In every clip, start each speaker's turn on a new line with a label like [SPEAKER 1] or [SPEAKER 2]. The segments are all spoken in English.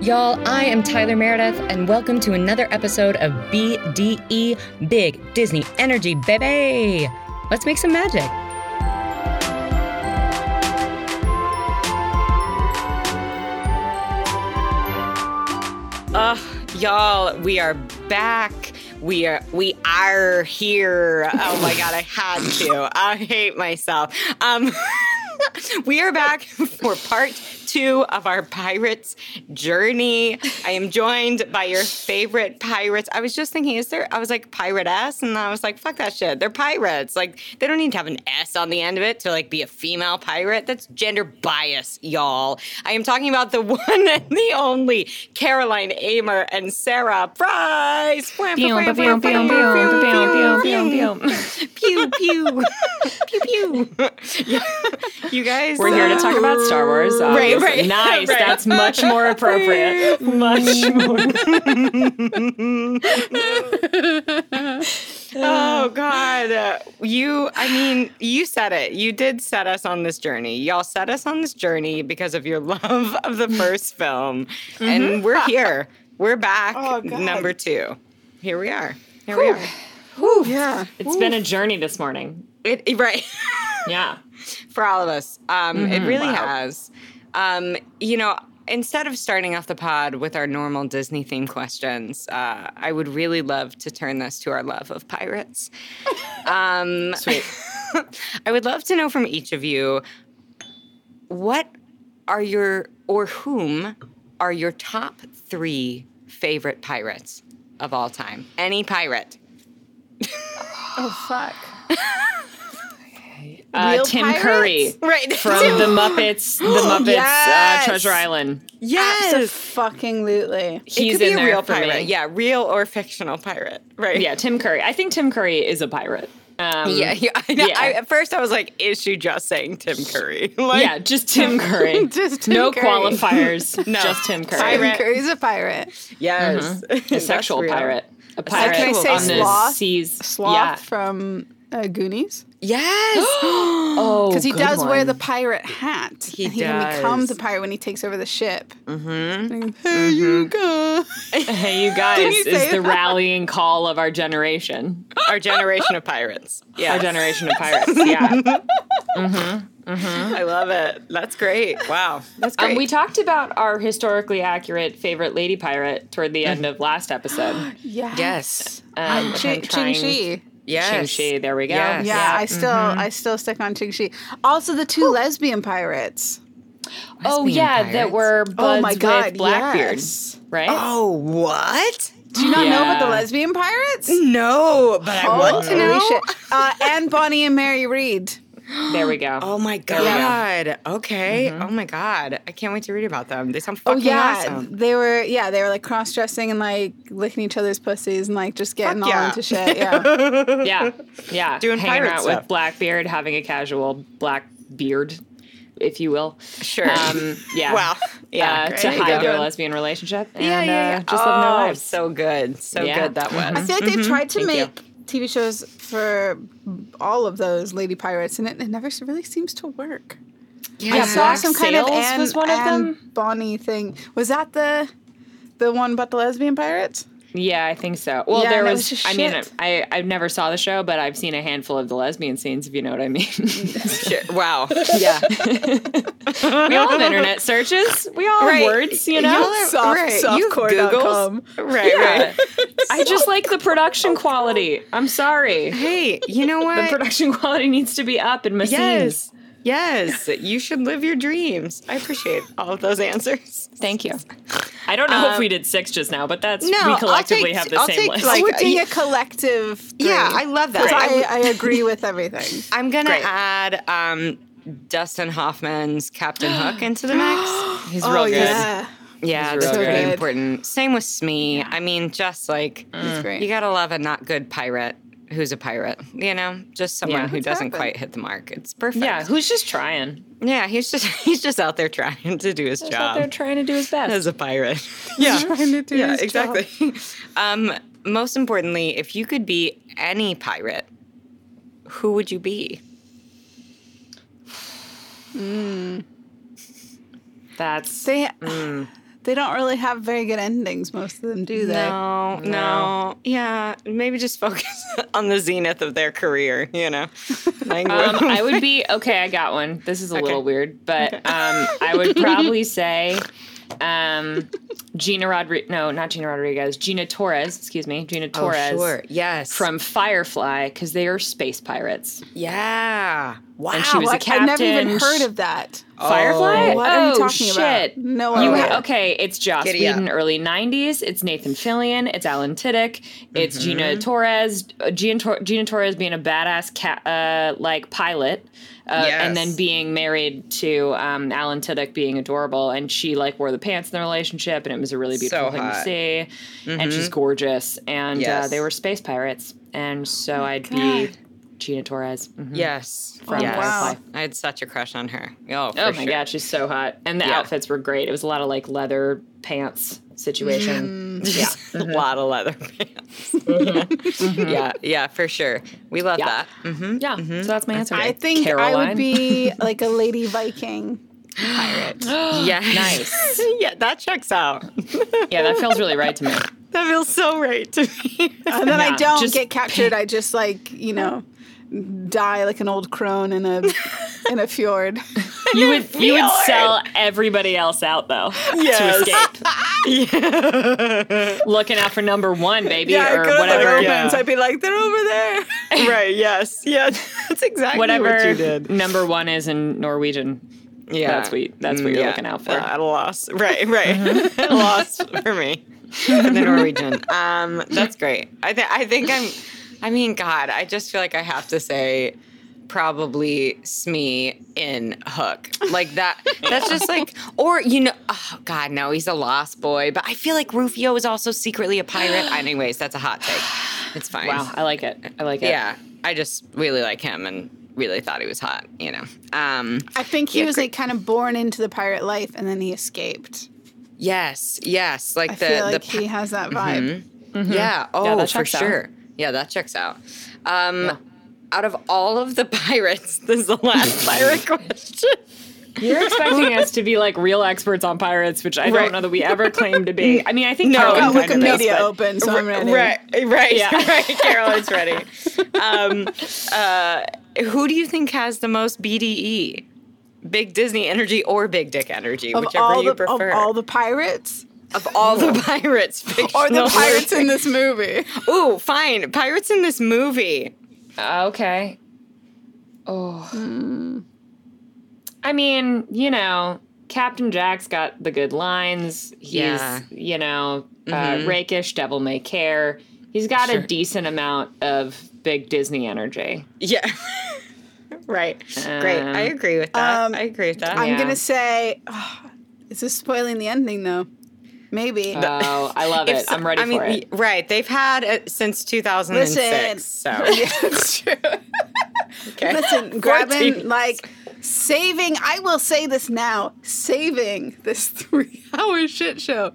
[SPEAKER 1] Y'all, I am Tyler Meredith, and welcome to another episode of BDE Big Disney Energy, baby! Let's make some magic.
[SPEAKER 2] Uh, y'all, we are back. We are we are here. Oh my god, I had to. I hate myself. Um we are back for part two of our pirates journey. I am joined by your favorite pirates. I was just thinking, is there? I was like pirate s, and I was like, fuck that shit. They're pirates. Like they don't need to have an s on the end of it to like be a female pirate. That's gender bias, y'all. I am talking about the one and the only Caroline Amer and Sarah Price. Pew pew pew pew. Yeah. You guys, uh,
[SPEAKER 3] We're here to talk about Star Wars.
[SPEAKER 2] Right,
[SPEAKER 3] Right,
[SPEAKER 2] right,
[SPEAKER 3] Nice.
[SPEAKER 2] right.
[SPEAKER 3] That's much more appropriate. much more.
[SPEAKER 2] Oh God, Uh, you. I mean, you said it. You did set us on this journey. Y'all set us on this journey because of your love of the first film, and we're here. We're back.
[SPEAKER 4] Mm-hmm. Oh, God.
[SPEAKER 2] number two. Here we are. Here we are.
[SPEAKER 4] Yeah.
[SPEAKER 3] It's been a journey this morning.
[SPEAKER 2] It, it- right
[SPEAKER 3] Yeah.
[SPEAKER 2] for all of us. Um, It
[SPEAKER 4] Mm-hmm.
[SPEAKER 2] really has. Um, you know. Instead of starting off the pod with our normal Disney theme questions, uh, I would really love to turn this to our love of pirates. Um,
[SPEAKER 3] Sweet.
[SPEAKER 2] I would love to know from each of you what are your or whom are your top three favorite pirates of all time? Any pirate?
[SPEAKER 4] Oh fuck.
[SPEAKER 3] Uh,
[SPEAKER 4] Real
[SPEAKER 3] Tim
[SPEAKER 4] pirates?
[SPEAKER 3] Curry
[SPEAKER 2] Right.
[SPEAKER 3] from the Muppets. The Muppets
[SPEAKER 2] Yes.
[SPEAKER 3] uh, Treasure Island.
[SPEAKER 2] yes.
[SPEAKER 4] Fucking lutely.
[SPEAKER 2] It
[SPEAKER 3] He's
[SPEAKER 2] could be
[SPEAKER 3] in
[SPEAKER 2] a
[SPEAKER 3] there
[SPEAKER 2] real
[SPEAKER 3] for
[SPEAKER 2] pirate.
[SPEAKER 3] me.
[SPEAKER 2] Yeah, real or fictional pirate. Right.
[SPEAKER 3] Yeah, Tim Curry. I think Tim Curry is a pirate. Um,
[SPEAKER 2] Yeah, yeah, I know.
[SPEAKER 3] Yeah.
[SPEAKER 2] I, at first, I was like, "Is she just saying Tim Curry?" Like,
[SPEAKER 3] Yeah, just Tim Curry.
[SPEAKER 4] Just Tim
[SPEAKER 3] no
[SPEAKER 4] Curry.
[SPEAKER 3] qualifiers.
[SPEAKER 2] No.
[SPEAKER 3] Just Tim Curry.
[SPEAKER 2] Pirate.
[SPEAKER 4] Tim Curry's a pirate.
[SPEAKER 2] yes,
[SPEAKER 3] Mm-hmm. A
[SPEAKER 2] That's
[SPEAKER 3] sexual
[SPEAKER 2] real.
[SPEAKER 3] pirate. A pirate
[SPEAKER 4] Can I say
[SPEAKER 3] on the
[SPEAKER 4] sloth?
[SPEAKER 3] seas.
[SPEAKER 4] Sloth
[SPEAKER 3] yeah.
[SPEAKER 4] from uh, Goonies.
[SPEAKER 2] Yes,
[SPEAKER 3] Oh,
[SPEAKER 4] Because he
[SPEAKER 3] good
[SPEAKER 4] does wear
[SPEAKER 3] one.
[SPEAKER 4] the pirate hat.
[SPEAKER 2] He
[SPEAKER 4] and He can become
[SPEAKER 2] does.
[SPEAKER 4] the pirate when he takes over the ship. Mm-hmm. Hey, you guys.
[SPEAKER 3] Hey, you guys,
[SPEAKER 4] you
[SPEAKER 3] is
[SPEAKER 4] say
[SPEAKER 3] the
[SPEAKER 4] that?
[SPEAKER 3] rallying call of our generation.
[SPEAKER 2] our generation of pirates.
[SPEAKER 3] Our
[SPEAKER 2] Yes.
[SPEAKER 3] generation of pirates. Yeah.
[SPEAKER 2] I love it. That's great. Wow, that's great.
[SPEAKER 3] um, we talked about our historically accurate favorite lady pirate toward the end of last episode. Um,
[SPEAKER 4] Yeah.
[SPEAKER 2] Yes.
[SPEAKER 4] Um,
[SPEAKER 3] which
[SPEAKER 4] Ching
[SPEAKER 3] I'm trying-
[SPEAKER 4] Chi.
[SPEAKER 2] Yes.
[SPEAKER 3] Shang-Chi, there we go.
[SPEAKER 2] Yes.
[SPEAKER 4] Yeah, I still
[SPEAKER 3] Mm-hmm.
[SPEAKER 4] I still stick on Ching Chi. Also the two lesbian pirates.
[SPEAKER 3] Oh,
[SPEAKER 2] Lesbian
[SPEAKER 3] yeah,
[SPEAKER 2] pirates.
[SPEAKER 3] that were buds
[SPEAKER 4] oh my god,
[SPEAKER 3] with Blackbeard,
[SPEAKER 4] yes.
[SPEAKER 3] right?
[SPEAKER 2] Oh, what?
[SPEAKER 4] Do you not know about the
[SPEAKER 3] Yeah.
[SPEAKER 4] lesbian pirates?
[SPEAKER 2] No, but
[SPEAKER 4] Oh,
[SPEAKER 2] I want to know.
[SPEAKER 4] Holy shit. Uh, and Bonnie and Mary Reed.
[SPEAKER 3] There we go.
[SPEAKER 2] Oh my god. Okay.
[SPEAKER 3] Mm-hmm.
[SPEAKER 2] Oh my god. I can't wait to read about them. They sound
[SPEAKER 4] Oh
[SPEAKER 2] fucking
[SPEAKER 4] yeah,
[SPEAKER 2] awesome.
[SPEAKER 4] they were yeah they were like cross dressing and like licking each other's pussies and like just getting
[SPEAKER 2] Fuck
[SPEAKER 4] all
[SPEAKER 2] yeah.
[SPEAKER 4] into shit. Yeah,
[SPEAKER 3] Yeah, yeah.
[SPEAKER 2] Doing
[SPEAKER 3] Hanging
[SPEAKER 2] pirate
[SPEAKER 3] out
[SPEAKER 2] stuff.
[SPEAKER 3] with Blackbeard, having a casual black beard, if you will.
[SPEAKER 2] Sure.
[SPEAKER 3] Um, yeah.
[SPEAKER 2] Wow. Yeah,
[SPEAKER 3] Uh,
[SPEAKER 2] great.
[SPEAKER 3] to
[SPEAKER 2] There you
[SPEAKER 3] hide
[SPEAKER 2] go.
[SPEAKER 3] their lesbian relationship. And,
[SPEAKER 2] yeah, yeah, yeah.
[SPEAKER 3] Uh, just living their
[SPEAKER 2] Oh,
[SPEAKER 3] lives.
[SPEAKER 2] So good. So
[SPEAKER 3] Yeah.
[SPEAKER 2] good that was.
[SPEAKER 4] I feel like they've tried to
[SPEAKER 2] Thank you.
[SPEAKER 4] make TV shows for all of those lady pirates and it, it never s- really seems to work.
[SPEAKER 3] Yeah,
[SPEAKER 4] I saw
[SPEAKER 3] Black
[SPEAKER 4] some kind of
[SPEAKER 3] Sails
[SPEAKER 4] Anne,
[SPEAKER 3] was one of
[SPEAKER 4] Anne
[SPEAKER 3] them.
[SPEAKER 4] Bonnie thing. Was that the the one about the lesbian pirates?
[SPEAKER 3] Yeah, I think so. Well,
[SPEAKER 4] Yeah,
[SPEAKER 3] there
[SPEAKER 4] and it
[SPEAKER 3] was.
[SPEAKER 4] was just
[SPEAKER 3] I mean,
[SPEAKER 4] shit.
[SPEAKER 3] I I never saw the show, but I've seen a handful of the lesbian scenes. If you know what I mean.
[SPEAKER 2] Sure. Wow. Yeah.
[SPEAKER 3] we all have internet searches. We all
[SPEAKER 2] Right.
[SPEAKER 3] have words. You know.
[SPEAKER 2] Y'all are-
[SPEAKER 4] Soft-
[SPEAKER 2] you
[SPEAKER 4] softcore dot
[SPEAKER 2] Googles. Right.
[SPEAKER 3] Yeah.
[SPEAKER 2] Right.
[SPEAKER 3] I just like the production quality. I'm sorry.
[SPEAKER 2] Hey, you know
[SPEAKER 3] The
[SPEAKER 2] what?
[SPEAKER 3] production quality needs to be up in my scenes.
[SPEAKER 2] yes. Yes. You should live your dreams. I appreciate all of those answers.
[SPEAKER 3] Thank you. I don't know if we did six just now, but that's
[SPEAKER 2] Um, no, I'll
[SPEAKER 3] we collectively
[SPEAKER 2] take-
[SPEAKER 3] have the
[SPEAKER 2] I'll
[SPEAKER 3] same
[SPEAKER 2] take,
[SPEAKER 3] list.
[SPEAKER 2] like,
[SPEAKER 4] Like, would
[SPEAKER 2] uh,
[SPEAKER 4] be
[SPEAKER 2] y-
[SPEAKER 4] a collective. Three.
[SPEAKER 2] Yeah, I love that.
[SPEAKER 4] 'Cause
[SPEAKER 2] I
[SPEAKER 4] I,
[SPEAKER 2] would-
[SPEAKER 4] I agree with everything.
[SPEAKER 2] I'm gonna
[SPEAKER 3] Great.
[SPEAKER 2] add um, Dustin Hoffman's Captain Hook into the mix.
[SPEAKER 3] He's real
[SPEAKER 4] oh
[SPEAKER 3] good.
[SPEAKER 4] yeah,
[SPEAKER 2] Yeah,
[SPEAKER 3] He's
[SPEAKER 2] that's
[SPEAKER 3] really
[SPEAKER 2] really
[SPEAKER 4] good.
[SPEAKER 2] important. Same with Smee. I mean, just like
[SPEAKER 4] He's Mm. great.
[SPEAKER 2] you gotta love a not good pirate who's a pirate. You know, just someone
[SPEAKER 3] Yeah.
[SPEAKER 2] who
[SPEAKER 3] That's
[SPEAKER 2] doesn't
[SPEAKER 4] happened.
[SPEAKER 2] quite hit the mark. It's perfect.
[SPEAKER 3] Yeah, who's just trying?
[SPEAKER 2] yeah. He's just he's just out there trying to do his
[SPEAKER 3] Just out there
[SPEAKER 2] job
[SPEAKER 3] trying to do his best.
[SPEAKER 2] as a pirate. yeah,
[SPEAKER 4] trying to do
[SPEAKER 2] yeah,
[SPEAKER 4] his job.
[SPEAKER 2] exactly. um, most importantly, if you could be any pirate, who would you be?
[SPEAKER 3] That's
[SPEAKER 2] Mm.
[SPEAKER 4] They They don't really have very good endings, most of them, do they?
[SPEAKER 2] No, no, Yeah, maybe just focus on the zenith of their career, you know? Like,
[SPEAKER 3] Um, I would be okay. I got one. This is a little weird, but um, I would probably say um, Gina Rodriguez. No, not Gina Rodriguez. Gina Torres. Excuse me, Gina
[SPEAKER 2] oh,
[SPEAKER 3] Torres
[SPEAKER 2] sure. Yes.
[SPEAKER 3] from Firefly because they are space pirates.
[SPEAKER 2] yeah. Wow.
[SPEAKER 3] And she was a
[SPEAKER 4] What? I've
[SPEAKER 3] captain.
[SPEAKER 4] never even heard
[SPEAKER 3] She-
[SPEAKER 4] of that.
[SPEAKER 3] Firefly.
[SPEAKER 4] What are you
[SPEAKER 3] Oh,
[SPEAKER 4] talking about?
[SPEAKER 3] shit.
[SPEAKER 4] No
[SPEAKER 3] You
[SPEAKER 4] idea.
[SPEAKER 3] ha- okay? It's Joss
[SPEAKER 2] Giddy
[SPEAKER 3] Whedon,
[SPEAKER 2] up.
[SPEAKER 3] early '90s. It's Nathan Fillion. It's Alan Tiddick. It's
[SPEAKER 2] Mm-hmm.
[SPEAKER 3] Gina Torres. uh, Gina, Tor- Gina Torres being a badass cat, uh, like pilot, uh, and
[SPEAKER 2] Yes.
[SPEAKER 3] then being married to um, Alan Tiddick, being adorable, and she like wore the pants in the relationship, and it was a really beautiful thing
[SPEAKER 2] hot. Mm-hmm.
[SPEAKER 3] to see. And she's gorgeous, and uh,
[SPEAKER 2] Yes.
[SPEAKER 3] they were space pirates, and so I'd be
[SPEAKER 4] Oh God.
[SPEAKER 3] Gina Torres. Mhm.
[SPEAKER 2] Yes.
[SPEAKER 3] From
[SPEAKER 2] yes.
[SPEAKER 4] Firefly.
[SPEAKER 2] I had such a crush on her. Oh, for
[SPEAKER 3] Oh my
[SPEAKER 2] sure.
[SPEAKER 3] god, she's so hot. And the
[SPEAKER 2] Yeah.
[SPEAKER 3] outfits were great. It was a lot of like leather pants situation.
[SPEAKER 2] Yeah. a lot of leather pants. Mm-hmm. yeah, yeah, for sure. We love
[SPEAKER 3] Yeah.
[SPEAKER 2] that. Mhm.
[SPEAKER 3] Yeah. So that's my answer.
[SPEAKER 4] I think I
[SPEAKER 3] Caroline.
[SPEAKER 4] would be like a lady Viking.
[SPEAKER 2] Mm-hmm. Yeah.
[SPEAKER 3] nice.
[SPEAKER 2] yeah, that checks out.
[SPEAKER 3] Yeah, that feels really right to me.
[SPEAKER 2] That feels so right to me.
[SPEAKER 4] And then
[SPEAKER 3] Yeah,
[SPEAKER 4] I don't
[SPEAKER 3] just
[SPEAKER 4] get captured. I just like you know die like an old crone in a in a fjord.
[SPEAKER 3] You would you would
[SPEAKER 2] Fjord.
[SPEAKER 3] sell everybody else out though
[SPEAKER 2] Yes.
[SPEAKER 3] to escape. Looking out for number one, baby,
[SPEAKER 2] Yeah,
[SPEAKER 3] or
[SPEAKER 2] go to the
[SPEAKER 3] whatever.
[SPEAKER 2] open. Yeah.
[SPEAKER 4] I'd be like, they're over there.
[SPEAKER 2] right, yes. Yeah, that's exactly
[SPEAKER 3] Whatever number one is in Norwegian.
[SPEAKER 2] Yeah.
[SPEAKER 3] That's what you- that's what you're looking out for.
[SPEAKER 2] At a loss. Right, right. at a loss for me. the Norwegian. Um, that's great. I think I think I'm I mean, God, I just feel like I have to say probably Smee in Hook. Like that that's just like or you know oh God, no, he's a lost boy. But I feel like Rufio is also secretly a pirate. Anyways, that's a hot take. It's fine.
[SPEAKER 3] Wow, I like it. I like it.
[SPEAKER 2] Yeah. I just really like him and really thought he was hot, you know. Um
[SPEAKER 4] I think he
[SPEAKER 2] Yeah,
[SPEAKER 4] was
[SPEAKER 2] great.
[SPEAKER 4] like kind of born into the pirate life, and then he escaped.
[SPEAKER 2] Yes, yes, like
[SPEAKER 4] I
[SPEAKER 2] the
[SPEAKER 4] feel
[SPEAKER 2] the
[SPEAKER 4] like
[SPEAKER 2] pa-
[SPEAKER 4] he has that
[SPEAKER 3] Mm-hmm.
[SPEAKER 4] vibe.
[SPEAKER 2] yeah. Oh,
[SPEAKER 3] that
[SPEAKER 2] for
[SPEAKER 3] checks out.
[SPEAKER 2] sure. Yeah, that checks out. Um, Out of all of the pirates, this is the last pirate question.
[SPEAKER 3] You're expecting us to be like real experts on pirates, which I
[SPEAKER 2] Right.
[SPEAKER 3] don't know that we ever claim to be. I mean, I think
[SPEAKER 2] No.
[SPEAKER 4] I
[SPEAKER 3] Caroline
[SPEAKER 4] got
[SPEAKER 2] kind of
[SPEAKER 3] Oh, kinda does,
[SPEAKER 4] Wikimedia
[SPEAKER 3] but-
[SPEAKER 4] open, so I'm ready.
[SPEAKER 2] Right, right,
[SPEAKER 3] Yeah.
[SPEAKER 2] right. Carolyn's ready. Um, uh, who do you think has the most BDE? Big Disney energy or Big Dick energy,
[SPEAKER 4] Of
[SPEAKER 2] whichever
[SPEAKER 4] all
[SPEAKER 2] you
[SPEAKER 4] the of
[SPEAKER 2] prefer.
[SPEAKER 4] all the pirates
[SPEAKER 2] Of all the pirates,
[SPEAKER 4] or the
[SPEAKER 2] fictional-
[SPEAKER 4] pirates in this movie,
[SPEAKER 2] Ooh, fine. Pirates in this movie.
[SPEAKER 3] Uh, Okay. Oh.
[SPEAKER 2] Hmm.
[SPEAKER 3] I mean, you know, Captain Jack's got the good lines. He's,
[SPEAKER 2] Yeah. Mm-hmm.
[SPEAKER 3] you know, uh, rakish, devil may care. He's got a decent amount of big Disney energy.
[SPEAKER 2] Yeah. right. Great. I
[SPEAKER 3] Um,
[SPEAKER 2] agree with that.
[SPEAKER 4] um,
[SPEAKER 2] I agree with that.
[SPEAKER 4] I'm
[SPEAKER 3] Yeah.
[SPEAKER 4] gonna say, oh, is this spoiling the ending though? Maybe.
[SPEAKER 2] Uh.
[SPEAKER 3] Oh, I love
[SPEAKER 2] If
[SPEAKER 3] it.
[SPEAKER 2] so-
[SPEAKER 3] I'm ready
[SPEAKER 2] I mean,
[SPEAKER 3] for it.
[SPEAKER 2] y- Right. They've had it since 2006.
[SPEAKER 4] Listen.
[SPEAKER 2] So,
[SPEAKER 4] Yeah, it's true.
[SPEAKER 2] okay.
[SPEAKER 4] Listen, grabbing
[SPEAKER 2] 14.
[SPEAKER 4] like saving. I will say this now: saving this three-hour shit show.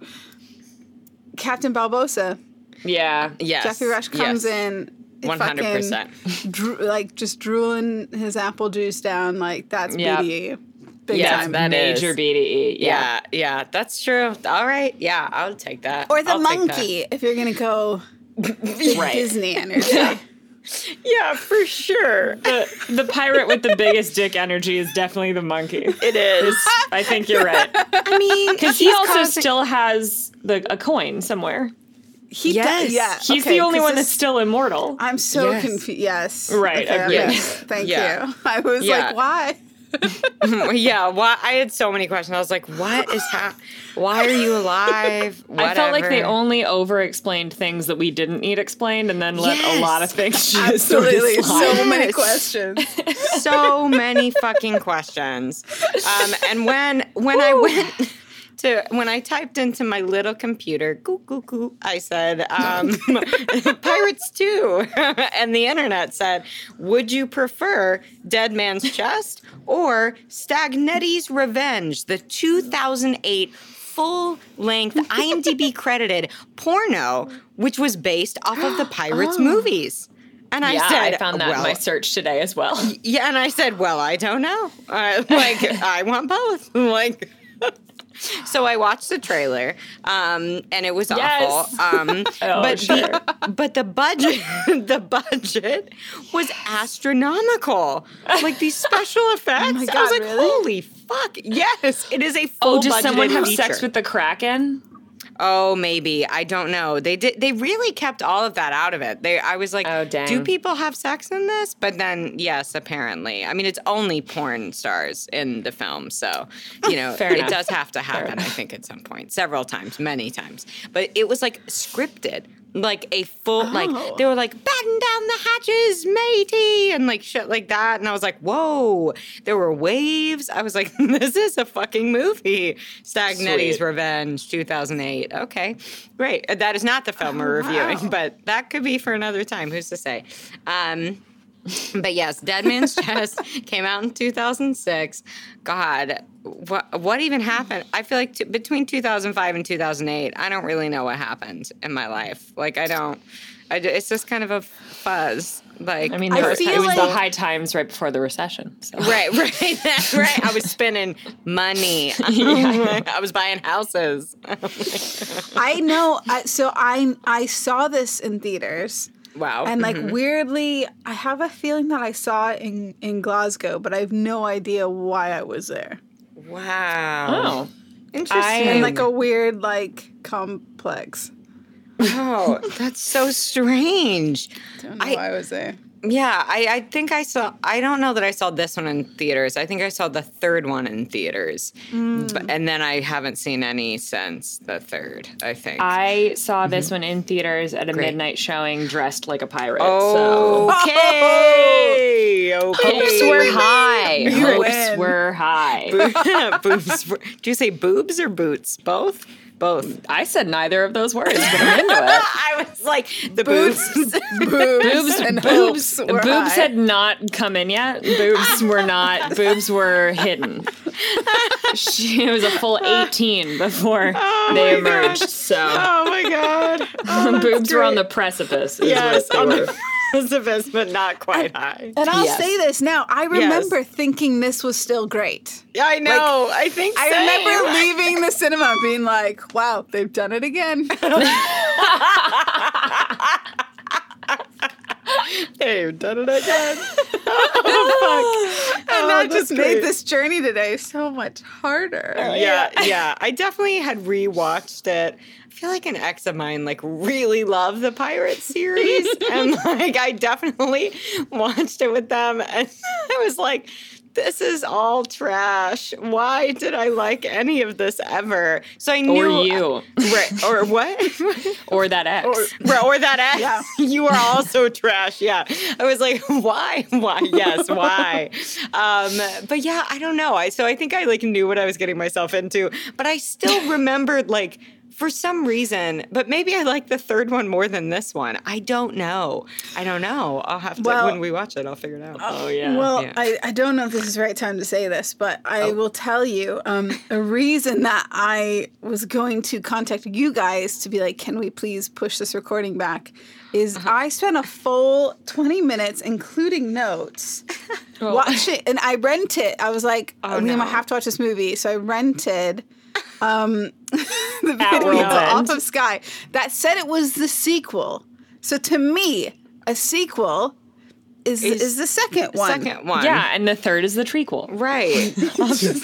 [SPEAKER 4] Captain Barbosa,
[SPEAKER 3] Yeah.
[SPEAKER 2] Yes.
[SPEAKER 4] Jeffrey Rush comes in.
[SPEAKER 2] One hundred percent.
[SPEAKER 4] fucking Dro- like just drooling his apple juice down. Like that's
[SPEAKER 3] Yeah.
[SPEAKER 4] BDE. Big
[SPEAKER 2] Yeah,
[SPEAKER 4] time.
[SPEAKER 2] that is-
[SPEAKER 3] Major BDE. Yeah.
[SPEAKER 2] Yeah. yeah, that's true. All right, yeah, I'll take that.
[SPEAKER 4] or the
[SPEAKER 2] I'll take that.
[SPEAKER 4] monkey, if you're gonna go big
[SPEAKER 3] Right.
[SPEAKER 4] Disney energy.
[SPEAKER 2] Yeah, for sure.
[SPEAKER 3] The, the pirate with the biggest dick energy is definitely the monkey.
[SPEAKER 2] It is.
[SPEAKER 3] I think you're right.
[SPEAKER 2] I mean,
[SPEAKER 3] Because he
[SPEAKER 2] he's
[SPEAKER 3] also
[SPEAKER 2] causing-
[SPEAKER 3] still has the, a coin somewhere.
[SPEAKER 4] He
[SPEAKER 2] Yes.
[SPEAKER 4] does. Yeah,
[SPEAKER 3] He's
[SPEAKER 4] okay,
[SPEAKER 3] the only
[SPEAKER 4] 'cause
[SPEAKER 3] one
[SPEAKER 4] this-
[SPEAKER 3] that's still immortal.
[SPEAKER 4] I'm so
[SPEAKER 2] Yes.
[SPEAKER 4] confused. Yes.
[SPEAKER 3] Right,
[SPEAKER 4] Okay,
[SPEAKER 3] agreed.
[SPEAKER 4] okay.
[SPEAKER 2] Yes.
[SPEAKER 4] Thank
[SPEAKER 2] Yeah.
[SPEAKER 4] you. I was
[SPEAKER 2] Yeah.
[SPEAKER 4] like, why?
[SPEAKER 2] yeah. Why? I had so many questions. I was like, "What is happening? Why are you alive?"
[SPEAKER 3] I felt like they
[SPEAKER 2] Whatever.
[SPEAKER 3] only over explained things that we didn't need explained and then let a lot of
[SPEAKER 2] Yes.
[SPEAKER 3] things just
[SPEAKER 4] Absolutely.
[SPEAKER 3] sort of slide.
[SPEAKER 4] So many
[SPEAKER 2] Yes.
[SPEAKER 4] questions.
[SPEAKER 2] so many fucking questions. Um, and when when I went to when I typed into my little computer, goo goo goo, I said, um, "Pirates too," and the internet said, "Would you prefer Dead Man's Chest or Stagnetti's Revenge, the 2008?" Full length IMDb credited porno, which was based off of the Pirates movies. And I
[SPEAKER 3] Oh. Yeah,
[SPEAKER 2] said,
[SPEAKER 3] I found that in
[SPEAKER 2] well,
[SPEAKER 3] my search today as well.
[SPEAKER 2] yeah, and I said, "Well, I don't know. I, like, I want both. Like, So I watched the trailer, um, and it was
[SPEAKER 3] Yes.
[SPEAKER 2] awful. Um,
[SPEAKER 3] Oh,
[SPEAKER 2] but
[SPEAKER 3] sure.
[SPEAKER 2] the, but the budget the budget was astronomical. Like these special
[SPEAKER 3] Oh
[SPEAKER 2] effects, I
[SPEAKER 4] God,
[SPEAKER 2] was like,
[SPEAKER 4] really?
[SPEAKER 2] holy fuck! Yes, it is a full.
[SPEAKER 3] Oh, does someone
[SPEAKER 2] budgeted
[SPEAKER 3] have
[SPEAKER 2] feature.
[SPEAKER 3] sex with the Kraken?
[SPEAKER 2] Oh, maybe I don't know. They did. They really kept all of that out of it. They. I was like,
[SPEAKER 3] Oh, dang.
[SPEAKER 2] do people have sex in this? But then, yes, apparently. I mean, it's only porn stars in the film, so you know
[SPEAKER 3] Fair
[SPEAKER 2] it
[SPEAKER 3] enough.
[SPEAKER 2] does have to happen. I think at some point, several times, many times. But it was like scripted. Like a full,
[SPEAKER 3] Oh.
[SPEAKER 2] like they were like batten down the hatches, matey, and like shit like that. And I was like, whoa, there were waves. I was like, this is a fucking movie. Stagnetti's
[SPEAKER 3] Sweet.
[SPEAKER 2] Revenge 2008. Okay, great. Uh, That is not the film
[SPEAKER 3] Oh,
[SPEAKER 2] we're reviewing, but that could be for another time. Who's to say? Um, but yes, Dead Man's Chest came out in 2006. God, what what even happened? I feel like t- between 2005 and 2008, I don't really know what happened in my life. Like I don't. I, d- it's just kind of a fuzz. Like
[SPEAKER 3] I mean,
[SPEAKER 4] I
[SPEAKER 3] there was,
[SPEAKER 4] feel
[SPEAKER 3] it was the
[SPEAKER 4] like-
[SPEAKER 3] high times right before the recession. So.
[SPEAKER 2] Right, right, that's right. I was spending money. I was buying houses.
[SPEAKER 4] I know. I, so I I saw this in theaters,
[SPEAKER 2] Wow.
[SPEAKER 4] and like weirdly, I have a feeling that I saw it in in Glasgow, but I have no idea why I was there.
[SPEAKER 2] wow. oh,
[SPEAKER 3] Oh,
[SPEAKER 2] Interesting.
[SPEAKER 4] In like a weird like complex.
[SPEAKER 2] wow, that's so strange.
[SPEAKER 4] Don't know
[SPEAKER 2] I-
[SPEAKER 4] why I was there.
[SPEAKER 2] Yeah, I, I think I saw. I don't know that I saw this one in theaters. I think I saw the third one in theaters,
[SPEAKER 3] Mm.
[SPEAKER 2] but, and then I haven't seen any since the third. I think.
[SPEAKER 3] I saw this one in theaters at a
[SPEAKER 2] Great. Oh.
[SPEAKER 3] midnight showing, dressed like a pirate. so.
[SPEAKER 2] okay.
[SPEAKER 3] Hopes
[SPEAKER 2] Okay.
[SPEAKER 3] were high.
[SPEAKER 4] You
[SPEAKER 3] Hopes
[SPEAKER 4] win.
[SPEAKER 3] were high.
[SPEAKER 2] boobs. were- Do you say boobs or boots? Both. Both.
[SPEAKER 3] I said neither of those words, but I'm into it.
[SPEAKER 2] I was like the boobs.
[SPEAKER 3] boobs
[SPEAKER 4] and
[SPEAKER 3] boobs
[SPEAKER 4] hopes were
[SPEAKER 3] boobs
[SPEAKER 4] high.
[SPEAKER 3] had not come in yet boobs were not boobs were hidden she it was a full 18 before they emerged so
[SPEAKER 2] oh my god.
[SPEAKER 3] boobs were on the precipice is
[SPEAKER 2] Oh, Yes,
[SPEAKER 3] what they
[SPEAKER 2] on
[SPEAKER 3] were.
[SPEAKER 2] the precipice, but not quite high.
[SPEAKER 4] And I'll
[SPEAKER 3] Yes.
[SPEAKER 4] say this now. I remember thinking this was still great.
[SPEAKER 2] I know. I think
[SPEAKER 4] I
[SPEAKER 2] same.
[SPEAKER 4] remember leaving the cinema being like, wow, they've done it again.
[SPEAKER 2] They've done it again.
[SPEAKER 4] and
[SPEAKER 2] Oh,
[SPEAKER 4] that just
[SPEAKER 2] that's
[SPEAKER 4] made
[SPEAKER 2] great.
[SPEAKER 4] this journey today so much harder.
[SPEAKER 3] Oh,
[SPEAKER 2] Yeah, yeah. I definitely had rewatched it. I feel like an ex of mine like really loved the pirate series, and like I definitely watched it with them, and I was like. This is all trash. Why did I like any of this ever? So I
[SPEAKER 3] or
[SPEAKER 2] knew
[SPEAKER 3] you
[SPEAKER 2] right or what?
[SPEAKER 3] or that ex
[SPEAKER 2] or, bro, or that ass. You are also trash. Yeah. I was like, why? Why? Yes, why? Um, but yeah, I don't know. I so I think I like knew what I was getting myself into, but I still remembered like for some reason, but maybe I like the third one more than this one. I don't know. I don't know. I'll have to
[SPEAKER 4] Well- uh,
[SPEAKER 2] when we watch it, I'll figure it out.
[SPEAKER 3] oh yeah
[SPEAKER 4] Well,
[SPEAKER 2] Yeah.
[SPEAKER 4] I, I don't know if this is the right time to say this, but I will tell you um, a reason that I was going to contact you guys to be like, can we please push this recording back? Is I spent a full 20 minutes, including notes, watching, and I rented. I was like, oh,
[SPEAKER 2] no.
[SPEAKER 4] I have to watch this movie. So I rented. Um, the
[SPEAKER 3] At
[SPEAKER 4] video
[SPEAKER 3] World's End.
[SPEAKER 4] off of Sky that said it was the sequel. So to me, a sequel is is, the second one.
[SPEAKER 2] Second one.
[SPEAKER 3] yeah and the third is the trequel
[SPEAKER 2] Right.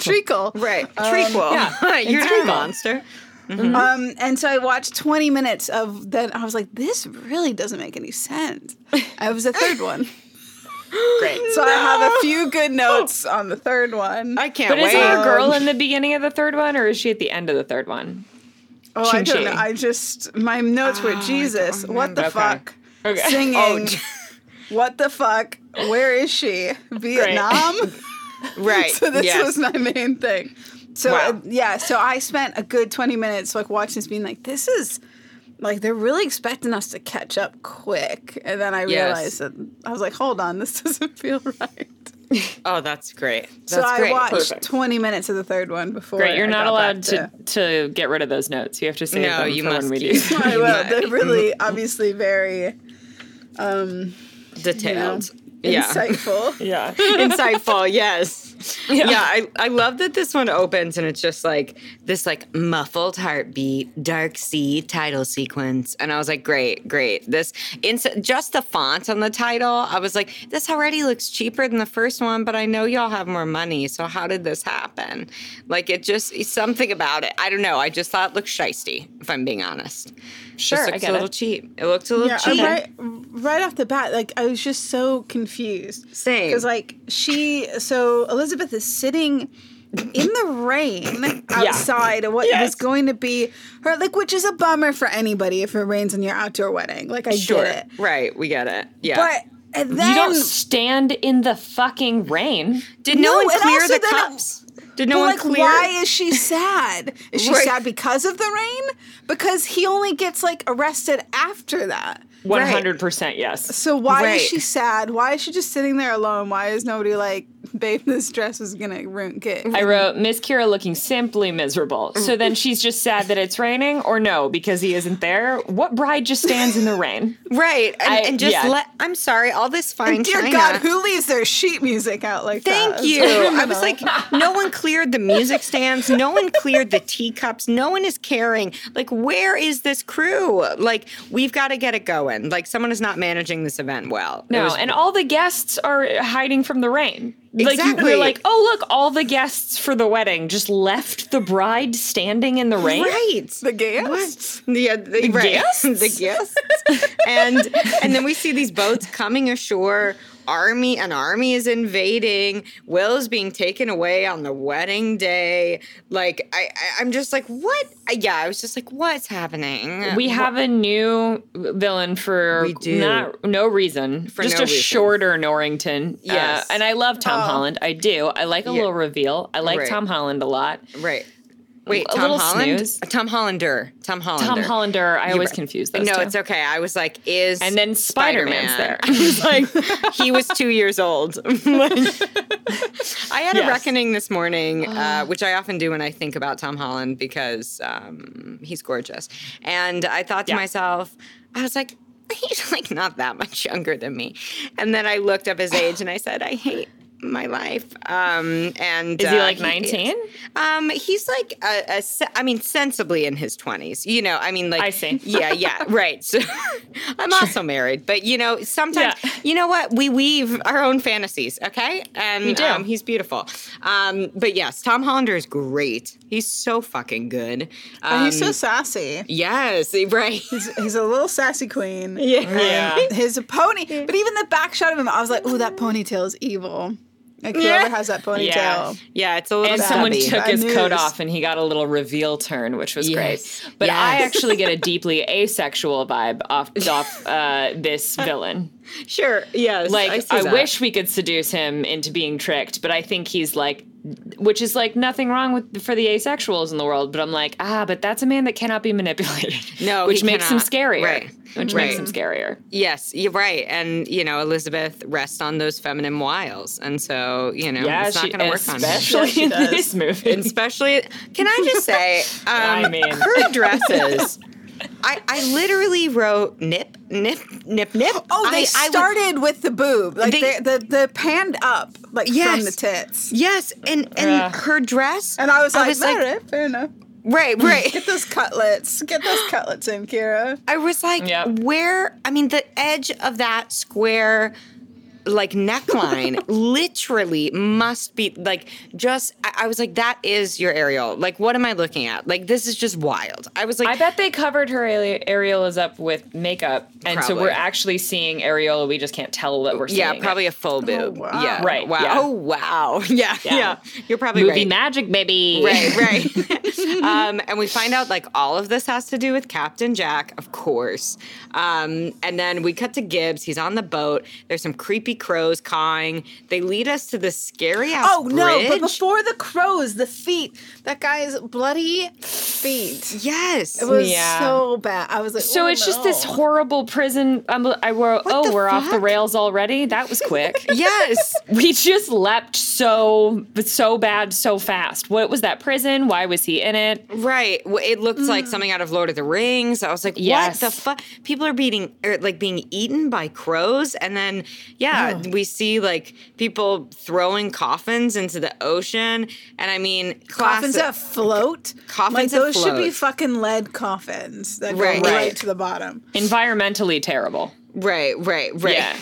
[SPEAKER 4] treacle.
[SPEAKER 2] Right. Trequel. Yeah. You're not a
[SPEAKER 3] trequel.
[SPEAKER 2] monster.
[SPEAKER 4] Um, and so I watched 20 minutes of then I was like, this really doesn't make any sense. I was the third one.
[SPEAKER 3] great
[SPEAKER 4] So I have a few good notes on the third one.
[SPEAKER 2] I can't
[SPEAKER 3] but
[SPEAKER 2] wait.
[SPEAKER 3] is there a girl in the beginning of the third one or is she at the end of the third one
[SPEAKER 4] oh, I don't
[SPEAKER 3] Chin
[SPEAKER 4] know.
[SPEAKER 3] Chin.
[SPEAKER 4] I just my notes were Jesus, what
[SPEAKER 3] remember.
[SPEAKER 4] the
[SPEAKER 3] Okay.
[SPEAKER 4] fuck?
[SPEAKER 3] Okay.
[SPEAKER 4] Singing.
[SPEAKER 2] Oh, j-
[SPEAKER 4] what the fuck? Where is she? Vietnam?
[SPEAKER 2] right.
[SPEAKER 4] so this
[SPEAKER 2] yes.
[SPEAKER 4] was my main thing. So
[SPEAKER 2] Wow.
[SPEAKER 4] uh, yeah, so I spent a good twenty minutes like watching this, being like, this is like they're really expecting us to catch up quick, and then I
[SPEAKER 2] Yes.
[SPEAKER 4] realized that I was like, hold on, this doesn't feel right.
[SPEAKER 2] Oh, that's great. That's
[SPEAKER 4] so I
[SPEAKER 2] great.
[SPEAKER 4] watched
[SPEAKER 3] Perfect.
[SPEAKER 4] twenty minutes of the third one before.
[SPEAKER 3] Great, you're
[SPEAKER 4] I
[SPEAKER 3] not
[SPEAKER 4] got
[SPEAKER 3] allowed
[SPEAKER 4] back
[SPEAKER 3] to, to get rid of those notes. You have to save
[SPEAKER 2] No,
[SPEAKER 3] them
[SPEAKER 2] you
[SPEAKER 3] for
[SPEAKER 2] must
[SPEAKER 3] when we do.
[SPEAKER 2] keep-
[SPEAKER 4] I will. They're really obviously very um, you know,
[SPEAKER 2] detailed. Yeah.
[SPEAKER 4] insightful.
[SPEAKER 3] yeah.
[SPEAKER 2] Insightful, yes. Yeah, I, I love that this one opens and it's just like this like muffled heartbeat, dark sea title sequence. And I was like, great, great. This ins- just the font on the title, I was like, this already looks cheaper than the first one, but I know y'all have more money. So how did this happen? Like it just something about it. I don't know. I just thought it looked shisty, if I'm being honest.
[SPEAKER 3] Sure, I
[SPEAKER 2] Just looks
[SPEAKER 3] get
[SPEAKER 2] a little
[SPEAKER 3] it.
[SPEAKER 2] cheap. It looked a little
[SPEAKER 4] Yeah,
[SPEAKER 2] cheap.
[SPEAKER 4] right, right off the bat, like I was just so confused.
[SPEAKER 2] Same.
[SPEAKER 4] Because like she, so Elizabeth is sitting in the rain outside of what was going to be her, like, which is a bummer for anybody if it rains in your outdoor wedding. Like I
[SPEAKER 2] Sure.
[SPEAKER 4] get it,
[SPEAKER 2] Right. We get it. Yeah.
[SPEAKER 4] but and then
[SPEAKER 3] you don't stand in the fucking rain.
[SPEAKER 2] Did no,
[SPEAKER 4] No,
[SPEAKER 2] one
[SPEAKER 4] and
[SPEAKER 2] clear
[SPEAKER 4] also
[SPEAKER 2] the
[SPEAKER 4] then-
[SPEAKER 2] cups? Did no
[SPEAKER 4] But,
[SPEAKER 2] one
[SPEAKER 4] like,
[SPEAKER 2] clear?
[SPEAKER 4] why is she sad? Is she
[SPEAKER 2] Right.
[SPEAKER 4] sad because of the rain? Because he only gets like arrested after that.
[SPEAKER 3] One hundred percent yes.
[SPEAKER 4] So why
[SPEAKER 2] Right.
[SPEAKER 4] is she sad? Why is she just sitting there alone? Why is nobody like, babe, this dress is gonna ruin get?
[SPEAKER 3] I wrote Miss Kira looking simply miserable.
[SPEAKER 2] Mm.
[SPEAKER 3] So then she's just sad that it's raining, or no, because he isn't there. What bride just stands in the rain?
[SPEAKER 2] right, and,
[SPEAKER 3] I-
[SPEAKER 2] and just
[SPEAKER 3] yeah.
[SPEAKER 2] let. I'm sorry, all this fine
[SPEAKER 4] Dear
[SPEAKER 2] china.
[SPEAKER 4] God, who leaves their sheet music out like that?
[SPEAKER 2] Thank you. I was like, no one cleared the music stands. No one cleared the teacups. No one is caring. Like, where is this crew? Like, we've got to get it going. Like, someone is not managing this event well. It
[SPEAKER 3] No,
[SPEAKER 2] was-
[SPEAKER 3] and all the guests are hiding from the rain. Like
[SPEAKER 2] Exactly.
[SPEAKER 3] you, are like, oh look, all the guests for the wedding just left the bride standing in the rain.
[SPEAKER 2] right.
[SPEAKER 4] the guests.
[SPEAKER 2] Yeah, the, right.
[SPEAKER 3] guests?
[SPEAKER 2] the guests. and and then we see these boats coming ashore. Army, an army is invading. Will's being taken away on the wedding day. Like I, I I'm just like, what? I- Yeah, I was just like, what's happening?
[SPEAKER 3] We have a new villain for
[SPEAKER 2] We do.
[SPEAKER 3] not no reason,
[SPEAKER 2] For
[SPEAKER 3] just
[SPEAKER 2] no
[SPEAKER 3] a
[SPEAKER 2] reason.
[SPEAKER 3] shorter Norrington. Yeah,
[SPEAKER 2] Yes. Oh.
[SPEAKER 3] and I love Tom Holland. I do. I like a little reveal. I like
[SPEAKER 2] Right.
[SPEAKER 3] Tom Holland a lot.
[SPEAKER 2] right. Wait,
[SPEAKER 3] A
[SPEAKER 2] Tom
[SPEAKER 3] little
[SPEAKER 2] Holland.
[SPEAKER 3] snooze.
[SPEAKER 2] Tom Hollander. Tom Hollander.
[SPEAKER 3] Tom Hollander. I always
[SPEAKER 2] right.
[SPEAKER 3] confuse those.
[SPEAKER 2] No,
[SPEAKER 3] two.
[SPEAKER 2] it's okay. I was like, is
[SPEAKER 3] and then Spider Man's there.
[SPEAKER 2] I was like, he was two years old. I had a
[SPEAKER 3] Yes. Ah.
[SPEAKER 2] reckoning this morning, uh, which I often do when I think about Tom Holland because um, he's gorgeous. And I thought to
[SPEAKER 3] Yeah.
[SPEAKER 2] myself, I was like, he's like not that much younger than me. And then I looked up his age and I said, I hate my life. Um, and
[SPEAKER 3] Is he
[SPEAKER 2] uh,
[SPEAKER 3] like nineteen?
[SPEAKER 2] um, he's like a, a se- I mean, sensibly in his twenties. You know, I mean, like
[SPEAKER 3] I see.
[SPEAKER 2] Yeah, yeah, right. So I'm also married, but you know, sometimes
[SPEAKER 3] Yeah.
[SPEAKER 2] you know what we weave our own fantasies, okay? And
[SPEAKER 3] do.
[SPEAKER 2] Um, he's beautiful. Um, but yes, Tom Hollander is great. He's so fucking good. Um,
[SPEAKER 4] And Oh, he's so sassy.
[SPEAKER 2] yes, right.
[SPEAKER 4] He's a little sassy queen.
[SPEAKER 3] Yeah.
[SPEAKER 4] His pony, but even the back shot of him, I was like, oh, that ponytail is evil. Like whoever
[SPEAKER 2] Yeah.
[SPEAKER 4] has that ponytail.
[SPEAKER 3] Yeah.
[SPEAKER 2] Yeah, it's a little.
[SPEAKER 3] and someone
[SPEAKER 2] savvy.
[SPEAKER 3] took
[SPEAKER 4] I
[SPEAKER 3] his
[SPEAKER 4] knew
[SPEAKER 3] coat
[SPEAKER 4] this-
[SPEAKER 3] off and he got a little reveal turn which was
[SPEAKER 2] Yes.
[SPEAKER 3] great but i
[SPEAKER 2] Yes.
[SPEAKER 3] actually get a deeply asexual vibe off, off uh, this villain
[SPEAKER 2] Sure. Yes.
[SPEAKER 3] like
[SPEAKER 2] see
[SPEAKER 3] i,
[SPEAKER 2] that.
[SPEAKER 3] wish we could seduce him into being tricked but i think he's like which is like nothing wrong with for the asexuals in the world but i'm like ah but that's a man that cannot be manipulated
[SPEAKER 2] No,
[SPEAKER 3] which
[SPEAKER 2] he
[SPEAKER 3] makes him
[SPEAKER 2] cannot.
[SPEAKER 3] scarier
[SPEAKER 2] Right.
[SPEAKER 3] which
[SPEAKER 2] Right.
[SPEAKER 3] makes him scarier
[SPEAKER 2] Yes, you're right. And, you know, Elizabeth rests on those feminine wiles. And so, you know,
[SPEAKER 3] yeah
[SPEAKER 2] it's not
[SPEAKER 3] she,
[SPEAKER 2] going to work on her.
[SPEAKER 3] especially in this movie
[SPEAKER 2] And especially, can I just say, um,
[SPEAKER 3] I mean-
[SPEAKER 2] her dresses. I, I literally wrote nip, nip, nip, nip.
[SPEAKER 4] Oh, they
[SPEAKER 2] I, I would-
[SPEAKER 4] started with the boob, like
[SPEAKER 2] They-
[SPEAKER 4] they, the the panned up, like
[SPEAKER 2] Yes.
[SPEAKER 4] from the tits.
[SPEAKER 2] yes, and, and
[SPEAKER 3] Yeah.
[SPEAKER 2] her dress.
[SPEAKER 4] And I was like, all right, fair enough.
[SPEAKER 2] right, right.
[SPEAKER 4] Get those cutlets. Get those cutlets in, Kira.
[SPEAKER 2] I was like,
[SPEAKER 3] Yep.
[SPEAKER 2] where? I mean, the edge of that square, like neckline, literally must be like just. I, I was like, that is your aerial. Like, what am I looking at? Like, this is just wild. I was like,
[SPEAKER 3] I bet they covered her areola areolas up with makeup, and so
[SPEAKER 2] Probably.
[SPEAKER 3] we're actually seeing areola. We just can't tell what we're seeing.
[SPEAKER 2] yeah, probably a full boob.
[SPEAKER 4] wow.
[SPEAKER 2] Yeah,
[SPEAKER 3] Right,
[SPEAKER 2] Wow.
[SPEAKER 3] yeah.
[SPEAKER 2] Oh, wow. Yeah, yeah.
[SPEAKER 3] Yeah.
[SPEAKER 2] You're probably
[SPEAKER 3] movie
[SPEAKER 2] right.
[SPEAKER 3] magic, baby.
[SPEAKER 2] Right, right. um, and we find out like all of this has to do with Captain Jack, of course. Um, and then we cut to Gibbs. He's on the boat. There's some creepy crows cawing. They lead us to this scary ass.
[SPEAKER 4] Oh no!
[SPEAKER 2] bridge.
[SPEAKER 4] But before the crows, the feet. That guy's bloody feet.
[SPEAKER 2] yes.
[SPEAKER 4] It was
[SPEAKER 3] Yeah.
[SPEAKER 4] so bad. I was like,
[SPEAKER 3] So
[SPEAKER 4] oh,
[SPEAKER 3] it's just this
[SPEAKER 4] no.
[SPEAKER 3] horrible prison. Um, I were oh, we're off the rails already. That was quick.
[SPEAKER 2] Yes.
[SPEAKER 3] we just leapt so so bad so fast. What was that prison? Why was he in it?
[SPEAKER 2] Right. W- It looked
[SPEAKER 4] Mm.
[SPEAKER 2] like something out of Lord of the Rings. I was like,
[SPEAKER 3] Yes.
[SPEAKER 2] what the fuck? People are being er, like being eaten by crows, and then yeah, we see like people throwing coffins into the ocean. And I mean,
[SPEAKER 4] Coffins
[SPEAKER 2] classic-
[SPEAKER 4] that float.
[SPEAKER 2] Coffins
[SPEAKER 4] like
[SPEAKER 2] that
[SPEAKER 4] those should be
[SPEAKER 2] float.
[SPEAKER 4] fucking lead coffins that go
[SPEAKER 2] Right.
[SPEAKER 4] right,
[SPEAKER 2] Right.
[SPEAKER 4] to the bottom.
[SPEAKER 3] Environmentally terrible.
[SPEAKER 2] Right. Right. Right.
[SPEAKER 3] Yeah.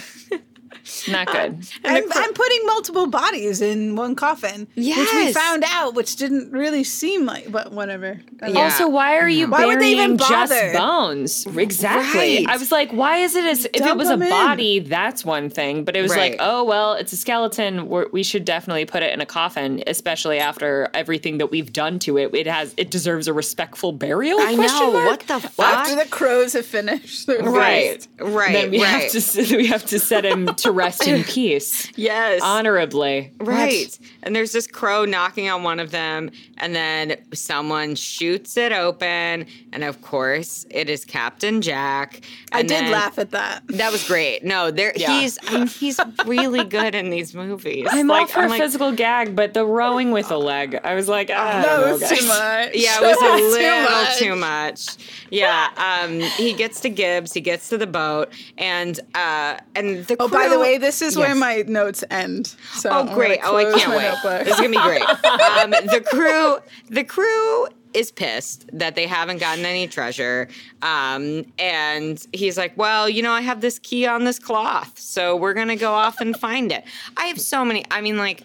[SPEAKER 3] Not good.
[SPEAKER 4] And, and putting multiple bodies in one coffin, which we
[SPEAKER 2] Yes.
[SPEAKER 4] found out, which didn't really seem like, but whatever.
[SPEAKER 2] Yeah.
[SPEAKER 3] Also, why are you
[SPEAKER 4] Why
[SPEAKER 3] burying
[SPEAKER 4] would they even bother?
[SPEAKER 3] just bones? Exactly.
[SPEAKER 2] Right.
[SPEAKER 3] I was like, why is it? As, if it
[SPEAKER 4] Dump
[SPEAKER 3] was a
[SPEAKER 4] 'em in.
[SPEAKER 3] body, that's one thing. But it was
[SPEAKER 2] Right.
[SPEAKER 3] like, oh well, it's a skeleton. We're, we should definitely put it in a coffin, especially after everything that we've done to it. It has. It deserves a respectful burial.
[SPEAKER 2] I
[SPEAKER 3] question
[SPEAKER 2] know.
[SPEAKER 3] mark?
[SPEAKER 2] What the fuck?
[SPEAKER 4] After the crows have finished, they're
[SPEAKER 2] right.
[SPEAKER 4] raised.
[SPEAKER 2] Right.
[SPEAKER 3] Then we
[SPEAKER 2] right.
[SPEAKER 3] have to. s- We have to set him to rest in peace,
[SPEAKER 2] yes.
[SPEAKER 3] honorably.
[SPEAKER 2] Uh, Right. And there's this crow knocking on one of them, and then someone shoots it open. And of course, it is Captain Jack.
[SPEAKER 4] I
[SPEAKER 2] and
[SPEAKER 4] did
[SPEAKER 2] then-
[SPEAKER 4] laugh at that.
[SPEAKER 2] That was great. No, there
[SPEAKER 3] Yeah.
[SPEAKER 2] he's I mean, he's really good in these movies.
[SPEAKER 3] I'm all
[SPEAKER 2] Like,
[SPEAKER 3] for
[SPEAKER 2] I'm
[SPEAKER 3] a
[SPEAKER 2] like,
[SPEAKER 3] physical gag, but the rowing with a leg. I was like, ah, I don't
[SPEAKER 4] That
[SPEAKER 3] know,
[SPEAKER 4] was
[SPEAKER 3] guys.
[SPEAKER 4] too much.
[SPEAKER 2] Yeah, it was
[SPEAKER 4] That
[SPEAKER 2] a little
[SPEAKER 4] much.
[SPEAKER 2] too much. Yeah. Um, he gets to Gibbs, he gets to the boat, and uh and the
[SPEAKER 4] Oh, by the
[SPEAKER 2] crow-
[SPEAKER 4] way, this is where
[SPEAKER 2] Yes.
[SPEAKER 4] my notes end. So I'm
[SPEAKER 2] Oh,
[SPEAKER 4] gonna
[SPEAKER 2] great! Oh, I
[SPEAKER 4] close
[SPEAKER 2] can't
[SPEAKER 4] my
[SPEAKER 2] wait.
[SPEAKER 4] notebook.
[SPEAKER 2] This is gonna be great. Um, the crew, the crew is pissed that they haven't gotten any treasure. Um, and he's like, "Well, you know, I have this key on this cloth, so we're gonna go off and find it." I have so many. I mean, like,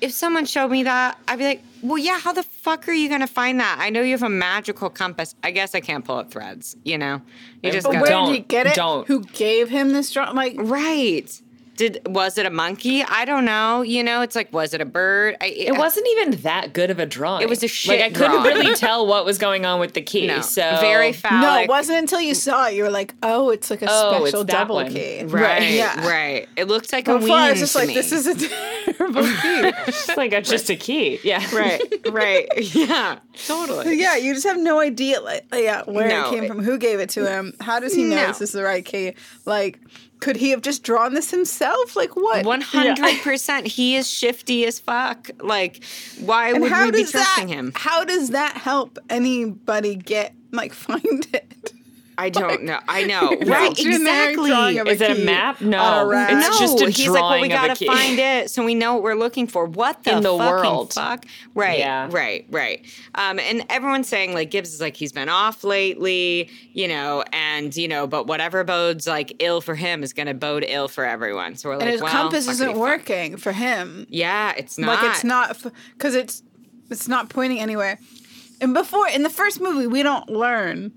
[SPEAKER 2] if someone showed me that, I'd be like, "Well, yeah. How the fuck are you gonna find that? I know you have a magical compass. I guess I can't pull up threads. You know, you just
[SPEAKER 4] But
[SPEAKER 2] got
[SPEAKER 4] where
[SPEAKER 3] Don't-
[SPEAKER 4] did he get it?
[SPEAKER 3] don't.
[SPEAKER 4] Who gave him this drum? Like,
[SPEAKER 2] right." Did, was it a monkey? I don't know. You know, it's like, was it a bird? I,
[SPEAKER 3] It wasn't even that good of a drawing.
[SPEAKER 2] It was a shit
[SPEAKER 3] Like I couldn't
[SPEAKER 2] drawing.
[SPEAKER 3] really tell what was going on with the key.
[SPEAKER 2] No,
[SPEAKER 3] So
[SPEAKER 2] very
[SPEAKER 4] no,
[SPEAKER 2] phallic.
[SPEAKER 4] it wasn't until you saw it. You were like, oh, it's like a
[SPEAKER 3] Oh, it's
[SPEAKER 4] special
[SPEAKER 3] that
[SPEAKER 4] double
[SPEAKER 3] one.
[SPEAKER 4] key.
[SPEAKER 2] Right,
[SPEAKER 4] Yeah.
[SPEAKER 2] right. It looked like a
[SPEAKER 4] Before
[SPEAKER 2] ween
[SPEAKER 4] I was just
[SPEAKER 2] to
[SPEAKER 4] like,
[SPEAKER 2] me.
[SPEAKER 4] this is a terrible key.
[SPEAKER 3] It's like a, just a key. Yeah.
[SPEAKER 2] right, right. Yeah, totally.
[SPEAKER 4] yeah, you just have no idea, like, yeah, where
[SPEAKER 2] No,
[SPEAKER 4] it came
[SPEAKER 2] it-
[SPEAKER 4] from, who gave it to him, how does he know
[SPEAKER 2] No.
[SPEAKER 4] this is the right key? Like, could he have just drawn this himself? Like, what?
[SPEAKER 2] One hundred percent. He is shifty as fuck. Like, why
[SPEAKER 4] and
[SPEAKER 2] would
[SPEAKER 4] how
[SPEAKER 2] we be
[SPEAKER 4] does that?
[SPEAKER 2] trusting him?
[SPEAKER 4] How does that help anybody get like find it?
[SPEAKER 2] I don't know. I know.
[SPEAKER 4] No,
[SPEAKER 2] Right?
[SPEAKER 4] it's a generic
[SPEAKER 2] Exactly.
[SPEAKER 4] drawing of
[SPEAKER 3] Is it a
[SPEAKER 4] key
[SPEAKER 3] map? No.
[SPEAKER 4] on a rack.
[SPEAKER 3] It's
[SPEAKER 2] no,
[SPEAKER 3] just a
[SPEAKER 2] he's like, well, we
[SPEAKER 3] drawing of a
[SPEAKER 2] gotta
[SPEAKER 3] key.
[SPEAKER 2] find it, so we know what we're looking for. What the
[SPEAKER 3] In the
[SPEAKER 2] fucking
[SPEAKER 3] world.
[SPEAKER 2] fuck? Right,
[SPEAKER 3] Yeah.
[SPEAKER 2] right, right. Um, and everyone's saying like Gibbs is like he's been off lately, you know, and you know, but whatever bodes like ill for him is gonna bode ill for everyone. So we're like,
[SPEAKER 4] and his
[SPEAKER 2] well,
[SPEAKER 4] compass isn't
[SPEAKER 2] fuckity-fuck.
[SPEAKER 4] working for him.
[SPEAKER 2] Yeah, it's not.
[SPEAKER 4] Like it's not because it's it's not pointing anywhere. And before in the first movie, we don't learn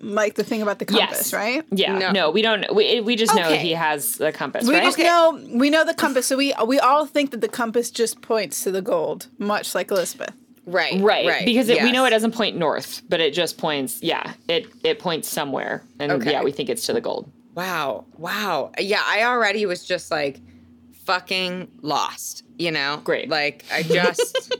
[SPEAKER 4] like the thing about the
[SPEAKER 3] Yes.
[SPEAKER 4] compass, right?
[SPEAKER 3] Yeah.
[SPEAKER 2] No.
[SPEAKER 3] No, we don't. We, we just know
[SPEAKER 2] Okay.
[SPEAKER 3] he has a compass,
[SPEAKER 4] We
[SPEAKER 3] right?
[SPEAKER 4] just know we know the compass, so we we all think that the compass just points to the gold, much like Elizabeth.
[SPEAKER 2] right,
[SPEAKER 3] Right, because it, we know it
[SPEAKER 2] yes.
[SPEAKER 3] doesn't point north, but it just points. Yeah, it it points somewhere, and
[SPEAKER 2] Okay.
[SPEAKER 3] yeah, we think it's to the gold.
[SPEAKER 2] Wow, wow. Yeah, I already was just like fucking lost. You know,
[SPEAKER 3] Great.
[SPEAKER 2] Like I just.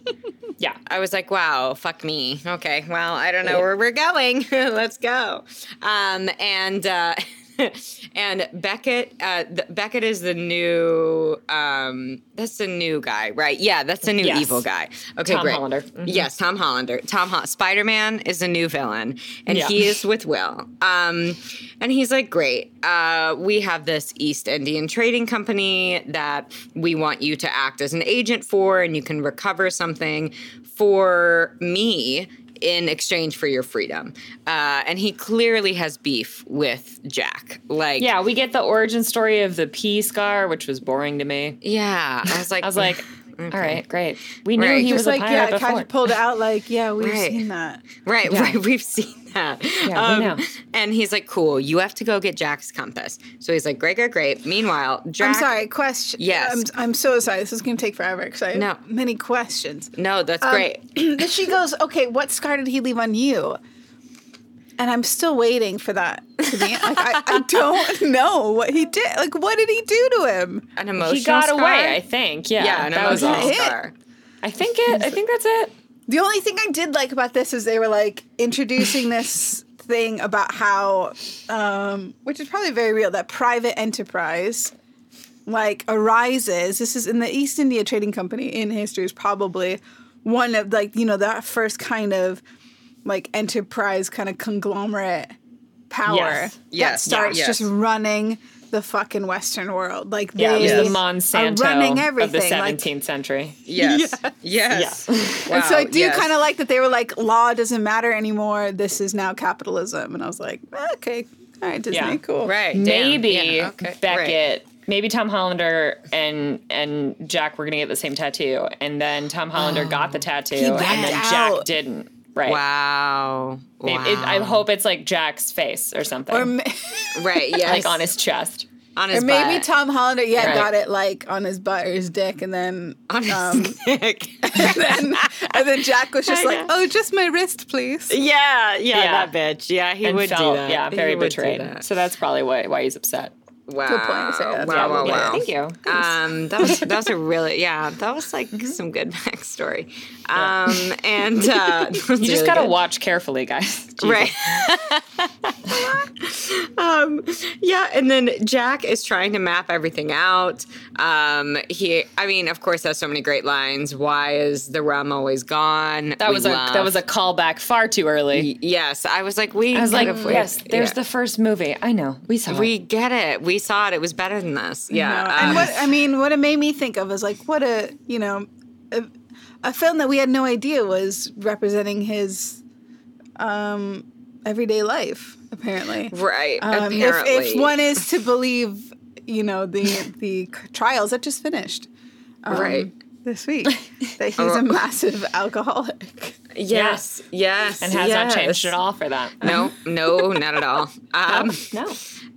[SPEAKER 3] Yeah,
[SPEAKER 2] I was like, wow, fuck me. Okay, well, I don't know where we're going. Let's go. Um, and uh, and Beckett, uh, th- Beckett is the new. Um, that's the new guy, right? Yeah, that's the new
[SPEAKER 3] Yes.
[SPEAKER 2] evil guy. Okay,
[SPEAKER 3] Tom
[SPEAKER 2] great.
[SPEAKER 3] Hollander. Mhm.
[SPEAKER 2] Yes, Tom Hollander. Tom Ho- Spider Man is the new villain, and
[SPEAKER 3] Yeah.
[SPEAKER 2] he is with Will. Um, and he's like, great. Uh, we have this East Indian trading company that we want you to act as an agent for, and you can recover something for me in exchange for your freedom. Uh, and he clearly has beef with Jack. Like,
[SPEAKER 3] yeah, we get the origin story of the pea scar, which was boring to me.
[SPEAKER 2] yeah. I was like,
[SPEAKER 3] I was like, all right, great. We knew
[SPEAKER 2] Right.
[SPEAKER 3] he
[SPEAKER 2] Just
[SPEAKER 3] was
[SPEAKER 4] It's like
[SPEAKER 3] a
[SPEAKER 4] yeah,
[SPEAKER 3] pirate
[SPEAKER 4] it
[SPEAKER 3] before.
[SPEAKER 4] kind of pulled it out like yeah, we've
[SPEAKER 2] Right.
[SPEAKER 4] seen that.
[SPEAKER 2] Right, right. We've seen that. Um,
[SPEAKER 3] Yeah, we know.
[SPEAKER 2] And he's like, cool, you have to go get Jack's compass. So he's like, great, great, great. Meanwhile, Jack.
[SPEAKER 4] I'm sorry. Question.
[SPEAKER 2] Yes.
[SPEAKER 4] I'm, I'm so sorry. This is going to take forever because I have
[SPEAKER 2] No.
[SPEAKER 4] many questions.
[SPEAKER 2] No, that's
[SPEAKER 4] Um,
[SPEAKER 2] great.
[SPEAKER 4] then she goes, "Okay, what scar did he leave on you?" And I'm still waiting for that to be. Like, I, I don't know what he did. Like, what did he do to him?
[SPEAKER 2] An emotional
[SPEAKER 3] he got
[SPEAKER 2] scar?
[SPEAKER 3] away. I think. Yeah,
[SPEAKER 2] yeah, an
[SPEAKER 3] that was
[SPEAKER 2] emotional
[SPEAKER 3] all.
[SPEAKER 4] That's it.
[SPEAKER 2] scar.
[SPEAKER 3] I think it. I think that's it.
[SPEAKER 4] The only thing I did like about this is they were like introducing this thing about how, um, which is probably very real, that private enterprise like arises. This is in the East India Trading Company in history is probably one of like you know that first kind of like enterprise kind of conglomerate power
[SPEAKER 3] Yes.
[SPEAKER 4] that
[SPEAKER 2] Yes.
[SPEAKER 4] starts
[SPEAKER 1] Yeah.
[SPEAKER 4] just
[SPEAKER 1] Yes.
[SPEAKER 4] running the fucking Western world. Like
[SPEAKER 3] Yeah,
[SPEAKER 4] they
[SPEAKER 3] it was the
[SPEAKER 4] are running
[SPEAKER 3] Monsanto of the
[SPEAKER 4] everything. like,
[SPEAKER 3] 17th century.
[SPEAKER 1] Yes. Yes. Wow,
[SPEAKER 4] and so I do
[SPEAKER 1] yes.
[SPEAKER 4] kind of like that they were like, law doesn't matter anymore. This is now capitalism. And I was like, "Ah, okay, all right, Disney,
[SPEAKER 3] Yeah.
[SPEAKER 4] cool.
[SPEAKER 2] Right. damn,
[SPEAKER 3] Maybe
[SPEAKER 2] yeah, okay, right.
[SPEAKER 3] Beckett. Maybe Tom Hollander and and Jack were gonna get the same tattoo, and then Tom Hollander got the tattoo, and
[SPEAKER 4] backed
[SPEAKER 3] then
[SPEAKER 4] out.
[SPEAKER 3] Jack didn't. Right?
[SPEAKER 2] Wow.
[SPEAKER 3] Maybe-
[SPEAKER 2] wow.
[SPEAKER 3] it- I hope it's like Jack's face or something,
[SPEAKER 4] Or, ma-
[SPEAKER 2] Right. Yes.
[SPEAKER 3] like on his chest.
[SPEAKER 2] on
[SPEAKER 4] or
[SPEAKER 2] his
[SPEAKER 4] maybe
[SPEAKER 2] butt.
[SPEAKER 4] Tom Hollander, yeah,
[SPEAKER 3] Right.
[SPEAKER 4] got it like on his butt or his dick. And then,
[SPEAKER 2] on his
[SPEAKER 4] um,
[SPEAKER 2] dick.
[SPEAKER 4] and then, and then Jack was
[SPEAKER 3] I
[SPEAKER 4] just
[SPEAKER 3] know.
[SPEAKER 4] like, oh, just my wrist, please.
[SPEAKER 2] yeah, yeah.
[SPEAKER 3] Yeah.
[SPEAKER 2] That bitch. Yeah. He
[SPEAKER 3] and
[SPEAKER 2] would
[SPEAKER 3] felt,
[SPEAKER 2] do that.
[SPEAKER 3] Yeah,
[SPEAKER 2] He
[SPEAKER 3] very
[SPEAKER 2] would do
[SPEAKER 3] betrayed.
[SPEAKER 2] that.
[SPEAKER 3] So that's probably why why he's upset.
[SPEAKER 2] Wow.
[SPEAKER 4] Good point, Sarah. That's
[SPEAKER 2] Wow. Wow.
[SPEAKER 4] probably
[SPEAKER 2] Oh, Wow.
[SPEAKER 4] it.
[SPEAKER 3] Thank you.
[SPEAKER 2] Um, that was that was a really yeah. That was like some good backstory. Um, and uh, that was
[SPEAKER 3] You just
[SPEAKER 2] really
[SPEAKER 3] gotta
[SPEAKER 2] good.
[SPEAKER 3] watch carefully, guys. Jesus.
[SPEAKER 2] right. um, yeah, and then Jack is trying to map everything out. Um, he, I mean, of course, has so many great lines. Why is the rum always gone?
[SPEAKER 3] That
[SPEAKER 2] We
[SPEAKER 3] was a that
[SPEAKER 2] love-
[SPEAKER 3] was a callback far too early.
[SPEAKER 2] Y- Yes, I was like, we.
[SPEAKER 3] I was
[SPEAKER 2] get
[SPEAKER 3] like,
[SPEAKER 2] it. We-
[SPEAKER 3] yes, there's
[SPEAKER 2] yeah.
[SPEAKER 3] the first movie. I know. We saw it.
[SPEAKER 2] We get it. We saw it. It was better than this. Yeah.
[SPEAKER 4] know. and
[SPEAKER 2] um,
[SPEAKER 4] what I mean, what it made me think of is like what a you know, a, a film that we had no idea was representing his um, everyday life. Apparently,
[SPEAKER 2] right.
[SPEAKER 4] Um, if,
[SPEAKER 2] apparently,
[SPEAKER 4] if one is to believe, you know, the the trials that just finished um,
[SPEAKER 2] Right.
[SPEAKER 4] this week, that he's
[SPEAKER 2] Oh.
[SPEAKER 4] a massive alcoholic.
[SPEAKER 2] Yes. Yes.
[SPEAKER 3] and has
[SPEAKER 2] yes.
[SPEAKER 3] not changed at all for that.
[SPEAKER 2] No. No. Not at all. Um,
[SPEAKER 3] No.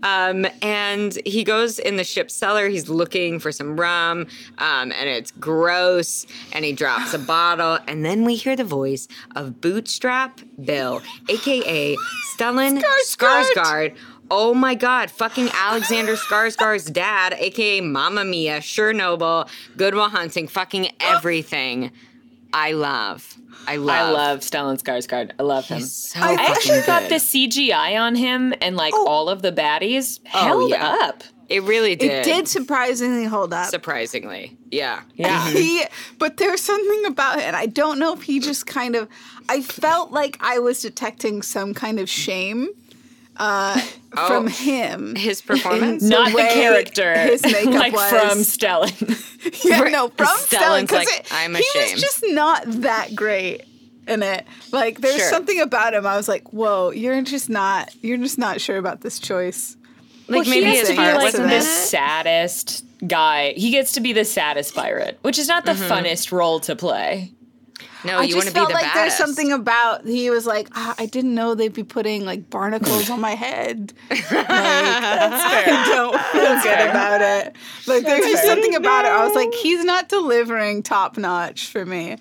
[SPEAKER 2] Um, and he goes in the ship's cellar. He's looking for some rum, um, and it's gross. And he drops a bottle, and then we hear the voice of Bootstrap Bill, aka Stellan
[SPEAKER 4] Skarsgård.
[SPEAKER 2] Skarsgård. Oh my God! Fucking Alexander Skarsgård's dad, aka Mamma Mia, Chernobyl, Goodwill Hunting, fucking
[SPEAKER 4] Oh.
[SPEAKER 2] everything. I love. I love.
[SPEAKER 3] I love Stellan Skarsgård. I love him.
[SPEAKER 2] So
[SPEAKER 4] I
[SPEAKER 3] I
[SPEAKER 2] fucking
[SPEAKER 3] actually thought
[SPEAKER 2] good.
[SPEAKER 3] the CGI on him and like
[SPEAKER 4] Oh.
[SPEAKER 3] all of the baddies held
[SPEAKER 2] yeah.
[SPEAKER 3] up.
[SPEAKER 2] It really did.
[SPEAKER 4] It did surprisingly hold up.
[SPEAKER 2] surprisingly. Yeah.
[SPEAKER 3] Yeah.
[SPEAKER 4] he but there's something about it and i don't know if he just kind of i felt like i was detecting some kind of shame uh,
[SPEAKER 2] Oh.
[SPEAKER 4] from him
[SPEAKER 2] His performance.
[SPEAKER 3] Not the
[SPEAKER 4] way
[SPEAKER 3] character,
[SPEAKER 4] his makeup
[SPEAKER 3] like
[SPEAKER 4] was.
[SPEAKER 3] from Stellan.
[SPEAKER 4] yeah, no from Stellan
[SPEAKER 2] Stellan's
[SPEAKER 4] because
[SPEAKER 2] like, "I'm
[SPEAKER 4] he
[SPEAKER 2] ashamed."
[SPEAKER 4] was just not that great in it like there's
[SPEAKER 2] Sure.
[SPEAKER 4] something about him i was like whoa you're just not you're just not sure about this choice
[SPEAKER 2] Like
[SPEAKER 3] Well,
[SPEAKER 2] maybe his
[SPEAKER 3] he gets to be
[SPEAKER 2] heart
[SPEAKER 3] like
[SPEAKER 2] wasn't
[SPEAKER 3] the
[SPEAKER 2] in it.
[SPEAKER 3] saddest guy. He gets to be the saddest pirate, which is not the
[SPEAKER 4] Mm-hmm.
[SPEAKER 3] funnest role to play.
[SPEAKER 2] No,
[SPEAKER 4] I
[SPEAKER 2] oh, you want
[SPEAKER 4] just
[SPEAKER 2] to be the
[SPEAKER 4] felt like there's
[SPEAKER 2] baddest.
[SPEAKER 4] something about he was like ah, I didn't know they'd be putting like barnacles on my head. Like, I don't feel good about it. Like there's just something about it. I was like he's not delivering top notch for me,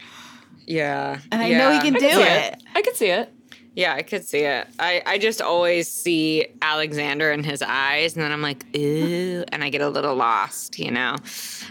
[SPEAKER 2] Yeah,
[SPEAKER 4] and I know he can do
[SPEAKER 3] Yeah.
[SPEAKER 4] it.
[SPEAKER 3] I could see it.
[SPEAKER 2] Yeah, I could see it. I, I just always see Alexander in his eyes, and then I'm like, ooh, and I get a little lost. You know,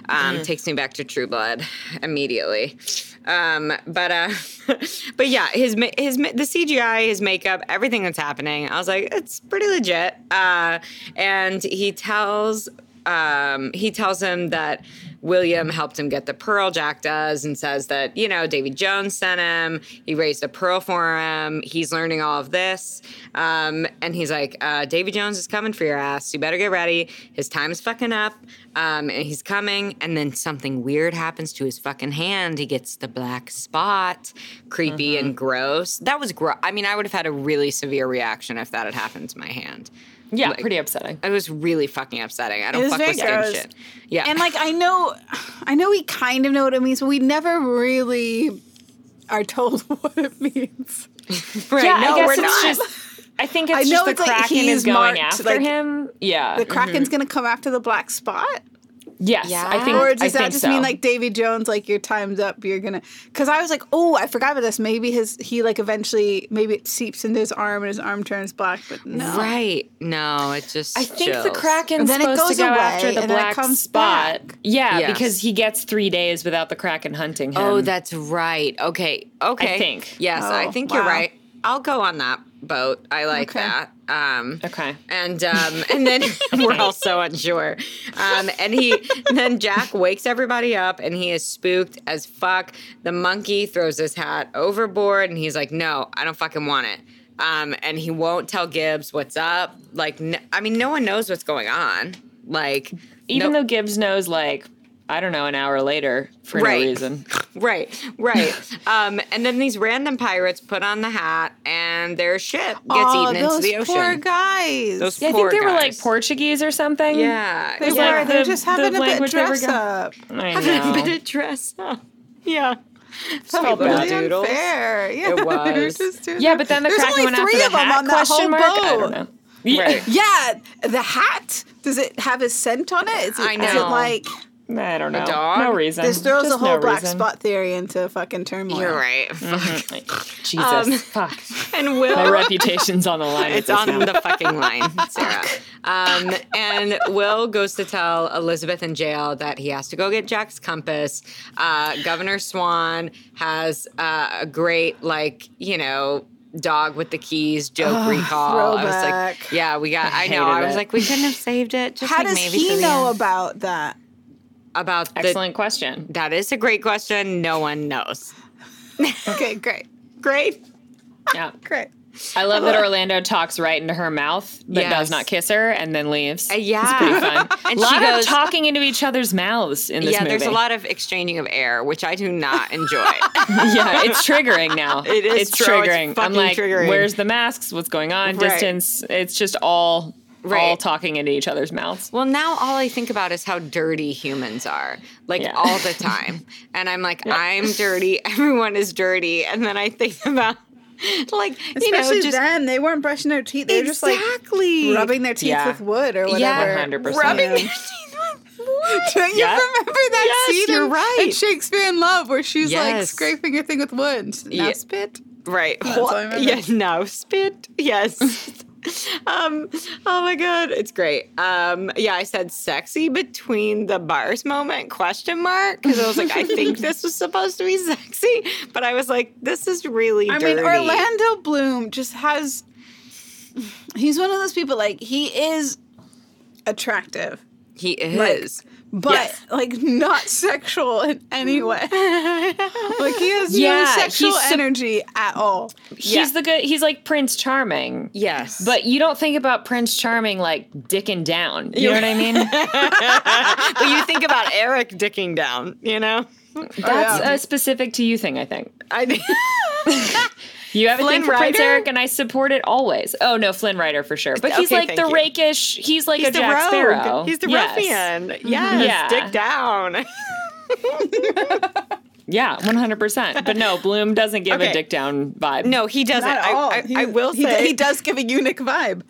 [SPEAKER 2] um,
[SPEAKER 4] Mm.
[SPEAKER 2] takes me back to True Blood immediately. Um, but uh, but yeah, his ma- his ma- the CGI, his makeup, everything that's happening. I was like, it's pretty legit. Uh, and he tells um, he tells him that William helped him get the pearl, Jack does, and says that, you know, Davy Jones sent him. He raised a pearl for him. He's learning all of this. Um, and he's like, uh, Davy Jones is coming for your ass. You better get ready. His time's fucking up. Um, and he's coming. And then something weird happens to his fucking hand. He gets the black spot. Creepy
[SPEAKER 4] Mm-hmm.
[SPEAKER 2] and gross. That was gross. I mean, I would have had a really severe reaction if that had happened to my hand.
[SPEAKER 3] Yeah,
[SPEAKER 2] Like-
[SPEAKER 3] pretty upsetting.
[SPEAKER 2] It was really fucking upsetting. I
[SPEAKER 4] It
[SPEAKER 2] don't
[SPEAKER 4] was
[SPEAKER 2] fuck
[SPEAKER 4] very
[SPEAKER 2] with skin
[SPEAKER 4] gross.
[SPEAKER 2] shit. Yeah.
[SPEAKER 4] And like I know, I know we kind of know what it means, but we never really are told what it means.
[SPEAKER 2] Right,
[SPEAKER 3] yeah,
[SPEAKER 2] no,
[SPEAKER 3] I guess
[SPEAKER 2] we're
[SPEAKER 3] it's
[SPEAKER 2] not.
[SPEAKER 3] just. I think it's
[SPEAKER 4] I
[SPEAKER 3] just
[SPEAKER 4] know
[SPEAKER 3] the
[SPEAKER 4] it's like
[SPEAKER 3] Kraken
[SPEAKER 4] he's
[SPEAKER 3] is going
[SPEAKER 4] marked,
[SPEAKER 3] after
[SPEAKER 4] like,
[SPEAKER 3] him. Yeah.
[SPEAKER 4] The Kraken's gonna come after the black spot.
[SPEAKER 3] yes, I think.
[SPEAKER 4] Or does
[SPEAKER 3] I
[SPEAKER 4] that
[SPEAKER 3] think
[SPEAKER 4] just
[SPEAKER 3] so.
[SPEAKER 4] mean like Davy Jones, like your time's up, you're gonna? Because I was like, oh, I forgot about this. Maybe his he like eventually maybe it seeps into his arm and his arm turns black, but no.
[SPEAKER 2] Right. No, it just.
[SPEAKER 3] I think the
[SPEAKER 2] chills.
[SPEAKER 3] Kraken's
[SPEAKER 4] And then it
[SPEAKER 3] supposed
[SPEAKER 4] goes
[SPEAKER 3] to go
[SPEAKER 4] away,
[SPEAKER 3] after the
[SPEAKER 4] and then it
[SPEAKER 3] black
[SPEAKER 4] comes
[SPEAKER 3] spot.
[SPEAKER 4] back.
[SPEAKER 3] Yeah,
[SPEAKER 2] Yes.
[SPEAKER 3] because he gets three days without the Kraken hunting him.
[SPEAKER 2] Oh, that's right. Okay. Okay.
[SPEAKER 3] think.
[SPEAKER 2] Yes, I
[SPEAKER 4] Oh,
[SPEAKER 2] think you're
[SPEAKER 4] wow.
[SPEAKER 2] right. I'll go on that. boat. I like
[SPEAKER 4] Okay.
[SPEAKER 2] that. Um,
[SPEAKER 3] Okay.
[SPEAKER 2] and um, and then we're all so unsure. Um, and he and then Jack wakes everybody up, and he is spooked as fuck. The monkey throws his hat overboard, and he's like, "No, I don't fucking want it." Um, and he won't tell Gibbs what's up. Like, n I I mean, no one knows what's going on. Like,
[SPEAKER 3] Even
[SPEAKER 2] no-
[SPEAKER 3] though Gibbs knows, like, I don't know, an hour later for
[SPEAKER 2] Right.
[SPEAKER 3] no reason.
[SPEAKER 2] right, right. um, and then these random pirates put on the hat, and their ship gets
[SPEAKER 4] Aw,
[SPEAKER 2] eaten into
[SPEAKER 4] those
[SPEAKER 2] the ocean.
[SPEAKER 4] poor guys.
[SPEAKER 2] Those
[SPEAKER 3] Yeah, I
[SPEAKER 2] Poor
[SPEAKER 3] think they were like
[SPEAKER 2] guys.
[SPEAKER 3] Portuguese or something.
[SPEAKER 2] yeah,
[SPEAKER 4] they
[SPEAKER 3] It's
[SPEAKER 2] yeah.
[SPEAKER 4] were.
[SPEAKER 3] like
[SPEAKER 4] they were
[SPEAKER 3] the-
[SPEAKER 4] just having
[SPEAKER 3] the
[SPEAKER 4] a bit
[SPEAKER 3] language they were
[SPEAKER 4] dress
[SPEAKER 3] go-
[SPEAKER 4] up.
[SPEAKER 3] I
[SPEAKER 2] having a
[SPEAKER 3] know.
[SPEAKER 2] bit of dress up. Yeah.
[SPEAKER 4] Felt
[SPEAKER 3] bad.
[SPEAKER 4] really
[SPEAKER 2] Doodles.
[SPEAKER 4] unfair. Yeah, they were
[SPEAKER 2] was.
[SPEAKER 4] just doing
[SPEAKER 3] Yeah,
[SPEAKER 4] that.
[SPEAKER 3] but then the
[SPEAKER 4] There's
[SPEAKER 3] cracking
[SPEAKER 4] only
[SPEAKER 3] one
[SPEAKER 4] three
[SPEAKER 3] after
[SPEAKER 4] of
[SPEAKER 3] the
[SPEAKER 4] them
[SPEAKER 3] hat
[SPEAKER 4] on that
[SPEAKER 3] question
[SPEAKER 4] whole
[SPEAKER 3] mark. I don't
[SPEAKER 4] boat.
[SPEAKER 3] know.
[SPEAKER 2] Right.
[SPEAKER 4] Yeah, the hat. Does it have a scent on it? Is it,
[SPEAKER 2] I
[SPEAKER 4] Is it
[SPEAKER 2] know.
[SPEAKER 4] like
[SPEAKER 3] I don't know.
[SPEAKER 2] dog?
[SPEAKER 3] No reason.
[SPEAKER 4] this throws
[SPEAKER 3] Just
[SPEAKER 4] the whole
[SPEAKER 3] no
[SPEAKER 4] black
[SPEAKER 3] reason.
[SPEAKER 4] spot theory into fucking turmoil?
[SPEAKER 2] You're right.
[SPEAKER 3] Mhm. Jesus,
[SPEAKER 2] Um,
[SPEAKER 3] fuck.
[SPEAKER 2] And Will.
[SPEAKER 3] My reputation's on the line.
[SPEAKER 2] It's
[SPEAKER 3] at this
[SPEAKER 2] on
[SPEAKER 3] now.
[SPEAKER 2] the fucking line, Sarah. Um, and Will goes to tell Elizabeth in jail that he has to go get Jack's compass. Uh, Governor Swan has uh, a great, like, you know, dog with the keys joke recall. I was like,
[SPEAKER 4] throwback.
[SPEAKER 2] yeah, we got. I,
[SPEAKER 3] I
[SPEAKER 2] know.
[SPEAKER 3] hated
[SPEAKER 2] I was
[SPEAKER 3] it.
[SPEAKER 2] like, we couldn't have saved it. Just
[SPEAKER 4] How
[SPEAKER 2] like
[SPEAKER 4] does
[SPEAKER 2] maybe
[SPEAKER 4] he
[SPEAKER 2] to the
[SPEAKER 4] know
[SPEAKER 2] end.
[SPEAKER 4] about that?
[SPEAKER 2] about the?
[SPEAKER 3] Excellent question.
[SPEAKER 2] That is a great question. No one knows.
[SPEAKER 4] Okay, great,
[SPEAKER 2] Great.
[SPEAKER 3] Yeah.
[SPEAKER 4] great.
[SPEAKER 3] I love that Orlando talks right into her mouth, but
[SPEAKER 2] Uh-huh. Yes.
[SPEAKER 3] does not kiss her, and then leaves.
[SPEAKER 2] Uh, yeah.
[SPEAKER 3] It's pretty fun.
[SPEAKER 2] And
[SPEAKER 3] a lot
[SPEAKER 2] she goes-
[SPEAKER 3] of talking into each other's mouths in this
[SPEAKER 2] yeah,
[SPEAKER 3] movie.
[SPEAKER 2] there's a lot of exchanging of air, which I do not enjoy.
[SPEAKER 3] yeah, it's triggering now.
[SPEAKER 2] It is
[SPEAKER 3] It's
[SPEAKER 2] true. It's
[SPEAKER 3] triggering. I'm
[SPEAKER 2] fucking
[SPEAKER 3] like,
[SPEAKER 2] triggering.
[SPEAKER 3] where's the masks? What's going on?
[SPEAKER 2] Right.
[SPEAKER 3] Distance. It's just all all
[SPEAKER 2] Right.
[SPEAKER 3] talking into each other's mouths.
[SPEAKER 2] Well, now all I think about is how dirty humans are, like
[SPEAKER 3] Yeah.
[SPEAKER 2] all the time. And I'm like, I'm dirty. Everyone is dirty. And then I think about, like, you know,
[SPEAKER 4] Especially
[SPEAKER 2] just
[SPEAKER 4] them, they weren't brushing their teeth. They were just like
[SPEAKER 2] exactly
[SPEAKER 4] rubbing their teeth
[SPEAKER 3] Yeah.
[SPEAKER 4] with wood or whatever.
[SPEAKER 2] Yeah,
[SPEAKER 3] 100%.
[SPEAKER 2] rubbing
[SPEAKER 4] Yeah.
[SPEAKER 2] their teeth. with wood.
[SPEAKER 4] Don't you
[SPEAKER 3] Yeah.
[SPEAKER 4] remember that
[SPEAKER 2] Yes,
[SPEAKER 4] scene?
[SPEAKER 2] you're
[SPEAKER 4] in-
[SPEAKER 2] right.
[SPEAKER 4] In Shakespeare in Love, where she's like
[SPEAKER 2] Yes.
[SPEAKER 4] scraping her thing with wood. And she's, now
[SPEAKER 2] Yeah.
[SPEAKER 4] spit.
[SPEAKER 2] Right.
[SPEAKER 4] all I remember.
[SPEAKER 2] Yes. Now spit. Yes. um. Oh my god, it's great. Um. Yeah, I said sexy between the bars moment question mark because I was like, I think this was supposed to be sexy, but I was like, this is really.
[SPEAKER 4] I mean,
[SPEAKER 2] dirty.
[SPEAKER 4] Orlando Bloom just has. He's one of those people, like, he is attractive,
[SPEAKER 2] He
[SPEAKER 4] Like-
[SPEAKER 2] is.
[SPEAKER 4] but,
[SPEAKER 3] Yes.
[SPEAKER 4] like, not sexual in any way. like, he has no
[SPEAKER 3] Yeah,
[SPEAKER 4] sexual
[SPEAKER 3] he's sup-
[SPEAKER 4] energy at all.
[SPEAKER 3] He's the good. He's like Prince Charming.
[SPEAKER 2] yes.
[SPEAKER 3] But you don't think about Prince Charming like dicking down. You know what I mean?
[SPEAKER 2] Oh, but you think about Eric dicking down. You know.
[SPEAKER 3] That's
[SPEAKER 4] yeah.
[SPEAKER 3] a specific to you thing, I think.
[SPEAKER 2] I mean,
[SPEAKER 3] You have a
[SPEAKER 2] Flynn
[SPEAKER 3] thing for Prince
[SPEAKER 2] Rider?
[SPEAKER 3] Eric, and I support it always. Oh no, Flynn Rider for sure. But he's
[SPEAKER 2] Okay,
[SPEAKER 3] like
[SPEAKER 2] thank
[SPEAKER 3] the
[SPEAKER 2] you.
[SPEAKER 3] rakish. He's like
[SPEAKER 2] he's
[SPEAKER 3] a
[SPEAKER 2] the
[SPEAKER 3] Jack
[SPEAKER 2] rogue.
[SPEAKER 3] Sparrow.
[SPEAKER 2] He's the
[SPEAKER 3] Yes.
[SPEAKER 2] ruffian.
[SPEAKER 4] Mm-hmm.
[SPEAKER 2] Yes.
[SPEAKER 3] Yeah.
[SPEAKER 2] Dick down.
[SPEAKER 3] Yeah, one hundred percent. But no, Bloom doesn't give
[SPEAKER 2] Okay.
[SPEAKER 3] a dick down vibe.
[SPEAKER 2] No, he doesn't.
[SPEAKER 4] Not at all.
[SPEAKER 2] I, I, I
[SPEAKER 4] He-
[SPEAKER 2] will
[SPEAKER 4] he,
[SPEAKER 2] say
[SPEAKER 4] he does give a eunuch vibe.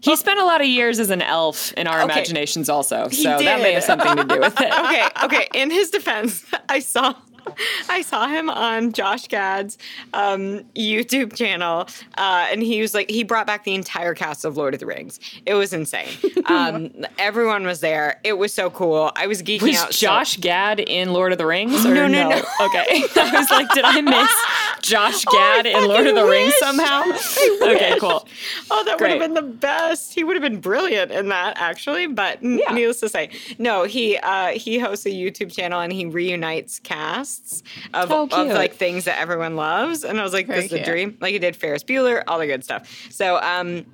[SPEAKER 3] he spent a lot of years as an elf in our
[SPEAKER 2] Okay.
[SPEAKER 3] imaginations, also. So that may
[SPEAKER 2] did.
[SPEAKER 3] have something to do with it.
[SPEAKER 2] okay, okay. In his defense, I saw, I saw him on Josh Gad's um, YouTube channel, uh, and he was like, he brought back the entire cast of Lord of the Rings. It was insane. Um, everyone was there. It was so cool. I was geeking
[SPEAKER 3] Was
[SPEAKER 2] out. so-
[SPEAKER 3] Josh Gad in Lord of the Rings? Or
[SPEAKER 2] No, no, no. Oh,
[SPEAKER 3] Okay, I was like, did I miss Josh Gad in Lord of the
[SPEAKER 2] fucking
[SPEAKER 3] Rings
[SPEAKER 2] wish.
[SPEAKER 3] somehow? okay, cool.
[SPEAKER 2] oh, that would have
[SPEAKER 3] Great.
[SPEAKER 2] been the best. He would have been brilliant in that, actually. But n-
[SPEAKER 3] Yeah.
[SPEAKER 2] needless to say, no, he uh, he hosts a YouTube channel and he reunites casts of,
[SPEAKER 3] Oh,
[SPEAKER 2] of
[SPEAKER 3] cute.
[SPEAKER 2] like things that everyone loves. And I was like,
[SPEAKER 4] Very
[SPEAKER 2] this is the
[SPEAKER 4] cute.
[SPEAKER 2] dream. Like he did Ferris Bueller, all the good stuff. So, um,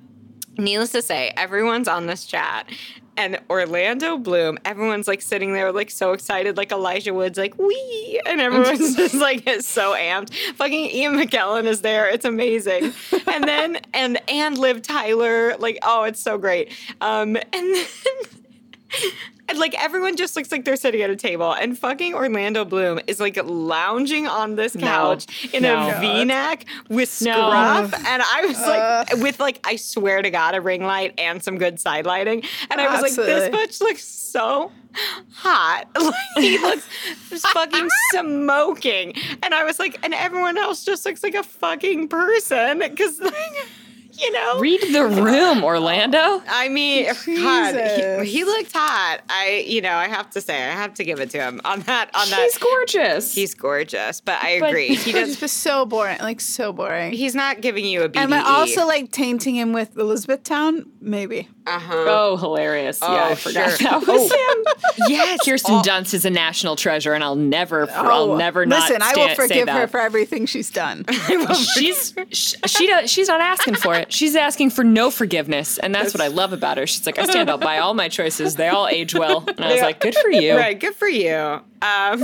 [SPEAKER 2] needless to say, everyone's on this chat. And Orlando Bloom, everyone's like sitting there, like so excited, like Elijah Woods, like wee, and everyone's just like is so amped. Fucking Ian McKellen is there; it's amazing. And then and and Liv Tyler, like oh, it's so great. Um, and then and like everyone just looks like they're sitting at a table, and fucking Orlando Bloom is like lounging on this couch in
[SPEAKER 3] No.
[SPEAKER 2] a V-neck with
[SPEAKER 3] No.
[SPEAKER 2] scruff, and I was like, with like I swear to God, a ring light and some good side lighting, and I was like,
[SPEAKER 4] Absolutely.
[SPEAKER 2] this bitch looks so hot. Like he looks just fucking smoking, and I was like, and everyone else just looks like a fucking person because like. you know?
[SPEAKER 3] Read the room, Orlando.
[SPEAKER 2] I mean, God,
[SPEAKER 4] Jesus.
[SPEAKER 2] he, he looked hot. I, you know, I have to say, I have to give it to him on that. On that,
[SPEAKER 3] She's gorgeous.
[SPEAKER 2] he's gorgeous. But I
[SPEAKER 3] But-
[SPEAKER 2] agree, he
[SPEAKER 4] It
[SPEAKER 2] does.
[SPEAKER 4] just was so boring, like so boring.
[SPEAKER 2] He's not giving you a E. BDE.
[SPEAKER 4] Am I also like tainting him with Elizabethtown? Maybe.
[SPEAKER 2] uh-huh.
[SPEAKER 3] oh, hilarious. yeah,
[SPEAKER 2] Oh,
[SPEAKER 3] I forgot
[SPEAKER 2] sure.
[SPEAKER 3] that was him.
[SPEAKER 2] yes,
[SPEAKER 3] Kirsten
[SPEAKER 2] all-
[SPEAKER 3] Dunst is a national treasure, and I'll never, I'll never not
[SPEAKER 4] Oh, listen. I will
[SPEAKER 3] sta- say
[SPEAKER 4] forgive her
[SPEAKER 3] that.
[SPEAKER 4] for everything she's done.
[SPEAKER 3] she's she, she does, she's not asking for it. She's asking for no forgiveness, and that's what I love about her. She's like, I stand up by all my choices. They all age well, and I was like, good for you.
[SPEAKER 2] Right, good for you. Um,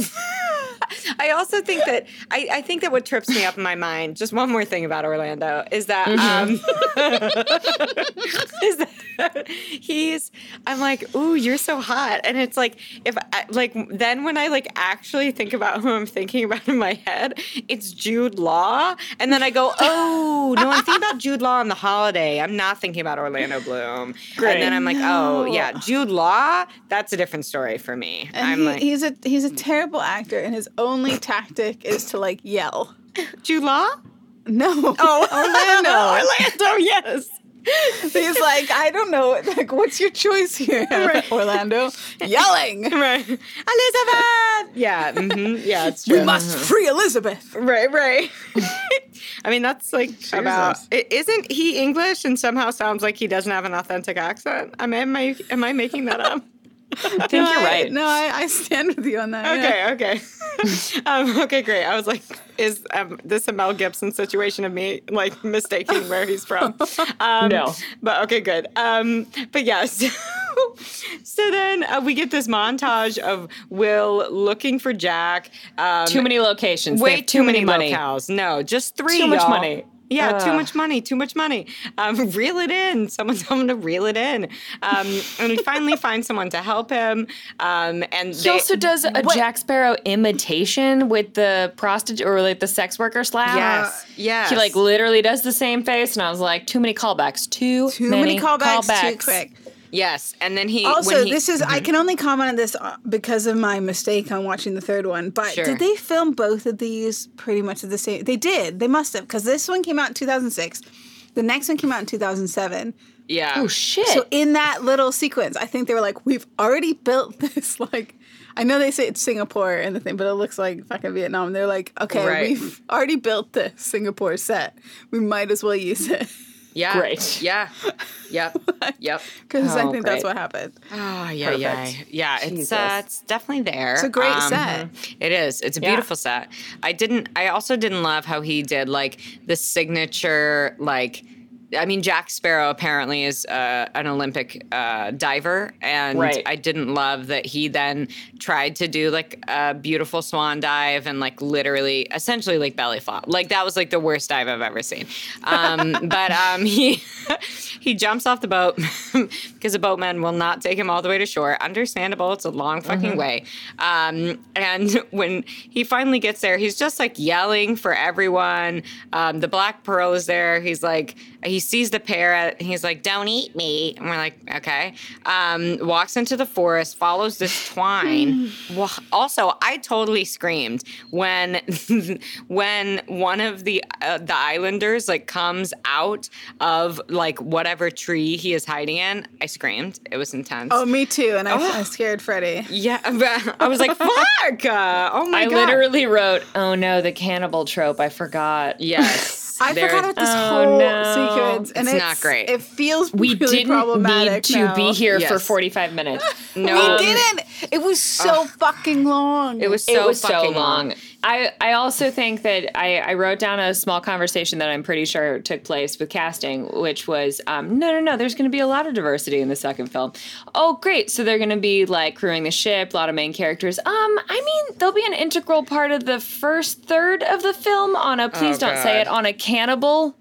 [SPEAKER 2] I also think that I, I think that what trips me up in my mind, just one more thing about Orlando, is that Mm-hmm. um, is that he's I'm like, ooh, you're so hot, and it's like if I, like then when I like actually think about who I'm thinking about in my head, it's Jude Law, and then I go, oh no, I'm thinking about Jude Law on the holiday. I'm not thinking about Orlando Bloom, and then I'm like, oh yeah, Jude Law, that's a different story for me.
[SPEAKER 4] And
[SPEAKER 2] I'm
[SPEAKER 4] he-
[SPEAKER 2] like, "Mm."
[SPEAKER 4] he's a he's a terrible actor, and his only tactic is to like yell.
[SPEAKER 2] Jude Law?
[SPEAKER 4] No.
[SPEAKER 2] Oh,
[SPEAKER 4] Orlando.
[SPEAKER 2] Orlando, yes.
[SPEAKER 4] He's like, I don't know. Like, what's your choice here, Orlando? Yelling.
[SPEAKER 2] Right. Elizabeth! Yeah, hmm yeah, it's true.
[SPEAKER 4] We must free Elizabeth.
[SPEAKER 2] Right, right. I mean, that's like about. i- Isn't he English and somehow sounds like he doesn't have an authentic accent? Am I, am I, am I making that up?
[SPEAKER 3] I think you're
[SPEAKER 4] I-
[SPEAKER 3] right.
[SPEAKER 4] no, I, I stand with you on that. yeah.
[SPEAKER 2] Okay, okay. um, okay, great. I was like, is um, this a Mel Gibson situation of me like mistaking where he's from? Um,
[SPEAKER 3] No.
[SPEAKER 2] But okay, good. Um, but yeah, so, so then uh, we get this montage of Will looking for Jack. Um,
[SPEAKER 3] Too many locations. They
[SPEAKER 2] way
[SPEAKER 3] have
[SPEAKER 2] too, many,
[SPEAKER 3] money.
[SPEAKER 2] locales. No, just three.
[SPEAKER 3] Too much
[SPEAKER 2] y'all.
[SPEAKER 3] money.
[SPEAKER 2] Yeah, too
[SPEAKER 3] Ugh.
[SPEAKER 2] much money, too much money. Um, reel it in. Someone tell him to reel it in. Um, and he finally finds someone to help him. Um, and
[SPEAKER 3] He also does a Jack Sparrow imitation with the prostitute or like the sex worker slap.
[SPEAKER 2] Yes, yes.
[SPEAKER 3] He like literally does the same face, and I was like, too many callbacks, too,
[SPEAKER 4] Too many, callbacks, too quick.
[SPEAKER 2] Yes, and then he
[SPEAKER 4] Also,
[SPEAKER 2] when he- Mm-hmm.
[SPEAKER 4] this is I can only comment on this uh, because of my mistake on watching the third one. But
[SPEAKER 2] Sure.
[SPEAKER 4] did they film both of these pretty much at the same? They did. They must have because this one came out in 2006. The next one came out in 2007.
[SPEAKER 2] yeah.
[SPEAKER 3] Oh shit!
[SPEAKER 4] So in that little sequence, I think they were like, "We've already built this." Like, I know they say it's Singapore and the thing, but it looks like fucking Vietnam. They're like, "Okay,
[SPEAKER 2] Right.
[SPEAKER 4] we've already built this Singapore set. We might as well use it."
[SPEAKER 2] yeah,
[SPEAKER 3] great.
[SPEAKER 2] Yeah, yep, yep.
[SPEAKER 4] Because I
[SPEAKER 3] Oh,
[SPEAKER 4] think that's
[SPEAKER 3] great.
[SPEAKER 4] what happened.
[SPEAKER 2] Oh yeah, yeah,
[SPEAKER 3] Perfect.
[SPEAKER 2] yeah. It's uh,
[SPEAKER 3] Jesus.
[SPEAKER 2] it's definitely there. It's
[SPEAKER 4] a great set.
[SPEAKER 2] It is. It's a
[SPEAKER 3] Yeah.
[SPEAKER 2] beautiful set. I didn't. I also didn't love how he did like the signature like. I mean, Jack Sparrow apparently is uh, an Olympic uh, diver, and
[SPEAKER 3] Right.
[SPEAKER 2] I didn't love that he then tried to do like a beautiful swan dive and like literally, essentially like belly flop. Like that was like the worst dive I've ever seen. Um, but um, he he jumps off the boat because the boatman will not take him all the way to shore. Understandable, it's a long fucking way. Um, and when he finally gets there, he's just like yelling for everyone. Um, the black pearl is there. He's like he sees the parrot. And he's like, "Don't eat me," and we're like, "Okay." Um, walks into the forest, follows this twine. Wa- also, I totally screamed when when one of the uh, the islanders like comes out of like whatever tree he is hiding in. I screamed. It was intense.
[SPEAKER 4] Oh, me too. And I, I scared Freddie.
[SPEAKER 2] Yeah, but I was like, "Fuck!" Uh, oh my
[SPEAKER 3] I
[SPEAKER 2] god!
[SPEAKER 3] literally wrote, "Oh no, the cannibal trope." I forgot.
[SPEAKER 2] yes.
[SPEAKER 4] I
[SPEAKER 2] There-
[SPEAKER 4] forgot about this
[SPEAKER 3] Oh,
[SPEAKER 4] whole
[SPEAKER 3] no.
[SPEAKER 4] sequence, and
[SPEAKER 2] It's
[SPEAKER 4] it's,
[SPEAKER 2] not great.
[SPEAKER 4] It feels
[SPEAKER 3] We
[SPEAKER 4] really
[SPEAKER 3] didn't
[SPEAKER 4] problematic
[SPEAKER 3] need to
[SPEAKER 4] now.
[SPEAKER 3] be here for
[SPEAKER 2] Yes.
[SPEAKER 3] 45 minutes.
[SPEAKER 2] No.
[SPEAKER 4] We didn't. It was so fucking long.
[SPEAKER 2] It was so
[SPEAKER 3] it was so
[SPEAKER 2] fucking
[SPEAKER 3] long. I, I also think that I, I wrote down a small conversation that I'm pretty sure took place with casting, which was um, no, no, no, there's going to be a lot of diversity in the second film. Oh, great. So they're going to be like crewing the ship, a lot of main characters. Um, I mean, they'll be an integral part of the first third of the film on a, please don't say
[SPEAKER 2] Oh, God. Oh,
[SPEAKER 3] it, on a cannibal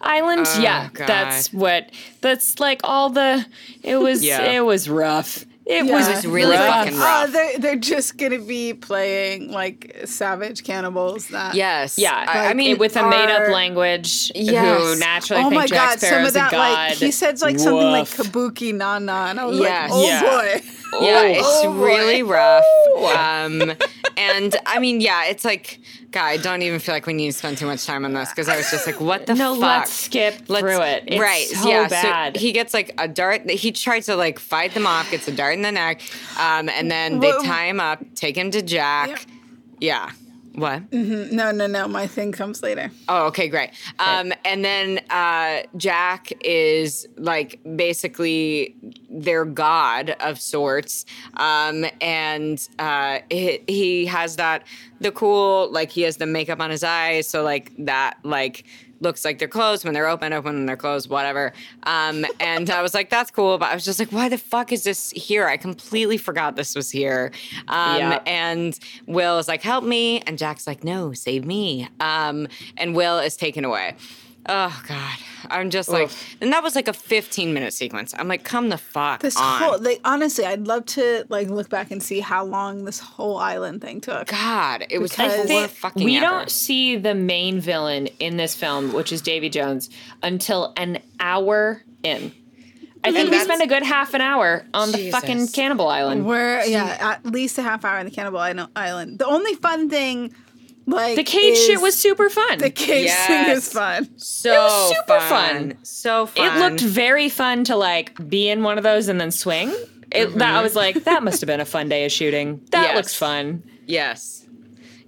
[SPEAKER 3] island. yeah,
[SPEAKER 2] God.
[SPEAKER 3] that's what, that's like all the, it was,
[SPEAKER 2] Yeah.
[SPEAKER 3] it was rough. It
[SPEAKER 4] Yeah.
[SPEAKER 3] was
[SPEAKER 4] It was
[SPEAKER 2] really
[SPEAKER 3] rough.
[SPEAKER 2] fucking rough.
[SPEAKER 4] Oh, they're, they're just gonna be playing like savage cannibals. That
[SPEAKER 2] Yes.
[SPEAKER 3] Yeah,
[SPEAKER 2] I, I
[SPEAKER 4] Like,
[SPEAKER 2] mean,
[SPEAKER 3] with a made up
[SPEAKER 4] are-
[SPEAKER 3] language,
[SPEAKER 2] Yes.
[SPEAKER 3] who naturally
[SPEAKER 4] Oh
[SPEAKER 3] think
[SPEAKER 4] my
[SPEAKER 3] Jack
[SPEAKER 4] god!
[SPEAKER 3] Sparrow
[SPEAKER 4] Some
[SPEAKER 3] is
[SPEAKER 4] of that,
[SPEAKER 3] a god.
[SPEAKER 4] like he says, like something like
[SPEAKER 3] Woof.
[SPEAKER 4] kabuki na na, and I was
[SPEAKER 2] Yes.
[SPEAKER 4] like, oh
[SPEAKER 2] Yeah.
[SPEAKER 4] boy.
[SPEAKER 2] Yeah, it's
[SPEAKER 4] Oh, boy.
[SPEAKER 2] really rough. Um, and And I mean, yeah, it's like, God, I don't even feel like we need to spend too much time on this because I was just like, what the
[SPEAKER 3] No,
[SPEAKER 2] fuck?
[SPEAKER 3] let's skip through it. It's
[SPEAKER 2] right.
[SPEAKER 3] so
[SPEAKER 2] yeah.
[SPEAKER 3] bad.
[SPEAKER 2] So he gets like a dart. He tries to like fight them off, gets a dart in the neck. Um, and then they
[SPEAKER 4] Whoa.
[SPEAKER 2] tie him up, take him to Jack. Yeah. What?
[SPEAKER 4] No, no, no. My thing comes later.
[SPEAKER 2] Oh, okay, great. Um, and then uh, Jack is like basically their god of sorts, um, and uh, he, he has that the cool like he has the makeup on his eyes, so like that like looks like they're closed when they're open, open when they're closed, whatever. Um, and I was like, that's cool, but I was just like, why the fuck is this here? I completely forgot this was here. Um,
[SPEAKER 3] Yep.
[SPEAKER 2] and Will is like, "Help me!" and Jack's like, "No, save me!" Um, and Will is taken away. Oh God, I'm just like, and that was like a 15 minute sequence. I'm like, "Come the fuck
[SPEAKER 4] This
[SPEAKER 2] on!"
[SPEAKER 4] whole, like, honestly, I'd love to like look back and see how long this whole island thing took.
[SPEAKER 2] God, it was
[SPEAKER 4] Because-
[SPEAKER 2] like four
[SPEAKER 4] I think
[SPEAKER 2] fucking.
[SPEAKER 3] We
[SPEAKER 2] ever.
[SPEAKER 3] don't see the main villain in this film, which is Davy Jones, until an hour in. I think we
[SPEAKER 2] that's-
[SPEAKER 3] spent a good half an hour on the
[SPEAKER 2] Jesus.
[SPEAKER 3] fucking Cannibal Island.
[SPEAKER 4] We're yeah, at least a half hour on the Cannibal Isle- Island. The only fun thing, like
[SPEAKER 3] the cage
[SPEAKER 4] is-
[SPEAKER 3] shit was super fun.
[SPEAKER 4] the cage thing is
[SPEAKER 2] Yes.
[SPEAKER 4] fun.
[SPEAKER 2] So
[SPEAKER 3] was super fun.
[SPEAKER 2] So fun.
[SPEAKER 3] it looked very fun to like be in one of those and then swing. It,
[SPEAKER 4] Mm-hmm.
[SPEAKER 3] That I was like, that must have been a fun day of shooting. That
[SPEAKER 2] Yes.
[SPEAKER 3] looks fun.
[SPEAKER 2] Yes.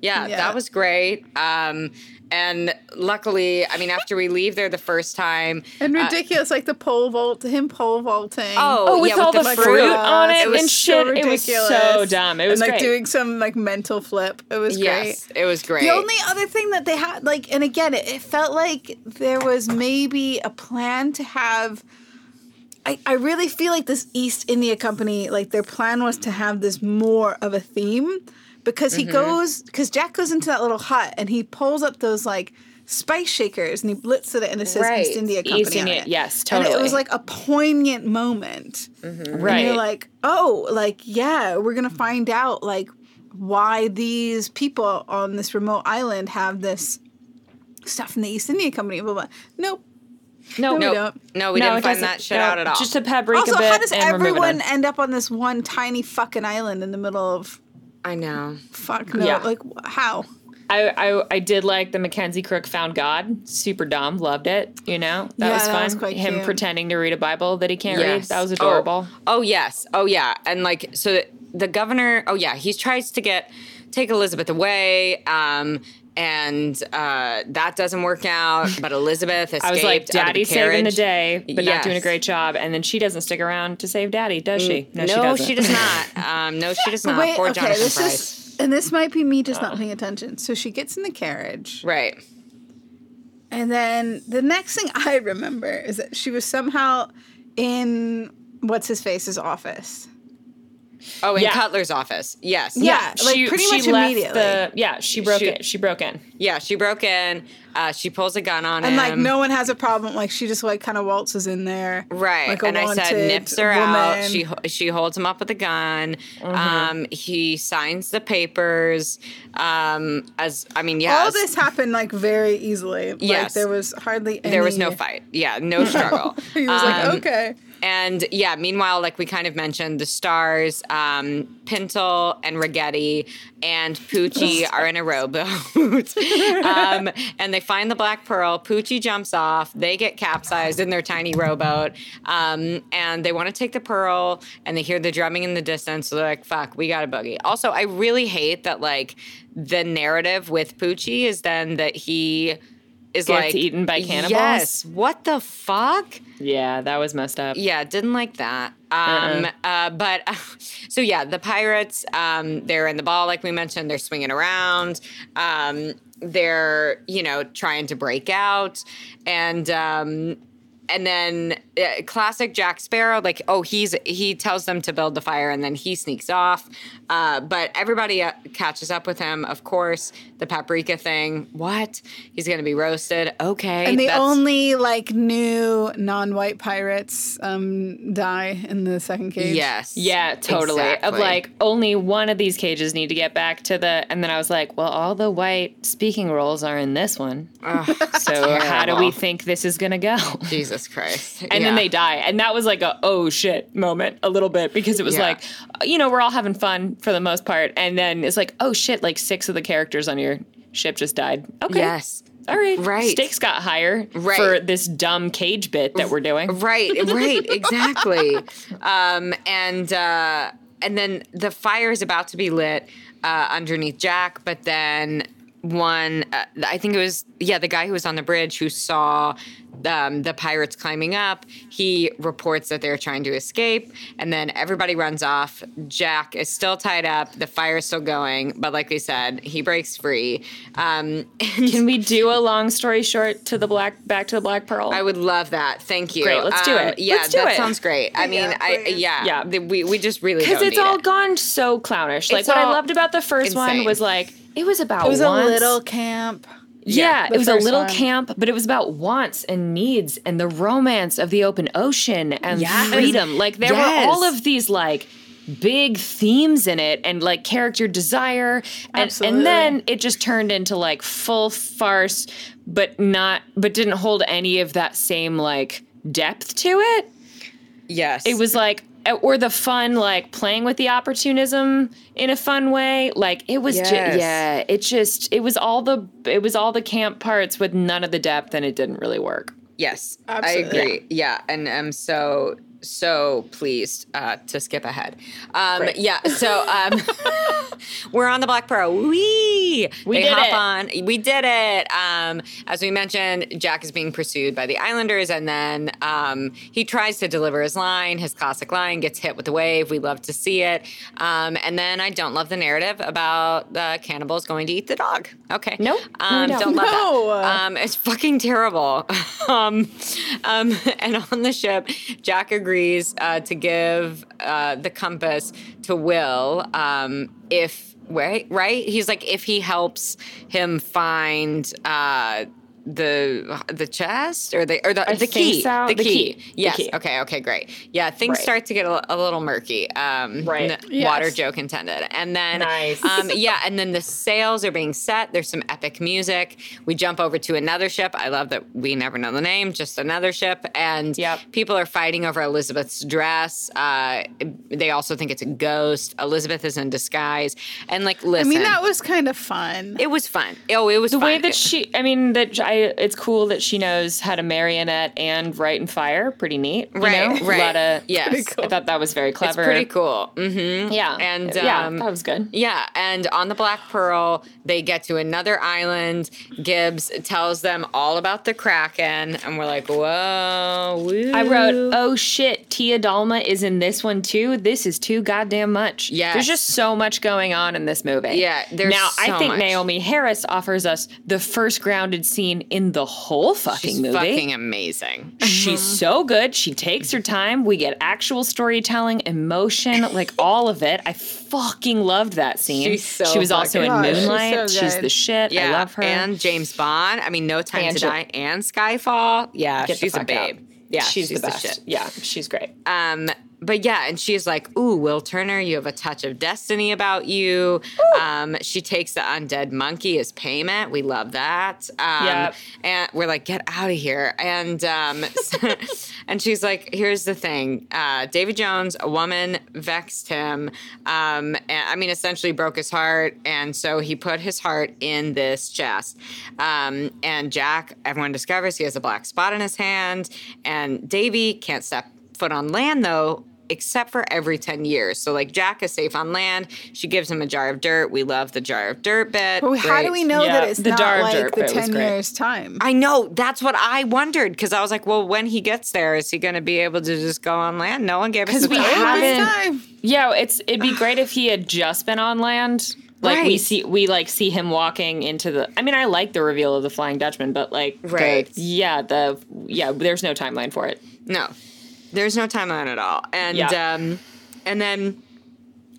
[SPEAKER 2] Yeah,
[SPEAKER 4] Yeah.
[SPEAKER 2] that was great. Um, and luckily, I mean, after we leave there the first time,
[SPEAKER 4] And
[SPEAKER 2] uh,
[SPEAKER 4] ridiculous, like the pole vault, him pole vaulting.
[SPEAKER 2] Oh,
[SPEAKER 3] Oh, with
[SPEAKER 2] yeah,
[SPEAKER 3] all
[SPEAKER 2] with
[SPEAKER 3] the,
[SPEAKER 2] the
[SPEAKER 3] fruit
[SPEAKER 2] fruit.
[SPEAKER 3] on it,
[SPEAKER 2] It was
[SPEAKER 3] and
[SPEAKER 4] so
[SPEAKER 3] shit. It was so
[SPEAKER 4] ridiculous.
[SPEAKER 3] dumb. It was
[SPEAKER 4] and, like
[SPEAKER 3] great.
[SPEAKER 4] doing some like mental flip. It was
[SPEAKER 2] yes,
[SPEAKER 4] great.
[SPEAKER 2] it was great.
[SPEAKER 4] The only other thing that they had, like, and again, it, it felt like there was maybe a plan to have. I, I really feel like this East India Company, like, their plan was to have this more of a theme because
[SPEAKER 3] Mm-hmm.
[SPEAKER 4] he goes, because Jack goes into that little hut and he pulls up those, like, spice shakers and he blitz at it and it says
[SPEAKER 2] Right.
[SPEAKER 4] East India
[SPEAKER 3] East
[SPEAKER 4] Company. on
[SPEAKER 3] India-
[SPEAKER 4] it.
[SPEAKER 3] yes,
[SPEAKER 4] And it
[SPEAKER 3] totally.
[SPEAKER 4] was like a poignant moment.
[SPEAKER 3] right.
[SPEAKER 4] And you're like, oh, like, yeah, we're going to find out, like, why these people on this remote island have this stuff from the East India Company, blah, blah. Nope.
[SPEAKER 3] no,
[SPEAKER 4] we
[SPEAKER 2] Nope.
[SPEAKER 4] don't.
[SPEAKER 2] No, we
[SPEAKER 3] it
[SPEAKER 2] didn't find
[SPEAKER 3] doesn't-
[SPEAKER 2] that shit
[SPEAKER 3] no,
[SPEAKER 2] out at all.
[SPEAKER 3] Just a paprika
[SPEAKER 4] also,
[SPEAKER 3] bit
[SPEAKER 4] how does
[SPEAKER 3] and we're moving
[SPEAKER 4] everyone
[SPEAKER 3] on.
[SPEAKER 4] end up on this one tiny fucking island in the middle of
[SPEAKER 2] I know.
[SPEAKER 4] fuck no?
[SPEAKER 3] Yeah.
[SPEAKER 4] Like, wh- how?
[SPEAKER 3] I, I I did like the Mackenzie Crook found God. Super dumb. Loved it. You know that
[SPEAKER 4] Yeah,
[SPEAKER 3] was
[SPEAKER 4] that
[SPEAKER 3] fun.
[SPEAKER 4] was quite
[SPEAKER 3] Him
[SPEAKER 4] cute.
[SPEAKER 3] pretending to read a Bible that he can't read.
[SPEAKER 2] Yes.
[SPEAKER 3] That was
[SPEAKER 2] Oh.
[SPEAKER 3] adorable.
[SPEAKER 2] Oh, yes. Oh yeah. And like so the governor, oh yeah, he tries to get take Elizabeth away. Um and uh, that doesn't work out, but Elizabeth escaped.
[SPEAKER 3] I was like,
[SPEAKER 2] out of the
[SPEAKER 3] Daddy saving the
[SPEAKER 2] carriage."
[SPEAKER 3] day, but not doing a
[SPEAKER 2] Yes. Mm,
[SPEAKER 3] great job. And then she doesn't stick around to save Daddy, does she?
[SPEAKER 2] No, she,
[SPEAKER 3] doesn't.
[SPEAKER 2] does not. Um, no, she does not.
[SPEAKER 4] Wait,
[SPEAKER 2] Poor
[SPEAKER 4] okay,
[SPEAKER 2] Jonathan
[SPEAKER 4] this
[SPEAKER 2] Price.
[SPEAKER 4] is, and this might be me just not paying attention. So she gets in the carriage.
[SPEAKER 2] right.
[SPEAKER 4] And then the next thing I remember is that she was somehow in what's his face's office.
[SPEAKER 2] Oh, in
[SPEAKER 3] Yeah.
[SPEAKER 2] Cutler's office. Yes.
[SPEAKER 4] Yeah, like, pretty
[SPEAKER 3] left
[SPEAKER 4] much immediately.
[SPEAKER 3] The, yeah, she broke
[SPEAKER 2] She-
[SPEAKER 3] it. She broke in.
[SPEAKER 2] Yeah. She broke in. Uh, she pulls a gun on
[SPEAKER 4] And
[SPEAKER 2] him.
[SPEAKER 4] like no one has a problem. Like she just like kind of waltzes in there,
[SPEAKER 2] Right.
[SPEAKER 4] Like
[SPEAKER 2] and I said
[SPEAKER 4] wanted
[SPEAKER 2] nips her
[SPEAKER 4] woman. Mm-hmm.
[SPEAKER 2] out. She ho- she holds him up with a gun. Um, he signs the papers. Um, as I mean, yeah,
[SPEAKER 4] all this happened like very easily. Like
[SPEAKER 2] Yes.
[SPEAKER 4] there was hardly any,
[SPEAKER 2] there was no fight. Yeah, no struggle.
[SPEAKER 4] He was like,
[SPEAKER 2] Um,
[SPEAKER 4] okay,
[SPEAKER 2] And yeah, meanwhile, like we kind of mentioned, the stars, um, Pintel and Rigetti and Poochie are in a rowboat. um, and they find the Black Pearl. Poochie jumps off. They get capsized in their tiny rowboat. Um, and they want to take the Pearl and they hear the drumming in the distance. So they're like, fuck, we got a boogie. Also, I really hate that, like, the narrative with Poochie is then that he. Is
[SPEAKER 3] Gets
[SPEAKER 2] like
[SPEAKER 3] eaten by cannibals?
[SPEAKER 2] Yes. What the fuck?
[SPEAKER 3] Yeah, that was messed up.
[SPEAKER 2] yeah didn't like that
[SPEAKER 3] Uh-uh.
[SPEAKER 2] um uh, but so yeah the pirates um they're in the ball like we mentioned they're swinging around um they're you know trying to break out and um and then uh, classic Jack Sparrow, like oh he's he tells them to build the fire and then he sneaks off, uh, but everybody uh, catches up with him. Of course, the paprika thing. What he's gonna be roasted? Okay,
[SPEAKER 4] and the
[SPEAKER 2] that's-
[SPEAKER 4] only like new non-white pirates um die in the second cage.
[SPEAKER 2] yes,
[SPEAKER 3] Yeah, totally. Of
[SPEAKER 2] exactly.
[SPEAKER 3] like only one of these cages need to get back to the and then I was like, well, all the white speaking roles are in this one.
[SPEAKER 2] Ugh.
[SPEAKER 3] So how do
[SPEAKER 2] terrible.
[SPEAKER 3] we think this is going to go?
[SPEAKER 2] Jesus Christ.
[SPEAKER 3] and then they die. And that was like a oh shit moment a little bit because it was
[SPEAKER 2] Yeah.
[SPEAKER 3] like, you know, we're all having fun for the most part, and then it's like oh shit, like six of the characters on your ship just died. Okay.
[SPEAKER 2] Yes.
[SPEAKER 3] All right.
[SPEAKER 2] Right.
[SPEAKER 3] Stakes got higher
[SPEAKER 2] Right.
[SPEAKER 3] for this dumb cage bit that we're doing.
[SPEAKER 2] Right, right, exactly. um, and uh, and then the fire is about to be lit uh, underneath Jack, but then one, uh, I think it was yeah, the guy who was on the bridge who saw um, the pirates climbing up. He reports that they're trying to escape, and then everybody runs off. Jack is still tied up. The fire's still going, but like we said, he breaks free. Um, and
[SPEAKER 3] Can we do a long story short to the black back to the black pearl?
[SPEAKER 2] I would love that. Thank you. Um,
[SPEAKER 3] Great, let's do it.
[SPEAKER 2] Yeah,
[SPEAKER 3] Let's do
[SPEAKER 2] that
[SPEAKER 3] it.
[SPEAKER 2] sounds great. I mean,
[SPEAKER 4] Yeah,
[SPEAKER 2] I
[SPEAKER 4] please.
[SPEAKER 2] yeah,
[SPEAKER 3] Yeah.
[SPEAKER 2] the- we we just really
[SPEAKER 3] because
[SPEAKER 2] don't
[SPEAKER 3] it's
[SPEAKER 2] need
[SPEAKER 3] all
[SPEAKER 2] it.
[SPEAKER 3] gone so clownish. Like
[SPEAKER 2] It's
[SPEAKER 3] what I
[SPEAKER 2] all
[SPEAKER 3] loved about the first
[SPEAKER 2] insane.
[SPEAKER 3] one was like it was about
[SPEAKER 4] It was
[SPEAKER 3] wants.
[SPEAKER 4] a little camp.
[SPEAKER 3] Yeah,
[SPEAKER 4] the
[SPEAKER 3] it was a
[SPEAKER 4] first
[SPEAKER 3] little
[SPEAKER 4] one.
[SPEAKER 3] camp, but it was about wants and needs and the romance of the open ocean and
[SPEAKER 2] Yes.
[SPEAKER 3] freedom. Like there
[SPEAKER 2] Yes.
[SPEAKER 3] were all of these like big themes in it and like character desire and
[SPEAKER 4] Absolutely.
[SPEAKER 3] and then it just turned into like full farce but not but didn't hold any of that same like depth to it.
[SPEAKER 2] Yes,
[SPEAKER 3] It was like eh, or the fun like playing with the opportunism in a fun way like it was just
[SPEAKER 2] Yes.
[SPEAKER 3] yeah it just it was all the it was all the camp parts with none of the depth and it didn't really work
[SPEAKER 2] Yes,
[SPEAKER 4] Absolutely.
[SPEAKER 2] I agree. Yeah, and I'm so so pleased uh, to skip ahead. Um,
[SPEAKER 3] Great.
[SPEAKER 2] Yeah, so um, we're on the Black Pearl. We
[SPEAKER 3] We
[SPEAKER 2] they
[SPEAKER 3] did
[SPEAKER 2] hop
[SPEAKER 3] it.
[SPEAKER 2] on. We did it. Um, as we mentioned, Jack is being pursued by the Islanders, and then um, he tries to deliver his line, his classic line, gets hit with the wave. We love to see it. Um, and then I don't love the narrative about the cannibals going to eat the dog. Okay,
[SPEAKER 3] Nope. No, we
[SPEAKER 2] um,
[SPEAKER 3] don't.
[SPEAKER 2] don't love
[SPEAKER 4] No.
[SPEAKER 2] that. Um, it's fucking terrible. um, um, and on the ship, Jack agrees uh, to give uh, the compass to Will um, if right, right. He's like if he helps him find. Uh, the the chest or the or the,
[SPEAKER 3] I
[SPEAKER 2] the
[SPEAKER 3] think
[SPEAKER 2] key
[SPEAKER 3] so.
[SPEAKER 2] the,
[SPEAKER 3] The
[SPEAKER 2] key,
[SPEAKER 3] key. The
[SPEAKER 2] yes
[SPEAKER 3] key.
[SPEAKER 2] okay okay great yeah things
[SPEAKER 3] Right.
[SPEAKER 2] start to get a, a little murky um
[SPEAKER 3] Right.
[SPEAKER 2] n-
[SPEAKER 4] Yes.
[SPEAKER 2] water joke intended and then
[SPEAKER 3] Nice.
[SPEAKER 2] um, yeah, and then the sails are being set. There's some epic music. We jump over to another ship. I love that we never know the name, just another ship. And
[SPEAKER 3] Yep.
[SPEAKER 2] people are fighting over Elizabeth's dress. Uh, they also think it's a ghost. Elizabeth is in disguise. And like, listen,
[SPEAKER 4] I mean, that was kind of fun.
[SPEAKER 2] it was fun. Oh, it was
[SPEAKER 3] the
[SPEAKER 2] fun.
[SPEAKER 3] way that she i mean that i it's cool that she knows how to marionette and write and fire pretty neat you
[SPEAKER 2] right,
[SPEAKER 3] know?
[SPEAKER 2] right.
[SPEAKER 3] a lot of
[SPEAKER 2] yes,
[SPEAKER 4] Pretty cool.
[SPEAKER 3] i thought that was very
[SPEAKER 2] it's
[SPEAKER 3] clever
[SPEAKER 2] pretty cool. Mm-hmm.
[SPEAKER 3] yeah
[SPEAKER 2] And,
[SPEAKER 3] yeah
[SPEAKER 2] um,
[SPEAKER 3] that was good
[SPEAKER 2] Yeah, and on the Black Pearl, they get to another island. Gibbs tells them all about the Kraken, and we're like, "Whoa!" Woo.
[SPEAKER 3] I wrote, oh shit, Tia Dalma is in this one too. This is too goddamn much.
[SPEAKER 2] Yes.
[SPEAKER 3] There's just so much going on in this movie.
[SPEAKER 2] Yeah, there's
[SPEAKER 3] Now,
[SPEAKER 2] so
[SPEAKER 3] I think
[SPEAKER 2] much.
[SPEAKER 3] Naomi Harris offers us the first grounded scene in the whole fucking
[SPEAKER 2] She's
[SPEAKER 3] movie.
[SPEAKER 2] fucking Mm-hmm. amazing.
[SPEAKER 3] She's so good. She takes her time. We get actual storytelling, emotion, like all of it. I fucking loved that scene.
[SPEAKER 2] She's so
[SPEAKER 3] she was also in
[SPEAKER 2] fucking
[SPEAKER 4] good.
[SPEAKER 3] Moonlight.
[SPEAKER 4] Oh, She's
[SPEAKER 3] She's,
[SPEAKER 4] so good.
[SPEAKER 3] the shit.
[SPEAKER 2] Yeah,
[SPEAKER 3] I love her.
[SPEAKER 2] And James Bond. I mean, No Time
[SPEAKER 3] And
[SPEAKER 2] to
[SPEAKER 3] she-
[SPEAKER 2] Die and Skyfall. Yeah,
[SPEAKER 3] Get the
[SPEAKER 2] she's a
[SPEAKER 3] fuck out.
[SPEAKER 2] babe. Yeah,
[SPEAKER 3] she's, the best.
[SPEAKER 2] shit.
[SPEAKER 3] Yeah, she's great.
[SPEAKER 2] Um, but yeah, and she's like, "Ooh, Will Turner, you have a touch of destiny about you." Um, she takes the undead monkey as payment. We love that. Um,
[SPEAKER 3] Yep.
[SPEAKER 2] And we're like, "Get out of here!" And um, and she's like, "Here's the thing: uh, David Jones, a woman, vexed him. Um, and, I mean, essentially broke his heart, and so he put his heart in this chest. Um, and Jack, everyone discovers he has a black spot in his hand, and Davy can't step foot on land though except for every 10 years so like jack is safe on land she gives him a jar of dirt we love the jar of dirt bit
[SPEAKER 4] But how do
[SPEAKER 2] Great.
[SPEAKER 4] we know
[SPEAKER 3] Yeah,
[SPEAKER 4] that it's
[SPEAKER 3] the
[SPEAKER 4] not
[SPEAKER 3] Jar of
[SPEAKER 4] like
[SPEAKER 3] Dirt
[SPEAKER 4] the
[SPEAKER 3] bit was
[SPEAKER 4] 10
[SPEAKER 3] great.
[SPEAKER 4] years time?
[SPEAKER 2] i know that's what i wondered because i was like well when he gets there is he going to be able to just go on land no one gave us
[SPEAKER 3] Because
[SPEAKER 2] a
[SPEAKER 3] we
[SPEAKER 2] jar.
[SPEAKER 3] haven't.
[SPEAKER 4] time.
[SPEAKER 3] Yeah, it's it'd be great if he had just been on land. Like we
[SPEAKER 2] Right.
[SPEAKER 3] see, we like see him walking into the. I mean, I like the reveal of the Flying Dutchman, but like, the-
[SPEAKER 2] Right.
[SPEAKER 3] yeah, the yeah, there's no timeline for it.
[SPEAKER 2] No, there's no timeline at all. And
[SPEAKER 3] Yeah.
[SPEAKER 2] um, and then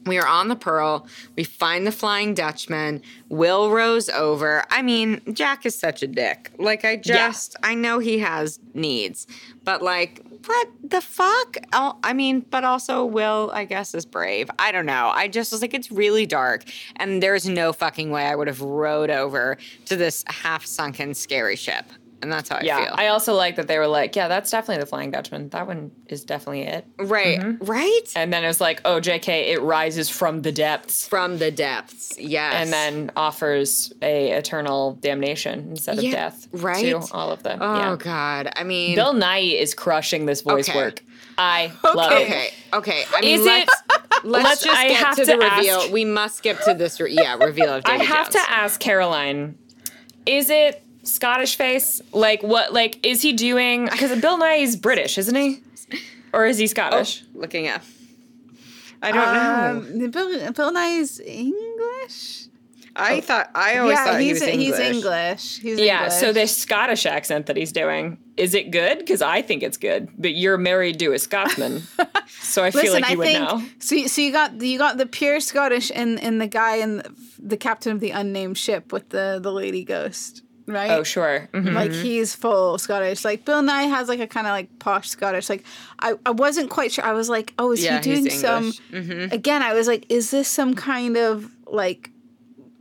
[SPEAKER 2] we are on the Pearl. We find the Flying Dutchman. Will rows over. I mean, Jack is such a dick. Like I just, I know he has needs, but like. What the fuck? Oh, I mean, but also Will, I guess, is brave. I don't know. I just was like, it's really dark, and there's no fucking way I would have rowed over to this half sunken, scary ship. and that's how I
[SPEAKER 3] yeah.
[SPEAKER 2] feel.
[SPEAKER 3] I also like that they were like, yeah, that's definitely the Flying Dutchman. That one is definitely it.
[SPEAKER 2] right,
[SPEAKER 3] Mm-hmm.
[SPEAKER 2] right
[SPEAKER 3] And then it was like, oh, JK, it rises from the depths
[SPEAKER 2] from the depths. Yes,
[SPEAKER 3] and then offers a eternal damnation instead of
[SPEAKER 2] Yeah,
[SPEAKER 3] death
[SPEAKER 2] right?
[SPEAKER 3] to all of them.
[SPEAKER 2] oh
[SPEAKER 3] yeah.
[SPEAKER 2] god, I mean,
[SPEAKER 3] Bill Nye is crushing this voice
[SPEAKER 2] Okay.
[SPEAKER 3] work. I love it.
[SPEAKER 2] okay, okay. I mean,
[SPEAKER 3] Is it-
[SPEAKER 2] let's, let's,
[SPEAKER 3] let's-
[SPEAKER 2] just
[SPEAKER 3] I
[SPEAKER 2] get
[SPEAKER 3] have
[SPEAKER 2] to,
[SPEAKER 3] to
[SPEAKER 2] the reveal.
[SPEAKER 3] ask-
[SPEAKER 2] We must skip to this. Re- yeah, reveal of
[SPEAKER 3] I
[SPEAKER 2] Davy
[SPEAKER 3] have
[SPEAKER 2] Jones.
[SPEAKER 3] to ask Caroline, is it Scottish face? Like what? Like is he doing? Because Bill Nye is British, isn't he? Or is he Scottish?
[SPEAKER 2] looking up. I don't know.
[SPEAKER 4] Um, Bill, Bill Nye is English.
[SPEAKER 2] I thought I always thought he
[SPEAKER 4] he's
[SPEAKER 2] was English.
[SPEAKER 4] he's English. He's
[SPEAKER 3] yeah.
[SPEAKER 4] English.
[SPEAKER 3] So the Scottish accent that he's doing is it good? Because I think it's good. But you're married to a Scotsman, so I feel
[SPEAKER 4] Listen,
[SPEAKER 3] like you
[SPEAKER 4] I
[SPEAKER 3] would
[SPEAKER 4] think
[SPEAKER 3] know.
[SPEAKER 4] so. You, so you got you got the pure Scottish and and the guy and the, the captain of the unnamed ship with the the lady ghost, right?
[SPEAKER 3] Oh sure. Mhm.
[SPEAKER 4] Like he's full Scottish. Like Bill Nye has like a kind of like posh Scottish. Like I, I wasn't quite sure. I was like, oh, is
[SPEAKER 2] Yeah,
[SPEAKER 4] he doing
[SPEAKER 2] he's
[SPEAKER 4] some?
[SPEAKER 2] English. Mhm.
[SPEAKER 4] Again, I was like, is this some kind of like,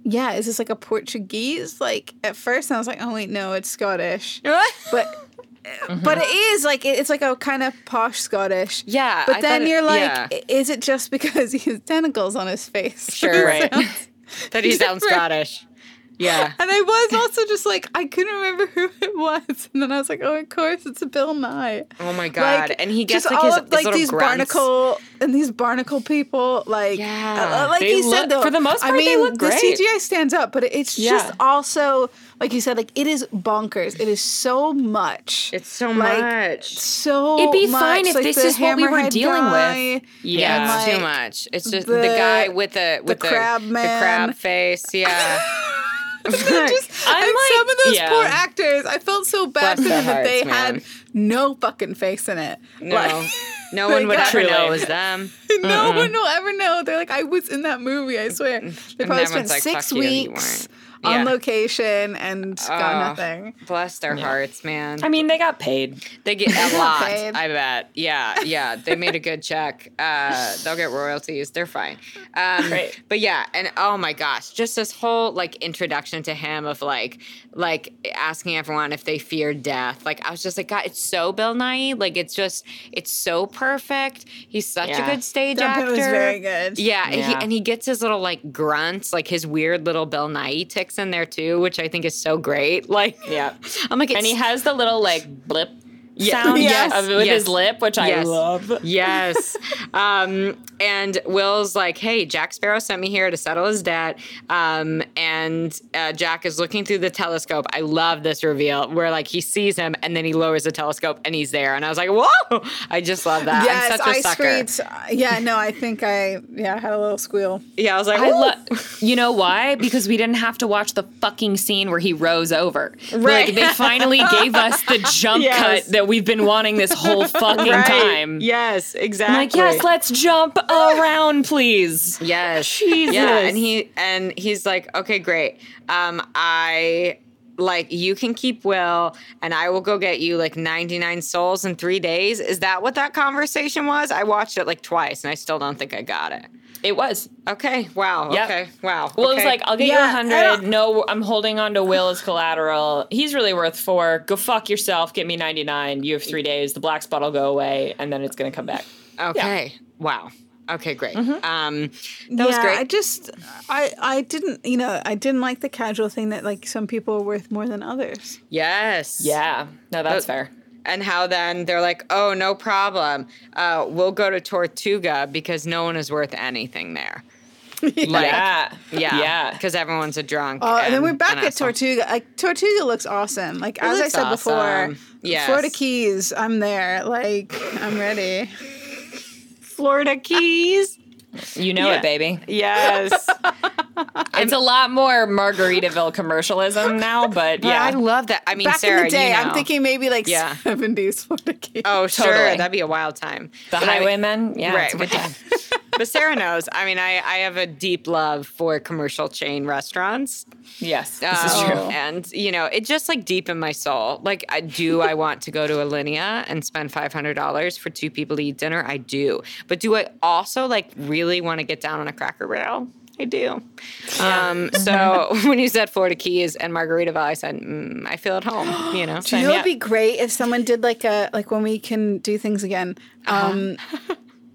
[SPEAKER 4] yeah, is this like a Portuguese? Like at first, I was like, oh wait, no, it's Scottish. But
[SPEAKER 2] Mm-hmm.
[SPEAKER 4] but it is like it- it's like a kind of posh Scottish.
[SPEAKER 2] Yeah,
[SPEAKER 4] But
[SPEAKER 2] I
[SPEAKER 4] then
[SPEAKER 2] thought it-
[SPEAKER 4] you're like,
[SPEAKER 2] yeah.
[SPEAKER 4] i- is it just because he has tentacles on his face?
[SPEAKER 2] Sure.
[SPEAKER 3] Right.
[SPEAKER 2] that he sounds Scottish. Yeah.
[SPEAKER 4] And I was also just like, I couldn't remember who it was. And then I was like, oh, of course, it's Bill Nye.
[SPEAKER 2] Oh my god!
[SPEAKER 4] Like,
[SPEAKER 2] and he gets
[SPEAKER 4] just
[SPEAKER 2] like
[SPEAKER 4] all
[SPEAKER 2] his,
[SPEAKER 4] of, like these
[SPEAKER 2] barnacle.
[SPEAKER 4] barnacle and these barnacle people. Like,
[SPEAKER 2] Yeah.
[SPEAKER 4] uh, like
[SPEAKER 3] They
[SPEAKER 4] he
[SPEAKER 3] look-
[SPEAKER 4] said though,
[SPEAKER 3] for the most
[SPEAKER 4] I
[SPEAKER 3] part, they
[SPEAKER 4] mean,
[SPEAKER 3] look
[SPEAKER 4] the
[SPEAKER 3] great.
[SPEAKER 4] CGI stands up, but it's
[SPEAKER 3] Yeah.
[SPEAKER 4] just also like you said, like it is bonkers. It is so much.
[SPEAKER 2] It's so
[SPEAKER 4] like,
[SPEAKER 2] much.
[SPEAKER 4] So
[SPEAKER 3] It'd be
[SPEAKER 4] much.
[SPEAKER 3] fine if
[SPEAKER 4] Like,
[SPEAKER 3] this
[SPEAKER 4] the
[SPEAKER 3] is what we were
[SPEAKER 4] hammerhead
[SPEAKER 3] dealing
[SPEAKER 4] guy.
[SPEAKER 3] with.
[SPEAKER 2] Yeah,
[SPEAKER 3] Yeah.
[SPEAKER 2] it's
[SPEAKER 4] like,
[SPEAKER 2] too much. It's just the, guy
[SPEAKER 4] the-
[SPEAKER 2] with the with the,
[SPEAKER 4] crab
[SPEAKER 2] the
[SPEAKER 4] man.
[SPEAKER 2] crab face. Yeah.
[SPEAKER 4] just,
[SPEAKER 3] I'm
[SPEAKER 4] and
[SPEAKER 3] like-
[SPEAKER 4] some of those
[SPEAKER 3] yeah.
[SPEAKER 4] poor actors, I felt so bad
[SPEAKER 2] Bless
[SPEAKER 4] for
[SPEAKER 2] their
[SPEAKER 4] them that they
[SPEAKER 2] hearts, man.
[SPEAKER 4] had no fucking face in it.
[SPEAKER 2] no,
[SPEAKER 4] Like,
[SPEAKER 2] no one
[SPEAKER 4] the
[SPEAKER 2] would
[SPEAKER 4] guy-
[SPEAKER 2] ever know
[SPEAKER 3] Truly.
[SPEAKER 2] it was them.
[SPEAKER 4] no one will ever know. They're like, I was in that movie. I swear. They probably
[SPEAKER 2] everyone's
[SPEAKER 4] spent
[SPEAKER 2] like,
[SPEAKER 4] six
[SPEAKER 2] "Fuck you, you
[SPEAKER 4] weeks
[SPEAKER 2] weren't."
[SPEAKER 4] on
[SPEAKER 2] Yeah.
[SPEAKER 4] location and
[SPEAKER 2] Oh.
[SPEAKER 4] got nothing.
[SPEAKER 2] Bless their hearts, man.
[SPEAKER 3] I mean, they got paid.
[SPEAKER 2] they get a lot.
[SPEAKER 4] Babe.
[SPEAKER 2] I bet. Yeah, yeah. They made a good check. Uh, they'll get royalties. They're fine. Um,
[SPEAKER 3] Right.
[SPEAKER 2] But yeah, and oh my gosh, just this whole like introduction to him of like like asking everyone if they fear death. Like I was just like, God, it's so Bill Nye. Like it's just it's so perfect. He's such
[SPEAKER 3] Yeah.
[SPEAKER 2] a good stage
[SPEAKER 4] That
[SPEAKER 2] actor.
[SPEAKER 4] was very good.
[SPEAKER 2] Yeah, and He,
[SPEAKER 3] Yeah.
[SPEAKER 2] and he gets his little like grunts, like his weird little Bill Nye ticks in there too, which I think is so great. Like,
[SPEAKER 3] Yeah.
[SPEAKER 2] I'm like, it's,
[SPEAKER 3] And he has the little like blip
[SPEAKER 2] Yeah.
[SPEAKER 3] sound
[SPEAKER 2] Yes,
[SPEAKER 3] of, with
[SPEAKER 2] yes.
[SPEAKER 3] his lip, which I
[SPEAKER 2] Yes.
[SPEAKER 3] love.
[SPEAKER 2] yes. Um, and Will's like, hey, Jack Sparrow sent me here to settle his debt. Um, and uh, Jack is looking through the telescope. I love this reveal where like he sees him and then he lowers the telescope and he's there. And I was like, whoa, I just love that.
[SPEAKER 4] Yes,
[SPEAKER 2] I'm such a
[SPEAKER 4] I
[SPEAKER 2] sucker.
[SPEAKER 4] screamed. Yeah, no, I think I yeah I had a little squeal.
[SPEAKER 2] Yeah, I was like,
[SPEAKER 3] I
[SPEAKER 2] "Ooh."
[SPEAKER 3] love. You know why? Because we didn't have to watch the fucking scene where he rose over.
[SPEAKER 2] Right.
[SPEAKER 3] Like they finally gave us the jump
[SPEAKER 2] Yes.
[SPEAKER 3] cut that we've been wanting this whole fucking
[SPEAKER 2] Right.
[SPEAKER 3] time.
[SPEAKER 2] Yes, exactly.
[SPEAKER 3] I'm like, yes, let's jump around, please.
[SPEAKER 2] Yes.
[SPEAKER 3] Jesus.
[SPEAKER 2] Yeah, and he and he's like, okay, great. Um, I like you can keep Will, and I will go get you like ninety nine souls in three days. Is that what that conversation was? I watched it like twice, and I still don't think I got it.
[SPEAKER 3] It was.
[SPEAKER 2] Okay. Wow.
[SPEAKER 3] Yep.
[SPEAKER 2] Okay. Wow.
[SPEAKER 3] Well, it was
[SPEAKER 2] okay.
[SPEAKER 3] like, oh, I'll get
[SPEAKER 4] Yeah,
[SPEAKER 3] you
[SPEAKER 4] I
[SPEAKER 3] a
[SPEAKER 4] don't-
[SPEAKER 3] hundred. No, I'm holding on to Will as collateral. He's really worth four. Go fuck yourself. Get me 99. You have three days. The black spot will go away, and then it's gonna come back.
[SPEAKER 2] okay. Wow. Okay. Great.
[SPEAKER 3] Mm-hmm.
[SPEAKER 2] Um, that was
[SPEAKER 4] yeah,
[SPEAKER 2] great.
[SPEAKER 4] I just I I didn't you know I didn't like the casual thing that like some people are worth more than others.
[SPEAKER 2] yes.
[SPEAKER 3] Yeah. No, that's
[SPEAKER 2] Uh,
[SPEAKER 3] fair.
[SPEAKER 2] and how then they're like, oh, no problem. Uh, we'll go to Tortuga because no one is worth anything there. Like,
[SPEAKER 3] yeah.
[SPEAKER 2] yeah.
[SPEAKER 3] Yeah.
[SPEAKER 2] Because everyone's a drunk.
[SPEAKER 4] Oh, and, then we're back
[SPEAKER 2] an
[SPEAKER 4] at
[SPEAKER 2] asshole.
[SPEAKER 4] Tortuga. Like Tortuga looks awesome. Like as I
[SPEAKER 2] looks
[SPEAKER 4] said
[SPEAKER 2] awesome.
[SPEAKER 4] before,
[SPEAKER 2] Yes.
[SPEAKER 4] Florida Keys. I'm there. Like I'm ready.
[SPEAKER 2] Florida Keys.
[SPEAKER 3] You know
[SPEAKER 2] Yeah.
[SPEAKER 3] it, baby.
[SPEAKER 2] yes.
[SPEAKER 3] It's a lot more Margaritaville commercialism now, but
[SPEAKER 2] Yeah, I
[SPEAKER 3] yeah.
[SPEAKER 2] love that. I mean,
[SPEAKER 4] Back
[SPEAKER 2] Sarah,
[SPEAKER 4] in the day,
[SPEAKER 2] you know.
[SPEAKER 4] I'm thinking maybe like
[SPEAKER 2] Yeah.
[SPEAKER 4] 70s Florida Keys.
[SPEAKER 2] Oh, sure.
[SPEAKER 3] Totally.
[SPEAKER 2] That'd be a wild time.
[SPEAKER 3] The
[SPEAKER 2] But I mean-
[SPEAKER 3] Highwaymen, yeah,
[SPEAKER 2] right.
[SPEAKER 3] it's a good time.
[SPEAKER 2] but Sarah knows. I mean, I, I have a deep love for commercial chain restaurants.
[SPEAKER 3] Yes, this is
[SPEAKER 2] Um,
[SPEAKER 3] true.
[SPEAKER 2] And you know, it just like deep in my soul. Like, I do I want to go to Alinea and spend five hundred dollars for two people to eat dinner? I do. But do I also like really want to get down on a cracker barrel? I do. Um, so when you said Florida Keys and Margaritaville, I said, mm, I feel at home, you know?
[SPEAKER 4] Do you know
[SPEAKER 2] yeah.
[SPEAKER 4] it'd be great if someone did like a like when we can do things again.
[SPEAKER 3] Uh-huh.
[SPEAKER 4] Um,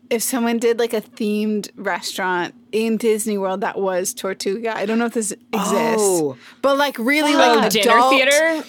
[SPEAKER 4] if someone did like a themed restaurant in Disney World that was Tortuga. I don't know if this exists,
[SPEAKER 2] Oh.
[SPEAKER 4] but like really
[SPEAKER 3] Oh,
[SPEAKER 4] like
[SPEAKER 3] dinner
[SPEAKER 4] adult,
[SPEAKER 3] theater.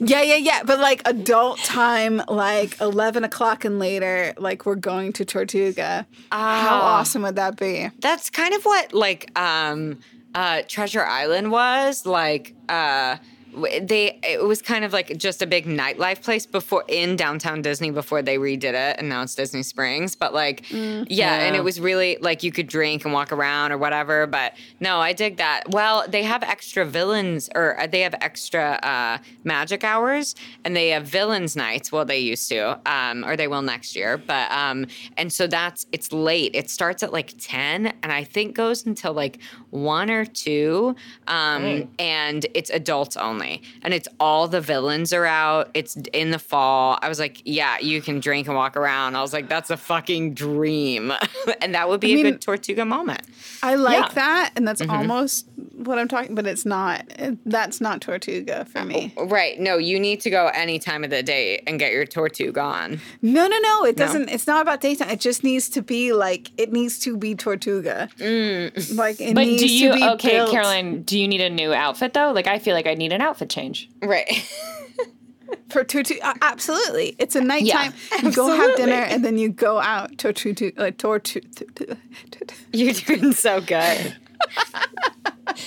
[SPEAKER 4] Yeah, yeah, yeah. But like adult time, like eleven o'clock and later, like we're going to Tortuga. How
[SPEAKER 3] Ah.
[SPEAKER 4] awesome would that be?
[SPEAKER 2] That's kind of what like um, uh, Treasure Island was like. Uh, w- they it was kind of like just a big nightlife place before in downtown Disney before they redid it and now it's Disney Springs. But like, yeah, and
[SPEAKER 3] Yeah.
[SPEAKER 2] it was really like you could drink and walk around or whatever. But no, I dig that. Well, they have extra villains or uh, they have extra uh, magic hours and they have villains nights. Well, they used to, um, or they will next year. But um, and so that's it's late. It starts at like ten and I think goes until like one or two. Um, and it's adults only, and it's all the villains are out. It's in the fall. I was like, yeah, you can drink and walk around. I was like, that's a fucking dream, and that would be a
[SPEAKER 4] mean-
[SPEAKER 2] good Tortuga moment.
[SPEAKER 4] I like
[SPEAKER 3] Yeah. Mm-hmm.
[SPEAKER 4] that, and that's almost what I'm talking. But it's not. That's not Tortuga
[SPEAKER 3] Oh.
[SPEAKER 4] for me.
[SPEAKER 2] Right? No, you need to go any time of the day and get your Tortuga on.
[SPEAKER 4] No, no, no. It doesn't. It's not about daytime. It just needs to be like it needs to be Tortuga. Like it
[SPEAKER 3] But
[SPEAKER 4] needs
[SPEAKER 3] do
[SPEAKER 4] to
[SPEAKER 3] you
[SPEAKER 4] be
[SPEAKER 3] okay,
[SPEAKER 4] built.
[SPEAKER 3] Caroline? Do you need a new outfit though? Like I feel like I need an outfit change.
[SPEAKER 2] Right.
[SPEAKER 4] for Tortuga? Absolutely. It's a nighttime. you go have dinner and then you go out to Tortuga. Like, tortu-
[SPEAKER 2] You're doing so good.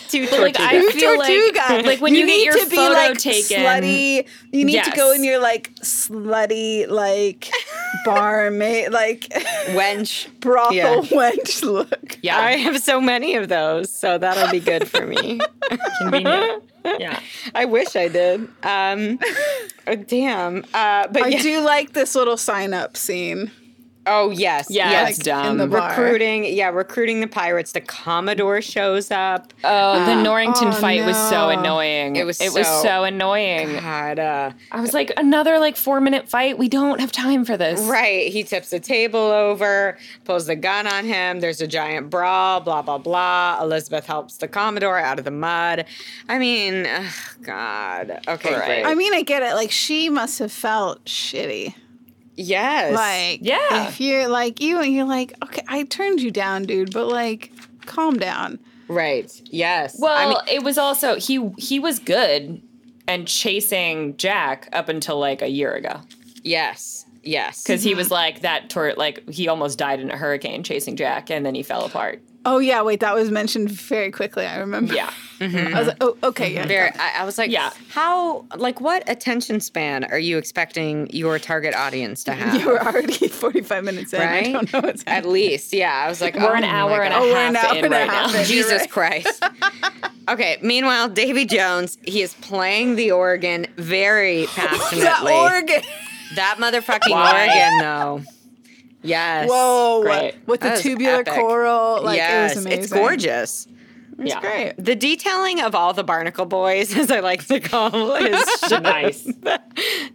[SPEAKER 2] Two
[SPEAKER 3] Like I
[SPEAKER 4] You
[SPEAKER 3] feel like, like when you, get
[SPEAKER 4] need
[SPEAKER 3] your
[SPEAKER 4] to be,
[SPEAKER 3] photo
[SPEAKER 4] like,
[SPEAKER 3] taken.
[SPEAKER 4] slutty. You need to go
[SPEAKER 3] Yes.
[SPEAKER 4] in your like slutty like barmaid like
[SPEAKER 2] wench.
[SPEAKER 4] brothel
[SPEAKER 2] Yeah.
[SPEAKER 4] wench look.
[SPEAKER 3] Yeah.
[SPEAKER 2] I have so many of those, so that'll be good for me.
[SPEAKER 3] Convenient. yeah.
[SPEAKER 2] I wish I did. Um, oh, damn. Uh, but
[SPEAKER 4] I
[SPEAKER 2] yeah.
[SPEAKER 4] do like this little sign up scene.
[SPEAKER 2] oh yes,
[SPEAKER 3] Yeah,
[SPEAKER 2] yes.
[SPEAKER 3] it's dumb.
[SPEAKER 4] the bar.
[SPEAKER 2] recruiting. Yeah, recruiting the pirates. The Commodore shows up.
[SPEAKER 3] Oh, the Norrington
[SPEAKER 4] oh,
[SPEAKER 3] fight was so
[SPEAKER 4] no.
[SPEAKER 3] annoying.
[SPEAKER 2] It was
[SPEAKER 3] it was
[SPEAKER 2] so-
[SPEAKER 3] so annoying.
[SPEAKER 2] God, uh,
[SPEAKER 3] I was like, another like four minute fight. We don't have time for this.
[SPEAKER 2] Right. He tips the table over, pulls the gun on him. There's a giant brawl, blah, blah, blah. Elizabeth helps the Commodore out of the mud. I mean, ugh, God. Okay,
[SPEAKER 3] Right.
[SPEAKER 2] great.
[SPEAKER 4] I mean, I get it. Like she must have felt shitty.
[SPEAKER 2] yes.
[SPEAKER 4] Like
[SPEAKER 3] Yeah.
[SPEAKER 4] if you're like you and you're like, okay, I turned you down, dude, but like, calm down.
[SPEAKER 2] Right. Yes.
[SPEAKER 3] Well,
[SPEAKER 2] I mean,
[SPEAKER 3] it was also he he was good and chasing Jack up until like a year ago
[SPEAKER 2] yes. Yes.
[SPEAKER 3] because he
[SPEAKER 4] Mm-hmm.
[SPEAKER 3] was like that tort like he almost died in a hurricane chasing Jack and then he fell apart.
[SPEAKER 4] Oh yeah, wait, that was mentioned very quickly. I remember.
[SPEAKER 3] Yeah.
[SPEAKER 4] I was like, oh okay, yeah.
[SPEAKER 2] Very, I, I was like,
[SPEAKER 3] Yeah.
[SPEAKER 2] how, like, what attention span are you expecting your target audience to have?
[SPEAKER 4] You were already 45 minutes in.
[SPEAKER 2] right?
[SPEAKER 4] I don't know what's
[SPEAKER 2] At
[SPEAKER 4] happening.
[SPEAKER 2] least, yeah. I was like,
[SPEAKER 3] We're
[SPEAKER 2] oh
[SPEAKER 3] an
[SPEAKER 2] my
[SPEAKER 3] hour and
[SPEAKER 2] God.
[SPEAKER 3] a
[SPEAKER 4] Oh, we're
[SPEAKER 3] half
[SPEAKER 4] an hour
[SPEAKER 3] in
[SPEAKER 4] and a
[SPEAKER 3] right
[SPEAKER 4] half
[SPEAKER 3] now.
[SPEAKER 4] in. You're
[SPEAKER 2] Jesus
[SPEAKER 4] right.
[SPEAKER 2] Christ. okay. Meanwhile, Davy Jones, he is playing the organ very
[SPEAKER 4] The
[SPEAKER 2] passionately.
[SPEAKER 4] organ.
[SPEAKER 2] that motherfucking
[SPEAKER 3] Why?
[SPEAKER 2] organ, though. Yes.
[SPEAKER 4] Whoa.
[SPEAKER 3] great.
[SPEAKER 4] With
[SPEAKER 2] That
[SPEAKER 4] the
[SPEAKER 2] is
[SPEAKER 4] tubular
[SPEAKER 2] epic.
[SPEAKER 4] coral. Like
[SPEAKER 2] yes,
[SPEAKER 4] it was amazing.
[SPEAKER 2] it's gorgeous.
[SPEAKER 4] It's
[SPEAKER 3] Yeah.
[SPEAKER 4] great.
[SPEAKER 2] The detailing of all the barnacle boys, as I like to call them, is just
[SPEAKER 3] Nice.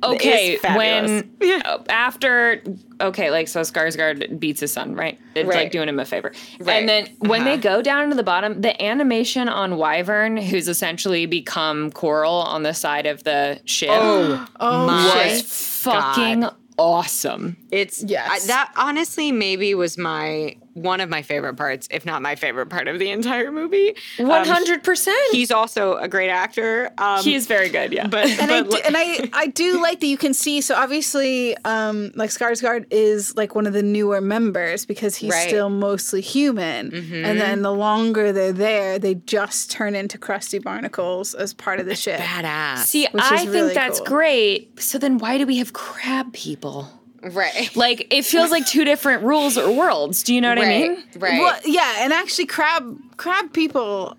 [SPEAKER 3] Okay,
[SPEAKER 2] fabulous.
[SPEAKER 3] when uh, after okay, like so Skarsgård beats his son, right? It's
[SPEAKER 2] Right.
[SPEAKER 3] like doing him a favor.
[SPEAKER 2] Right.
[SPEAKER 3] And then when
[SPEAKER 2] Uh-huh.
[SPEAKER 3] they go down to the bottom, the animation on Wyvern, who's essentially become Coral on the side of the ship,
[SPEAKER 2] Oh,
[SPEAKER 4] Oh,
[SPEAKER 2] my
[SPEAKER 4] shit.
[SPEAKER 3] was fucking awesome.
[SPEAKER 2] It's
[SPEAKER 4] Yes.
[SPEAKER 2] I- that honestly maybe was my one of my favorite parts, if not my favorite part of the entire movie. Um,
[SPEAKER 3] One hundred percent.
[SPEAKER 2] he's also a great actor. Um,
[SPEAKER 3] He is very good. Yeah,
[SPEAKER 2] but,
[SPEAKER 4] and I
[SPEAKER 2] but
[SPEAKER 4] do, and I I do like that you can see. So obviously, um, like Skarsgård is like one of the newer members because he's
[SPEAKER 2] Right. Mm-hmm.
[SPEAKER 4] still mostly human. And then the longer they're there, they just turn into crusty barnacles as part of the ship.
[SPEAKER 2] badass.
[SPEAKER 3] see,
[SPEAKER 4] is
[SPEAKER 3] I think
[SPEAKER 4] really
[SPEAKER 3] that's
[SPEAKER 4] cool.
[SPEAKER 3] great. So then, why do we have crab people?
[SPEAKER 2] right,
[SPEAKER 3] Like it feels like two different rules or worlds. Do you know what I
[SPEAKER 2] right,
[SPEAKER 3] mean?
[SPEAKER 2] right.
[SPEAKER 4] Well, yeah, and actually, crab crab people,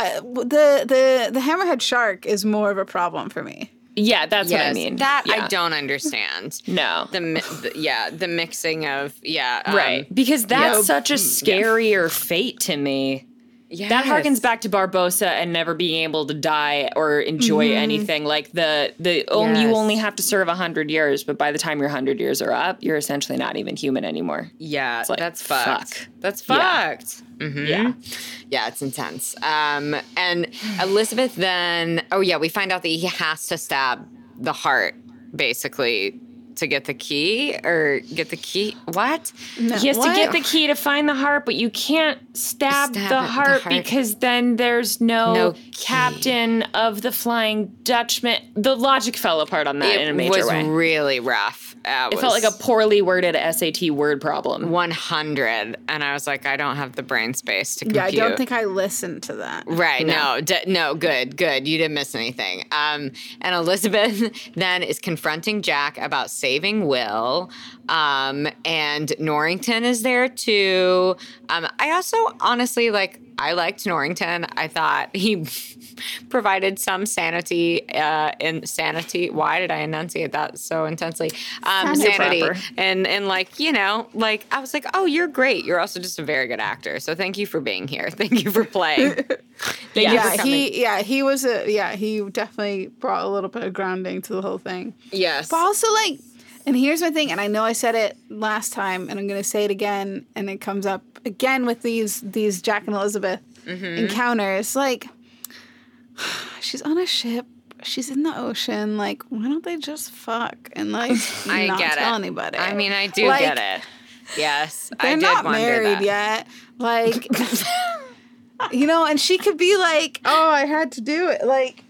[SPEAKER 4] uh, the the the hammerhead shark is more of a problem for me.
[SPEAKER 3] Yeah, that's
[SPEAKER 2] yes,
[SPEAKER 3] what I mean.
[SPEAKER 2] that
[SPEAKER 3] Yeah.
[SPEAKER 2] I don't understand.
[SPEAKER 3] No.
[SPEAKER 2] The, mi- the yeah, the mixing of yeah, um,
[SPEAKER 3] right. Because that's
[SPEAKER 2] yeah.
[SPEAKER 3] such a scarier fate to me
[SPEAKER 1] Yes.
[SPEAKER 3] That harkens back to Barbosa and never being able to die or enjoy anything. Like the the only you
[SPEAKER 1] Yes.
[SPEAKER 3] only have to serve hundred years, but by the time your hundred years are up, you're essentially not even human anymore.
[SPEAKER 2] Yeah,
[SPEAKER 3] like,
[SPEAKER 2] that's fucked.
[SPEAKER 3] fuck.
[SPEAKER 2] That's
[SPEAKER 3] Yeah.
[SPEAKER 2] fucked. Mhm.
[SPEAKER 3] Yeah.
[SPEAKER 2] Yeah, it's intense. Um, and Elizabeth then, oh yeah, we find out that he has to stab the heart basically to get the key or get the key. What?
[SPEAKER 4] No.
[SPEAKER 3] He has
[SPEAKER 2] What?
[SPEAKER 3] to get the key to find the heart, but you can't
[SPEAKER 2] Stab
[SPEAKER 3] stab,
[SPEAKER 2] it-
[SPEAKER 3] the,
[SPEAKER 2] the
[SPEAKER 3] heart
[SPEAKER 2] heart.
[SPEAKER 3] because then there's no,
[SPEAKER 2] No key.
[SPEAKER 3] captain of the Flying Dutchman. The logic fell apart on that in a
[SPEAKER 2] It
[SPEAKER 3] major
[SPEAKER 2] was
[SPEAKER 3] way.
[SPEAKER 2] really rough. Uh,
[SPEAKER 3] it felt like a poorly worded SAT word problem.
[SPEAKER 2] 100, and I was like, I don't have the brain space to compute.
[SPEAKER 4] Yeah, I don't think I listened to that.
[SPEAKER 2] Right. No. d- no. Good. Good. You didn't miss anything. Um, and Elizabeth then is confronting Jack about saving Will. Um, and Norrington is there too. Um, I also honestly like. I liked Norrington. I thought he provided some sanity. Uh, in sanity. Why did I enunciate that so intensely? Um,
[SPEAKER 4] Sanity.
[SPEAKER 2] sanity
[SPEAKER 3] Proper.
[SPEAKER 2] and and like you know like i was like oh you're great you're also just a very good actor so thank you for being here thank you for playing Thank you for
[SPEAKER 4] Yeah,
[SPEAKER 2] coming.
[SPEAKER 4] he yeah, he was a yeah, he definitely brought a little bit of grounding to the whole thing.
[SPEAKER 2] yes
[SPEAKER 4] But also like and here's my thing, and I know I said it last time, and I'm gonna say it again, and it comes up again with these these Jack and Elizabeth
[SPEAKER 2] Mm-hmm.
[SPEAKER 4] encounters. Like she's on a ship, she's in the ocean, like, why don't they just fuck and like
[SPEAKER 2] i
[SPEAKER 4] not
[SPEAKER 2] get
[SPEAKER 4] tell
[SPEAKER 2] it
[SPEAKER 4] anybody?
[SPEAKER 2] i mean i do
[SPEAKER 4] Like,
[SPEAKER 2] get it yes i
[SPEAKER 4] They're
[SPEAKER 2] did
[SPEAKER 4] not
[SPEAKER 2] wonder
[SPEAKER 4] married
[SPEAKER 2] that.
[SPEAKER 4] yet. Like You know, and she could be like, "Oh, I had to do it." Like,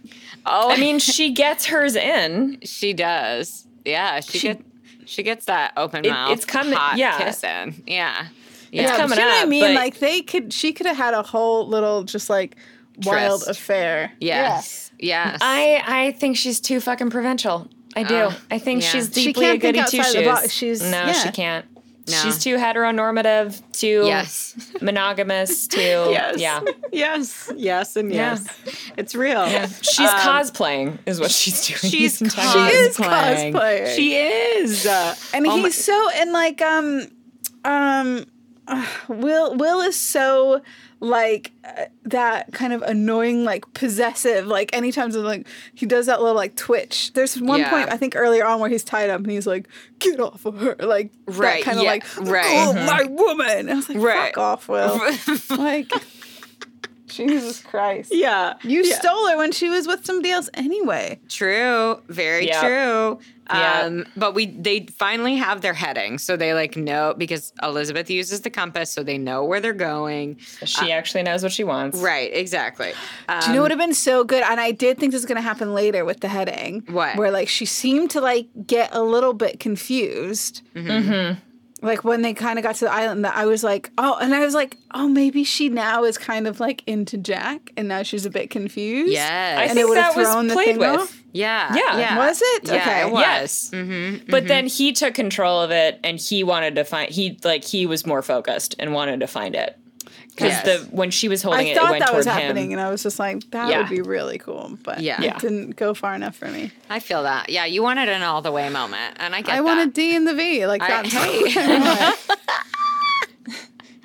[SPEAKER 2] oh
[SPEAKER 3] I mean, she gets hers in.
[SPEAKER 2] she does yeah she,
[SPEAKER 3] She-
[SPEAKER 2] get, she gets that open
[SPEAKER 3] It-
[SPEAKER 2] mouth
[SPEAKER 3] it's coming-
[SPEAKER 2] hot
[SPEAKER 3] yeah.
[SPEAKER 2] kissing yeah yeah
[SPEAKER 3] It's
[SPEAKER 4] Yeah,
[SPEAKER 3] coming
[SPEAKER 4] but you know what
[SPEAKER 3] up,
[SPEAKER 4] I mean,
[SPEAKER 3] but-
[SPEAKER 4] like they could, she could have had a whole little just like wild
[SPEAKER 2] Tryst.
[SPEAKER 4] affair.
[SPEAKER 2] yes yes
[SPEAKER 3] I I think she's too fucking provincial. I do.
[SPEAKER 2] Uh,
[SPEAKER 3] I think
[SPEAKER 2] yeah.
[SPEAKER 3] she's
[SPEAKER 4] She
[SPEAKER 3] deeply
[SPEAKER 4] can't
[SPEAKER 3] a
[SPEAKER 4] think
[SPEAKER 3] goody two
[SPEAKER 4] outside the
[SPEAKER 3] shoes.
[SPEAKER 4] box. She's-
[SPEAKER 3] no,
[SPEAKER 4] yeah.
[SPEAKER 3] she can't.
[SPEAKER 2] No.
[SPEAKER 3] She's too heteronormative, too
[SPEAKER 2] Yes.
[SPEAKER 3] monogamous, too yeah.
[SPEAKER 2] yes yes and
[SPEAKER 3] Yeah.
[SPEAKER 2] it's real
[SPEAKER 3] She's cosplaying, is what she's doing.
[SPEAKER 2] She's
[SPEAKER 3] sometimes.
[SPEAKER 4] Um, She is
[SPEAKER 2] cosplaying.
[SPEAKER 4] cosplaying.
[SPEAKER 2] She is. Uh,
[SPEAKER 4] And
[SPEAKER 2] oh my-
[SPEAKER 4] he's so and like um um uh, Will Will is so like uh, that kind of annoying like possessive like anytime something like he does that little like twitch. There's one
[SPEAKER 2] Yeah.
[SPEAKER 4] point I think earlier on where he's tied up and he's like get off of her like
[SPEAKER 2] Right,
[SPEAKER 4] that kind of
[SPEAKER 2] yeah,
[SPEAKER 4] like
[SPEAKER 2] right. Mm-hmm.
[SPEAKER 4] oh my woman. I was like
[SPEAKER 2] Right.
[SPEAKER 4] fuck off Will. like Jesus Christ.
[SPEAKER 2] yeah.
[SPEAKER 4] You stole her when she was with somebody else anyway.
[SPEAKER 2] True. Very
[SPEAKER 3] Yeah.
[SPEAKER 2] true.
[SPEAKER 3] Yeah.
[SPEAKER 2] Um, But we they finally have their heading, so they like know because Elizabeth uses the compass, so they know where they're going.
[SPEAKER 3] She actually knows what she wants.
[SPEAKER 2] Right. Exactly. Um,
[SPEAKER 4] Do you know what would have been so good? And I did think this was going to happen later with the heading.
[SPEAKER 2] What?
[SPEAKER 4] Where like she seemed to like get a little bit confused. Mm-hmm. Like when they kind of got to the island, that I was like, oh, and I was like, oh, maybe she now is kind of like into Jack, and now she's a bit confused.
[SPEAKER 2] Yes.
[SPEAKER 3] I
[SPEAKER 4] And it
[SPEAKER 3] think
[SPEAKER 4] would
[SPEAKER 3] that
[SPEAKER 4] have
[SPEAKER 3] was
[SPEAKER 4] thrown the
[SPEAKER 3] played
[SPEAKER 4] thing
[SPEAKER 3] with.
[SPEAKER 4] off.
[SPEAKER 2] yeah.
[SPEAKER 3] Yeah.
[SPEAKER 4] Was it?
[SPEAKER 2] Yeah,
[SPEAKER 4] Okay.
[SPEAKER 2] It was.
[SPEAKER 3] Yes.
[SPEAKER 2] Mm-hmm,
[SPEAKER 3] But then he took control of it and he wanted to find he like he was more focused and wanted to find it. Because
[SPEAKER 2] Yes.
[SPEAKER 3] the when she was holding
[SPEAKER 4] I
[SPEAKER 3] it, it
[SPEAKER 4] thought
[SPEAKER 3] went
[SPEAKER 4] that was
[SPEAKER 3] toward
[SPEAKER 4] happening,
[SPEAKER 3] him.
[SPEAKER 4] and I was just like, that
[SPEAKER 3] Yeah.
[SPEAKER 4] would be really cool, but
[SPEAKER 2] Yeah.
[SPEAKER 4] it
[SPEAKER 2] Yeah.
[SPEAKER 4] didn't go far enough for me.
[SPEAKER 2] I feel that. Yeah. You wanted an all the way moment, and I get
[SPEAKER 4] I
[SPEAKER 2] that.
[SPEAKER 4] want a D in the V, like
[SPEAKER 2] I-
[SPEAKER 4] that.
[SPEAKER 2] hey.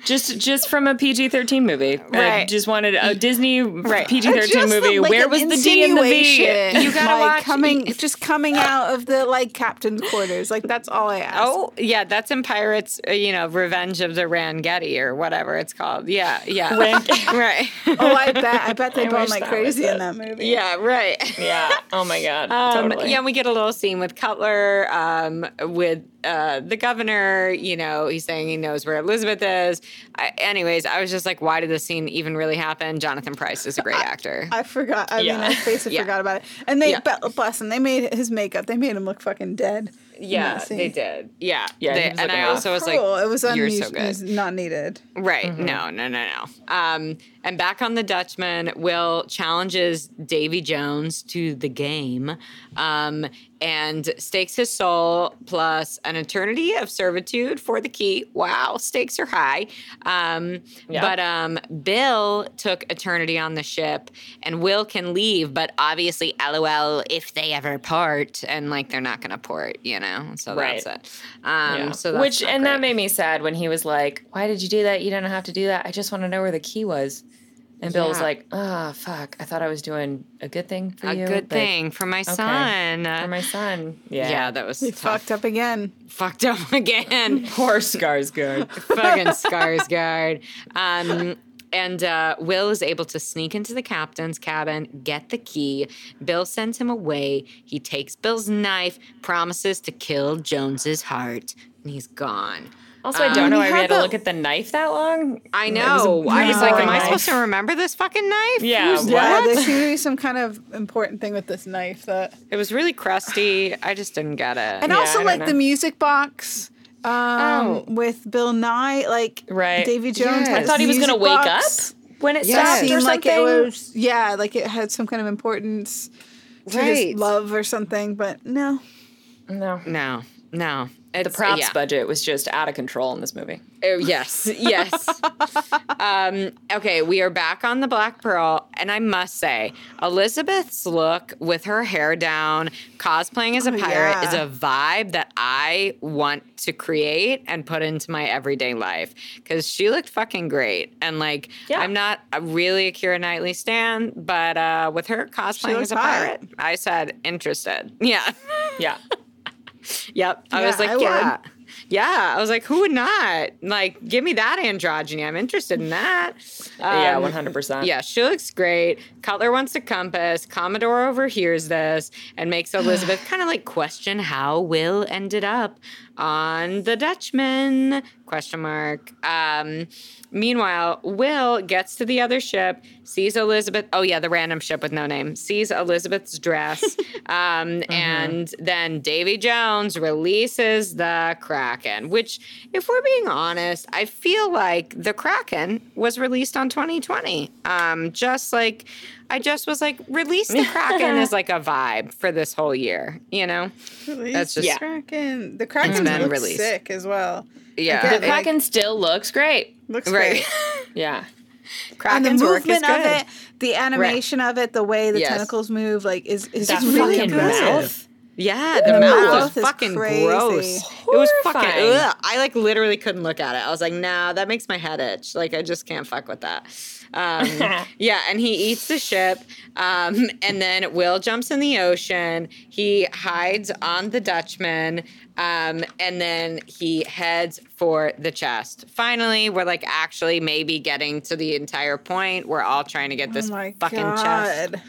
[SPEAKER 3] Just just from a PG thirteen movie. I
[SPEAKER 2] Right.
[SPEAKER 3] just wanted a Disney PG thirteen
[SPEAKER 4] Just the-
[SPEAKER 3] movie.
[SPEAKER 4] like
[SPEAKER 3] Where
[SPEAKER 4] an
[SPEAKER 3] was the D and the V?
[SPEAKER 4] insinuation,
[SPEAKER 2] You gotta
[SPEAKER 4] like
[SPEAKER 2] watch-
[SPEAKER 4] coming, just coming out of the like captain's quarters. Like that's all I ask.
[SPEAKER 2] Oh yeah, that's in Pirates. uh, You know, Revenge of the Rangetti or whatever it's called. Yeah. Yeah. right.
[SPEAKER 4] oh, I bet, I bet they bone
[SPEAKER 3] wish
[SPEAKER 4] like
[SPEAKER 3] that
[SPEAKER 4] crazy
[SPEAKER 3] was
[SPEAKER 4] in that movie.
[SPEAKER 2] Yeah. Right.
[SPEAKER 3] Yeah. Oh my god.
[SPEAKER 2] Um,
[SPEAKER 3] totally.
[SPEAKER 2] Yeah, and we get a little scene with Cutler, um, with uh, the governor. You know, he's saying he knows where Elizabeth is. I, anyways, I was just like, why did this scene even really happen? Jonathan Price is a great actor.
[SPEAKER 4] I forgot. I
[SPEAKER 3] Yeah.
[SPEAKER 4] mean, I basically
[SPEAKER 2] Yeah.
[SPEAKER 4] forgot about it. And they,
[SPEAKER 2] Yeah.
[SPEAKER 4] but bless him, they made his makeup. They made him look fucking dead. in that scene.
[SPEAKER 2] did. Yeah,
[SPEAKER 3] Yeah,
[SPEAKER 2] They-
[SPEAKER 3] he was
[SPEAKER 2] and
[SPEAKER 3] "Oh, looking
[SPEAKER 2] I
[SPEAKER 3] rough.
[SPEAKER 2] also was like,
[SPEAKER 4] Cruel. it was
[SPEAKER 2] you're
[SPEAKER 4] unused.
[SPEAKER 2] so
[SPEAKER 4] It
[SPEAKER 2] good.
[SPEAKER 4] was not needed.
[SPEAKER 2] Right.
[SPEAKER 3] Mm-hmm.
[SPEAKER 2] No, no, no, no. Um, and back on the Dutchman, Will challenges Davy Jones to the game um, and stakes his soul plus an eternity of servitude for the key. Wow, stakes are high. Um,
[SPEAKER 3] Yeah.
[SPEAKER 2] But um, Bill took eternity on the ship, and Will can leave, but obviously, lol, if they ever part, and like they're not going to port, you know? So
[SPEAKER 3] Right.
[SPEAKER 2] that's it. Um,
[SPEAKER 3] Yeah.
[SPEAKER 2] So that's
[SPEAKER 3] Which
[SPEAKER 2] not
[SPEAKER 3] and
[SPEAKER 2] great.
[SPEAKER 3] that made me sad when he was like, "Why did you do that? You don't have to do that. I just want to know where the key was." And Bill was
[SPEAKER 2] Yeah.
[SPEAKER 3] like, "Ah, fuck! I thought I was doing a good thing for
[SPEAKER 2] A
[SPEAKER 3] you.
[SPEAKER 2] good
[SPEAKER 3] but
[SPEAKER 2] thing for my son.
[SPEAKER 3] for my son.
[SPEAKER 2] yeah.
[SPEAKER 3] Yeah,
[SPEAKER 2] that was
[SPEAKER 4] You
[SPEAKER 2] tough.
[SPEAKER 4] fucked up again.
[SPEAKER 2] fucked up again.
[SPEAKER 3] poor Skarsgård.
[SPEAKER 2] Fucking Skarsgård. Um, and uh, Will is able to sneak into the captain's cabin, get the key. Bill sends him away. He takes Bill's knife, promises to kill Jones's heart, and he's gone.
[SPEAKER 3] Also, I don't know
[SPEAKER 4] he
[SPEAKER 3] why we
[SPEAKER 4] had
[SPEAKER 3] had to
[SPEAKER 4] the-
[SPEAKER 3] look at the knife that long.
[SPEAKER 2] I
[SPEAKER 3] It was a
[SPEAKER 2] know. I was like, am
[SPEAKER 3] boring
[SPEAKER 2] I
[SPEAKER 3] knife.
[SPEAKER 2] supposed to remember this fucking knife?
[SPEAKER 3] Yeah,
[SPEAKER 2] Who's-
[SPEAKER 4] Yeah,
[SPEAKER 3] What?
[SPEAKER 4] there seemed to be some kind of important thing with this knife that.
[SPEAKER 2] It was really crusty. I just didn't get it.
[SPEAKER 4] And
[SPEAKER 3] Yeah, I
[SPEAKER 4] also
[SPEAKER 3] don't
[SPEAKER 4] like
[SPEAKER 3] know.
[SPEAKER 4] the music box um,
[SPEAKER 2] Oh.
[SPEAKER 4] with Bill Nye, like
[SPEAKER 3] Right.
[SPEAKER 4] Davy Jones.
[SPEAKER 2] Yes.
[SPEAKER 4] had
[SPEAKER 2] I
[SPEAKER 3] I thought he was
[SPEAKER 4] music
[SPEAKER 3] going to wake
[SPEAKER 4] box.
[SPEAKER 3] up when it
[SPEAKER 2] Yeah.
[SPEAKER 3] stopped
[SPEAKER 4] Seemed
[SPEAKER 3] or
[SPEAKER 4] like
[SPEAKER 3] something.
[SPEAKER 4] it was, yeah, like it had some kind of importance to
[SPEAKER 2] Right.
[SPEAKER 4] his love or something, but no.
[SPEAKER 3] no.
[SPEAKER 2] no, no.
[SPEAKER 3] The
[SPEAKER 2] It's-
[SPEAKER 3] props
[SPEAKER 2] yeah.
[SPEAKER 3] budget was just out of control in this movie.
[SPEAKER 2] Oh, yes, yes. um, okay, we are back on the Black Pearl, and I must say, Elizabeth's look with her hair down, cosplaying as a
[SPEAKER 4] Oh,
[SPEAKER 2] pirate,
[SPEAKER 4] yeah.
[SPEAKER 2] is a vibe that I want to create and put into my everyday life because she looked fucking great. And like,
[SPEAKER 3] Yeah.
[SPEAKER 2] I'm not a really a Kira Knightley stan, but uh, with her cosplaying
[SPEAKER 4] looked
[SPEAKER 2] as a
[SPEAKER 4] hot.
[SPEAKER 2] pirate, I said interested. Yeah.
[SPEAKER 3] Yeah.
[SPEAKER 2] Yep. I was
[SPEAKER 4] Yeah,
[SPEAKER 2] like,
[SPEAKER 4] I would.
[SPEAKER 2] yeah. Yeah. I was like, who would not? Like, give me that androgyny. I'm interested in that.
[SPEAKER 3] yeah,
[SPEAKER 2] Um,
[SPEAKER 3] 100%.
[SPEAKER 2] Yeah, she looks great. Cutler wants a compass. Commodore overhears this and makes Elizabeth kind of like question how Will ended up on the Dutchman? Question mark. Um, meanwhile, Will gets to the other ship, sees Elizabeth. Oh yeah, the random ship with no name. Sees Elizabeth's dress, um, and then Davy Jones releases the Kraken. Which, if we're being honest, I feel like the Kraken was released on 2020. Um, just like I just was like, release the Kraken is like a vibe for this whole year. You know? That's just-
[SPEAKER 4] the Kraken. The Kraken
[SPEAKER 2] been
[SPEAKER 4] looks
[SPEAKER 2] released.
[SPEAKER 4] sick as well.
[SPEAKER 2] Yeah.
[SPEAKER 4] The
[SPEAKER 3] Kraken still looks great.
[SPEAKER 4] Looks
[SPEAKER 2] Right.
[SPEAKER 4] great.
[SPEAKER 3] Yeah.
[SPEAKER 4] and the
[SPEAKER 2] Kraken's work is
[SPEAKER 4] movement of
[SPEAKER 2] good.
[SPEAKER 4] it, the animation of it, the way the
[SPEAKER 2] Yes.
[SPEAKER 4] tentacles move, like is is
[SPEAKER 3] That
[SPEAKER 4] it's really
[SPEAKER 3] fucking
[SPEAKER 4] impressive.
[SPEAKER 3] mouth.
[SPEAKER 2] Yeah, the,
[SPEAKER 4] The
[SPEAKER 2] mouth, was
[SPEAKER 4] mouth is
[SPEAKER 2] fucking
[SPEAKER 4] crazy.
[SPEAKER 2] gross. It was fucking.
[SPEAKER 3] Horrifying.
[SPEAKER 2] Ugh. I like literally couldn't look at it. I was like, nah, that makes my head itch. Like I just can't fuck with that. Um, yeah, and he eats the ship, um, and then Will jumps in the ocean. He hides on the Dutchman, um, and then he heads for the chest. Finally, we're like actually maybe getting to the entire point. We're all trying to get this
[SPEAKER 4] Oh my
[SPEAKER 2] fucking chest.
[SPEAKER 4] god!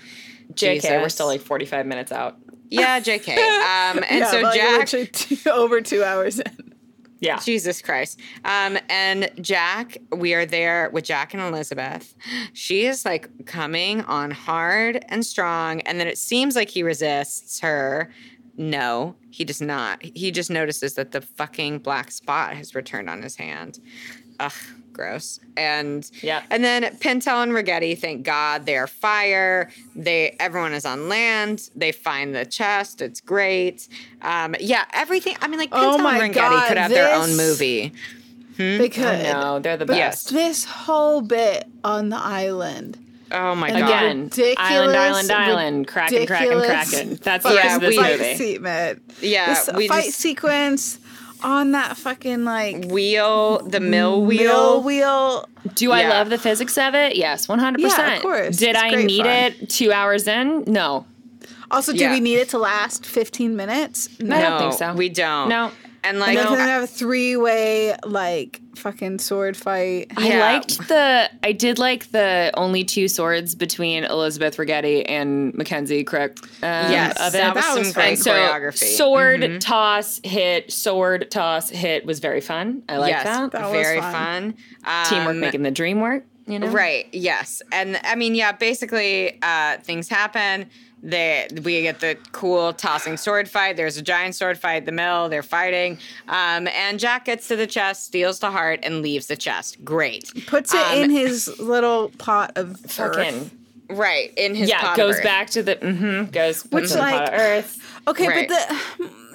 [SPEAKER 3] JK, we're
[SPEAKER 2] Jesus.
[SPEAKER 3] still like 45 minutes out.
[SPEAKER 2] Yeah, Jk. Um, and
[SPEAKER 4] yeah,
[SPEAKER 2] so
[SPEAKER 4] but you're
[SPEAKER 2] Jack.
[SPEAKER 4] literally two, over two hours
[SPEAKER 3] Mm-hmm.
[SPEAKER 4] in.
[SPEAKER 3] Yeah.
[SPEAKER 2] Jesus Christ. Um, and Jack, we are there with Jack and Elizabeth. She is like coming on hard and strong. And then it seems like he resists her. No, he does not. He just notices that the fucking black spot has returned on his hand. Ugh, gross. And
[SPEAKER 3] Yep.
[SPEAKER 2] and then Pintel and Rigetti, thank God, they're fire. They everyone is on land. They find the chest. It's great. Um, yeah, everything. I mean, like Pintel
[SPEAKER 4] Oh my
[SPEAKER 2] and Rigetti
[SPEAKER 4] God,
[SPEAKER 2] could have their own
[SPEAKER 4] this-
[SPEAKER 2] movie.
[SPEAKER 4] They could.
[SPEAKER 3] Oh, No, they're the
[SPEAKER 4] But
[SPEAKER 3] best.
[SPEAKER 4] this whole bit on the island.
[SPEAKER 2] Oh my
[SPEAKER 4] And
[SPEAKER 2] God.
[SPEAKER 3] Again,
[SPEAKER 4] Ridiculous,
[SPEAKER 3] island, island, island, kraken, kraken,
[SPEAKER 4] ridiculous
[SPEAKER 3] kraken. That's the
[SPEAKER 4] fucking
[SPEAKER 3] rest of this
[SPEAKER 2] fight
[SPEAKER 3] movie.
[SPEAKER 4] Sequence.
[SPEAKER 2] Yeah,
[SPEAKER 4] This
[SPEAKER 2] we
[SPEAKER 4] fight
[SPEAKER 2] just-
[SPEAKER 4] sequence on that fucking like
[SPEAKER 2] wheel, the mill wheel.
[SPEAKER 4] mill wheel.
[SPEAKER 3] Do I
[SPEAKER 2] Yeah.
[SPEAKER 3] love the physics of it? Yes, 100%.
[SPEAKER 4] Yeah, of course.
[SPEAKER 3] Did
[SPEAKER 4] It's
[SPEAKER 3] I
[SPEAKER 4] great
[SPEAKER 3] need
[SPEAKER 4] fun.
[SPEAKER 3] it two hours in? No.
[SPEAKER 4] Also, do
[SPEAKER 2] Yeah.
[SPEAKER 4] we need it to last 15 minutes? No.
[SPEAKER 3] I
[SPEAKER 2] No,
[SPEAKER 3] don't think so.
[SPEAKER 2] we don't.
[SPEAKER 3] No.
[SPEAKER 2] and like
[SPEAKER 4] And then they
[SPEAKER 2] I-
[SPEAKER 4] have a three way like fucking sword fight.
[SPEAKER 2] Yeah.
[SPEAKER 3] I liked the. I did like the only two swords between Elizabeth Rigetti and Mackenzie Crook. Um,
[SPEAKER 2] Yes,
[SPEAKER 3] of it.
[SPEAKER 2] that was some great
[SPEAKER 3] And so
[SPEAKER 2] choreography. Mm-hmm.
[SPEAKER 3] Sword toss hit, sword toss hit was very fun. I like
[SPEAKER 2] yes,
[SPEAKER 3] that.
[SPEAKER 4] That was
[SPEAKER 2] very fun.
[SPEAKER 4] fun.
[SPEAKER 3] Teamwork
[SPEAKER 2] Um,
[SPEAKER 3] making the dream work. You know,
[SPEAKER 2] Right. Yes. And I mean, yeah. Basically, uh, things happen. They we get the cool tossing sword fight. There's a giant sword fight. at The mill. They're fighting. Um, and Jack gets to the chest, steals the heart, and leaves the chest. Great.
[SPEAKER 4] Puts it
[SPEAKER 2] Um,
[SPEAKER 4] in his little pot of earth.
[SPEAKER 3] Fucking
[SPEAKER 2] Right. In his
[SPEAKER 3] yeah,
[SPEAKER 2] pot
[SPEAKER 3] goes
[SPEAKER 2] of earth.
[SPEAKER 3] back to the mm-hmm, goes
[SPEAKER 4] Which,
[SPEAKER 3] to the pot
[SPEAKER 4] like-
[SPEAKER 3] of Earth.
[SPEAKER 4] Okay,
[SPEAKER 2] Right.
[SPEAKER 4] but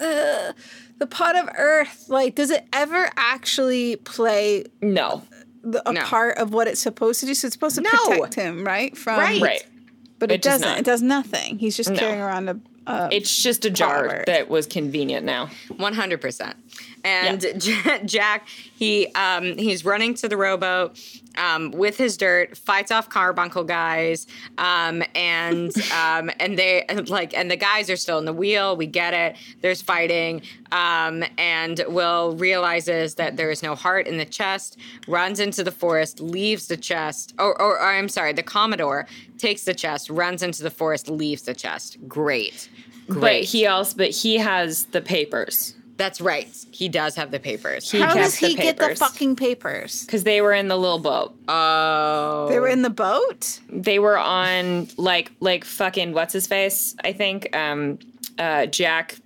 [SPEAKER 4] the uh, the pot of earth, like, does it ever actually play
[SPEAKER 3] No,
[SPEAKER 4] the, a
[SPEAKER 2] No.
[SPEAKER 4] part of what it's supposed to do? So it's supposed to
[SPEAKER 2] No.
[SPEAKER 4] protect him, right? From
[SPEAKER 2] Right.
[SPEAKER 3] right.
[SPEAKER 4] but it,
[SPEAKER 3] It does
[SPEAKER 4] doesn't.
[SPEAKER 3] not.
[SPEAKER 4] it does nothing. He's just carrying around a,
[SPEAKER 3] it's just a jar
[SPEAKER 2] Robert.
[SPEAKER 3] that was convenient now.
[SPEAKER 2] One hundred percent. And J- Jack, he um, he's running to the rowboat um, with his dirt, fights off carbuncle guys, um, and um, and they like and the guys are still in the wheel. We get it. There's fighting, um, and Will realizes that there is no heart in the chest. Runs into the forest, leaves the chest. Or, or, or I'm sorry, the Commodore takes the chest, runs into the forest, leaves the chest. Great.
[SPEAKER 3] But
[SPEAKER 2] Great.
[SPEAKER 3] he also but he has the papers
[SPEAKER 2] That's right. He does have the papers.
[SPEAKER 3] He
[SPEAKER 4] How
[SPEAKER 3] kept
[SPEAKER 4] does
[SPEAKER 3] the
[SPEAKER 4] he get the
[SPEAKER 3] papers.
[SPEAKER 4] fucking papers?
[SPEAKER 3] because they were in the little boat.
[SPEAKER 2] Oh.
[SPEAKER 4] They were in the boat.
[SPEAKER 3] they were on like like fucking what's his face i think um uh jack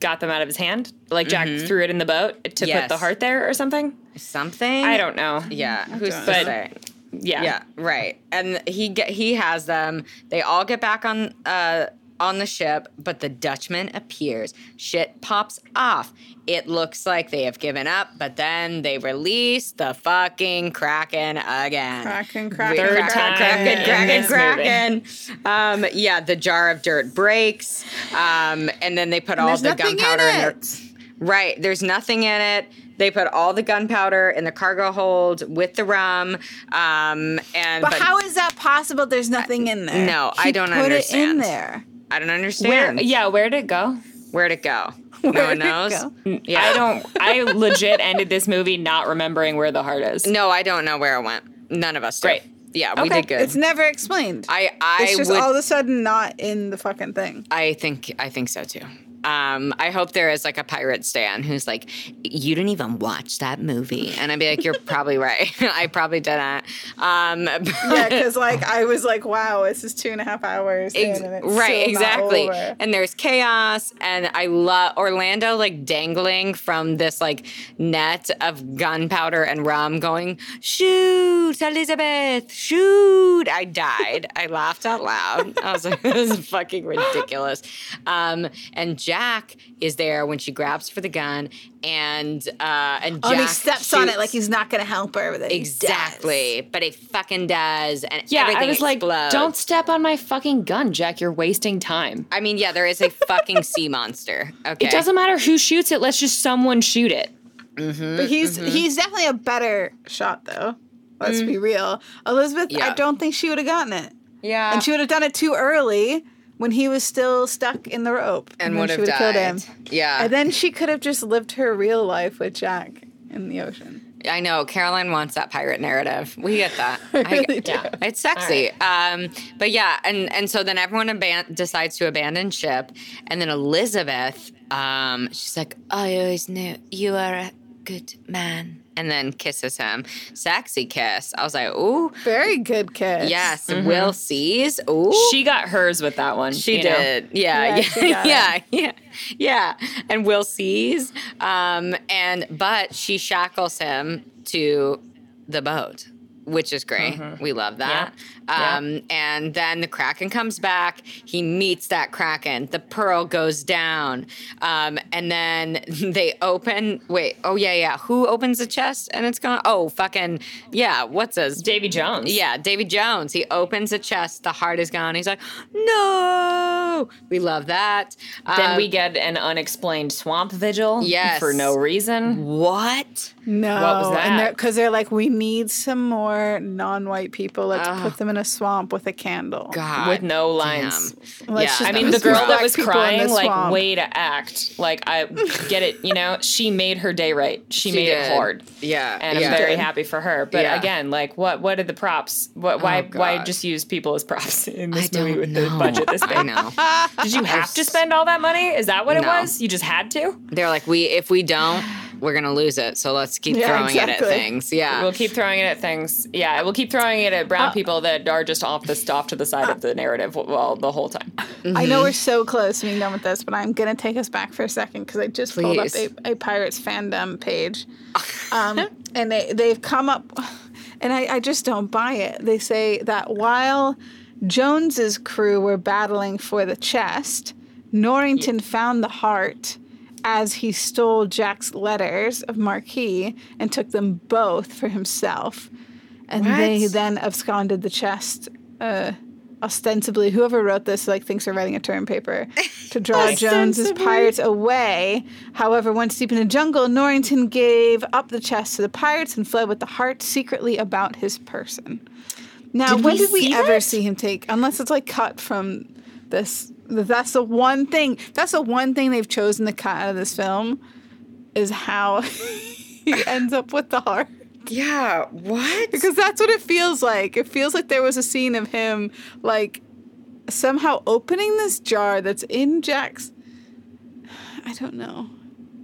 [SPEAKER 3] got them out of his hand like jack threw it in the boat to put
[SPEAKER 2] Mm-hmm. Yes.
[SPEAKER 3] the heart there or something
[SPEAKER 2] something.
[SPEAKER 3] i don't know
[SPEAKER 2] Yeah, who's to
[SPEAKER 3] But-
[SPEAKER 2] say?
[SPEAKER 3] yeah
[SPEAKER 2] Yeah, right. And he get he has them. They all get back on uh on the ship, but the Dutchman appears. Shit pops off. It looks like they have given up, but then they release the fucking Kraken again.
[SPEAKER 4] Kraken, Kraken,
[SPEAKER 2] Third
[SPEAKER 3] Kraken,
[SPEAKER 2] time Kraken,
[SPEAKER 3] in
[SPEAKER 2] Kraken,
[SPEAKER 3] this
[SPEAKER 2] Kraken. Um, yeah, the jar of dirt breaks, um, and then they put all
[SPEAKER 4] There's
[SPEAKER 2] the
[SPEAKER 4] nothing in
[SPEAKER 2] gunpowder in their
[SPEAKER 4] it.
[SPEAKER 2] Right. There's nothing in it. They put all the gunpowder in the cargo hold with the rum. Um, and
[SPEAKER 4] But, how is that possible? There's nothing in there.
[SPEAKER 2] No, I
[SPEAKER 4] He
[SPEAKER 2] don't
[SPEAKER 4] put it in
[SPEAKER 2] understand.
[SPEAKER 4] there.
[SPEAKER 2] I don't
[SPEAKER 3] where
[SPEAKER 2] understand.
[SPEAKER 3] yeah where'd it go
[SPEAKER 2] Where'd it go? no one
[SPEAKER 4] it
[SPEAKER 2] knows.
[SPEAKER 4] go?
[SPEAKER 2] Yeah.
[SPEAKER 3] i don't i legit ended this movie not remembering where the heart is
[SPEAKER 2] No, I don't know where it went. None of us. do.
[SPEAKER 3] Great.
[SPEAKER 2] Yeah, we
[SPEAKER 3] Okay.
[SPEAKER 2] did good.
[SPEAKER 4] It's never explained.
[SPEAKER 2] I I
[SPEAKER 4] it's just
[SPEAKER 2] would.
[SPEAKER 4] all of a sudden not in the fucking thing.
[SPEAKER 2] I think I think so too. Um, I hope there is like a pirate stan who's like, you didn't even watch that movie, and I'd be like, you're probably right. I probably didn't. Um,
[SPEAKER 4] Yeah, because like I was like, wow, this is two and a half hours.
[SPEAKER 2] Ex-
[SPEAKER 4] in and it's
[SPEAKER 2] right,
[SPEAKER 4] still not
[SPEAKER 2] exactly.
[SPEAKER 4] over.
[SPEAKER 2] And there's chaos, and I love Orlando like dangling from this like net of gunpowder and rum, going shoot, Elizabeth, shoot. I died. I laughed out loud. I was like, this is fucking ridiculous. Um, and Jack is there when she grabs for the gun, and uh, and Jack
[SPEAKER 4] Oh, and he steps on it
[SPEAKER 2] shoots.
[SPEAKER 4] like he's not going to help her. But then he does.
[SPEAKER 2] exactly, but he fucking does, and
[SPEAKER 3] yeah
[SPEAKER 2] everything
[SPEAKER 3] i was like
[SPEAKER 2] explodes.
[SPEAKER 3] don't step on my fucking gun jack you're wasting time
[SPEAKER 2] I mean, yeah, there is a fucking sea monster. Okay.
[SPEAKER 3] it doesn't matter who shoots it let's just someone shoot it
[SPEAKER 4] But he's
[SPEAKER 2] Mm-hmm.
[SPEAKER 4] he's definitely a better shot though. Let's be real. Elizabeth, I
[SPEAKER 2] Mm. Yeah.
[SPEAKER 4] don't think she would have gotten it.
[SPEAKER 2] Yeah.
[SPEAKER 4] And she would have done it too early when he was still stuck in the rope. then she would have killed him.
[SPEAKER 2] Yeah.
[SPEAKER 4] And then she could have just lived her real life with Jack in the ocean.
[SPEAKER 2] I know. Caroline wants that pirate narrative. We get that. I,
[SPEAKER 4] really do.
[SPEAKER 2] yeah. It's sexy. Um, but yeah, and and so then everyone aban- decides to abandon ship, and then Elizabeth, um, she's like, "I always knew you are a good man," and then kisses him, sexy kiss. I was like, "Ooh,
[SPEAKER 4] Very good kiss.
[SPEAKER 2] yes." Will sees. Ooh,
[SPEAKER 3] she got hers with that one
[SPEAKER 2] She
[SPEAKER 3] you know?
[SPEAKER 2] did. Yeah,
[SPEAKER 4] Yeah,
[SPEAKER 2] yeah,
[SPEAKER 4] she
[SPEAKER 2] yeah,
[SPEAKER 4] got
[SPEAKER 2] yeah, yeah, And Will sees. Um, and but she shackles him to the boat, which is great. We love that.
[SPEAKER 3] Mm-hmm. Yeah.
[SPEAKER 2] Um, and then the Kraken comes back. He meets that Kraken. The pearl goes down. Um, and then they open. Wait. Oh yeah, yeah. Who opens the chest and it's gone? Oh fucking yeah. What's his
[SPEAKER 3] davy jones
[SPEAKER 2] yeah, Davy Jones. He opens the chest. The heart is gone. He's like, no. We love that.
[SPEAKER 3] Then
[SPEAKER 2] Um,
[SPEAKER 3] we get an unexplained swamp vigil
[SPEAKER 2] Yes.
[SPEAKER 3] for no reason.
[SPEAKER 2] what?
[SPEAKER 4] No.
[SPEAKER 3] What was that?
[SPEAKER 4] Because they're, like, we need some more non white people. Let's put them in a swamp with a candle.
[SPEAKER 2] God.
[SPEAKER 3] With no lines.
[SPEAKER 2] damn.
[SPEAKER 4] Let's
[SPEAKER 2] yeah,
[SPEAKER 4] just
[SPEAKER 3] I mean,
[SPEAKER 4] put
[SPEAKER 3] the
[SPEAKER 4] some
[SPEAKER 3] girl that
[SPEAKER 4] black
[SPEAKER 3] was
[SPEAKER 4] people in
[SPEAKER 3] crying,
[SPEAKER 4] the
[SPEAKER 3] like,
[SPEAKER 4] swamp.
[SPEAKER 3] way to act. Like, I get it, you know? She made her day right. She,
[SPEAKER 2] She
[SPEAKER 3] made
[SPEAKER 2] did.
[SPEAKER 3] it hard.
[SPEAKER 2] Yeah,
[SPEAKER 3] And
[SPEAKER 2] yeah.
[SPEAKER 3] I'm very happy for her. But
[SPEAKER 2] Yeah. Oh,
[SPEAKER 3] again, like, what What did the props? What, why Why
[SPEAKER 2] God.
[SPEAKER 3] just use people as props in
[SPEAKER 2] I
[SPEAKER 3] this movie
[SPEAKER 2] don't
[SPEAKER 3] with
[SPEAKER 2] know.
[SPEAKER 3] the budget this big?
[SPEAKER 2] I know.
[SPEAKER 3] Did you have to spend all that money? Is that what it
[SPEAKER 2] No.
[SPEAKER 3] was? You just had to?
[SPEAKER 2] They're like, we if we don't, we're gonna lose it. So let's keep
[SPEAKER 4] Yeah,
[SPEAKER 2] throwing it
[SPEAKER 4] exactly.
[SPEAKER 2] at things. Yeah.
[SPEAKER 3] We'll keep throwing it at things. Yeah, we'll keep throwing it at brown people that are just off the off to the side of the narrative well, the whole time.
[SPEAKER 4] I know we're so close to being done with this, but I'm going to take us back for a second because I just pulled up
[SPEAKER 2] Please.
[SPEAKER 4] a, a Pirates fandom page. Um, and they, they've come up, and I, I just don't buy it. They say that while Jones's crew were battling for the chest, Norrington found the heart as he stole Jack's letters of marquee and took them both for himself. And they then absconded the chest uh, ostensibly whoever wrote this like thinks they're writing a term paper to draw Jones's pirates away. However, once deep in the jungle, Norrington gave up the chest to the pirates and fled with the heart secretly about his person. Now,
[SPEAKER 2] Did
[SPEAKER 4] when
[SPEAKER 2] we
[SPEAKER 4] did we
[SPEAKER 2] see
[SPEAKER 4] ever
[SPEAKER 2] that?
[SPEAKER 4] see him take? Unless it's like cut from this. That's the one thing. That's the one thing they've chosen to cut out of this film is how he ends up with the heart.
[SPEAKER 2] Yeah. What?
[SPEAKER 4] Because that's what it feels like. It feels like there was a scene of him, like, somehow opening this jar that's in Jack's. I don't know.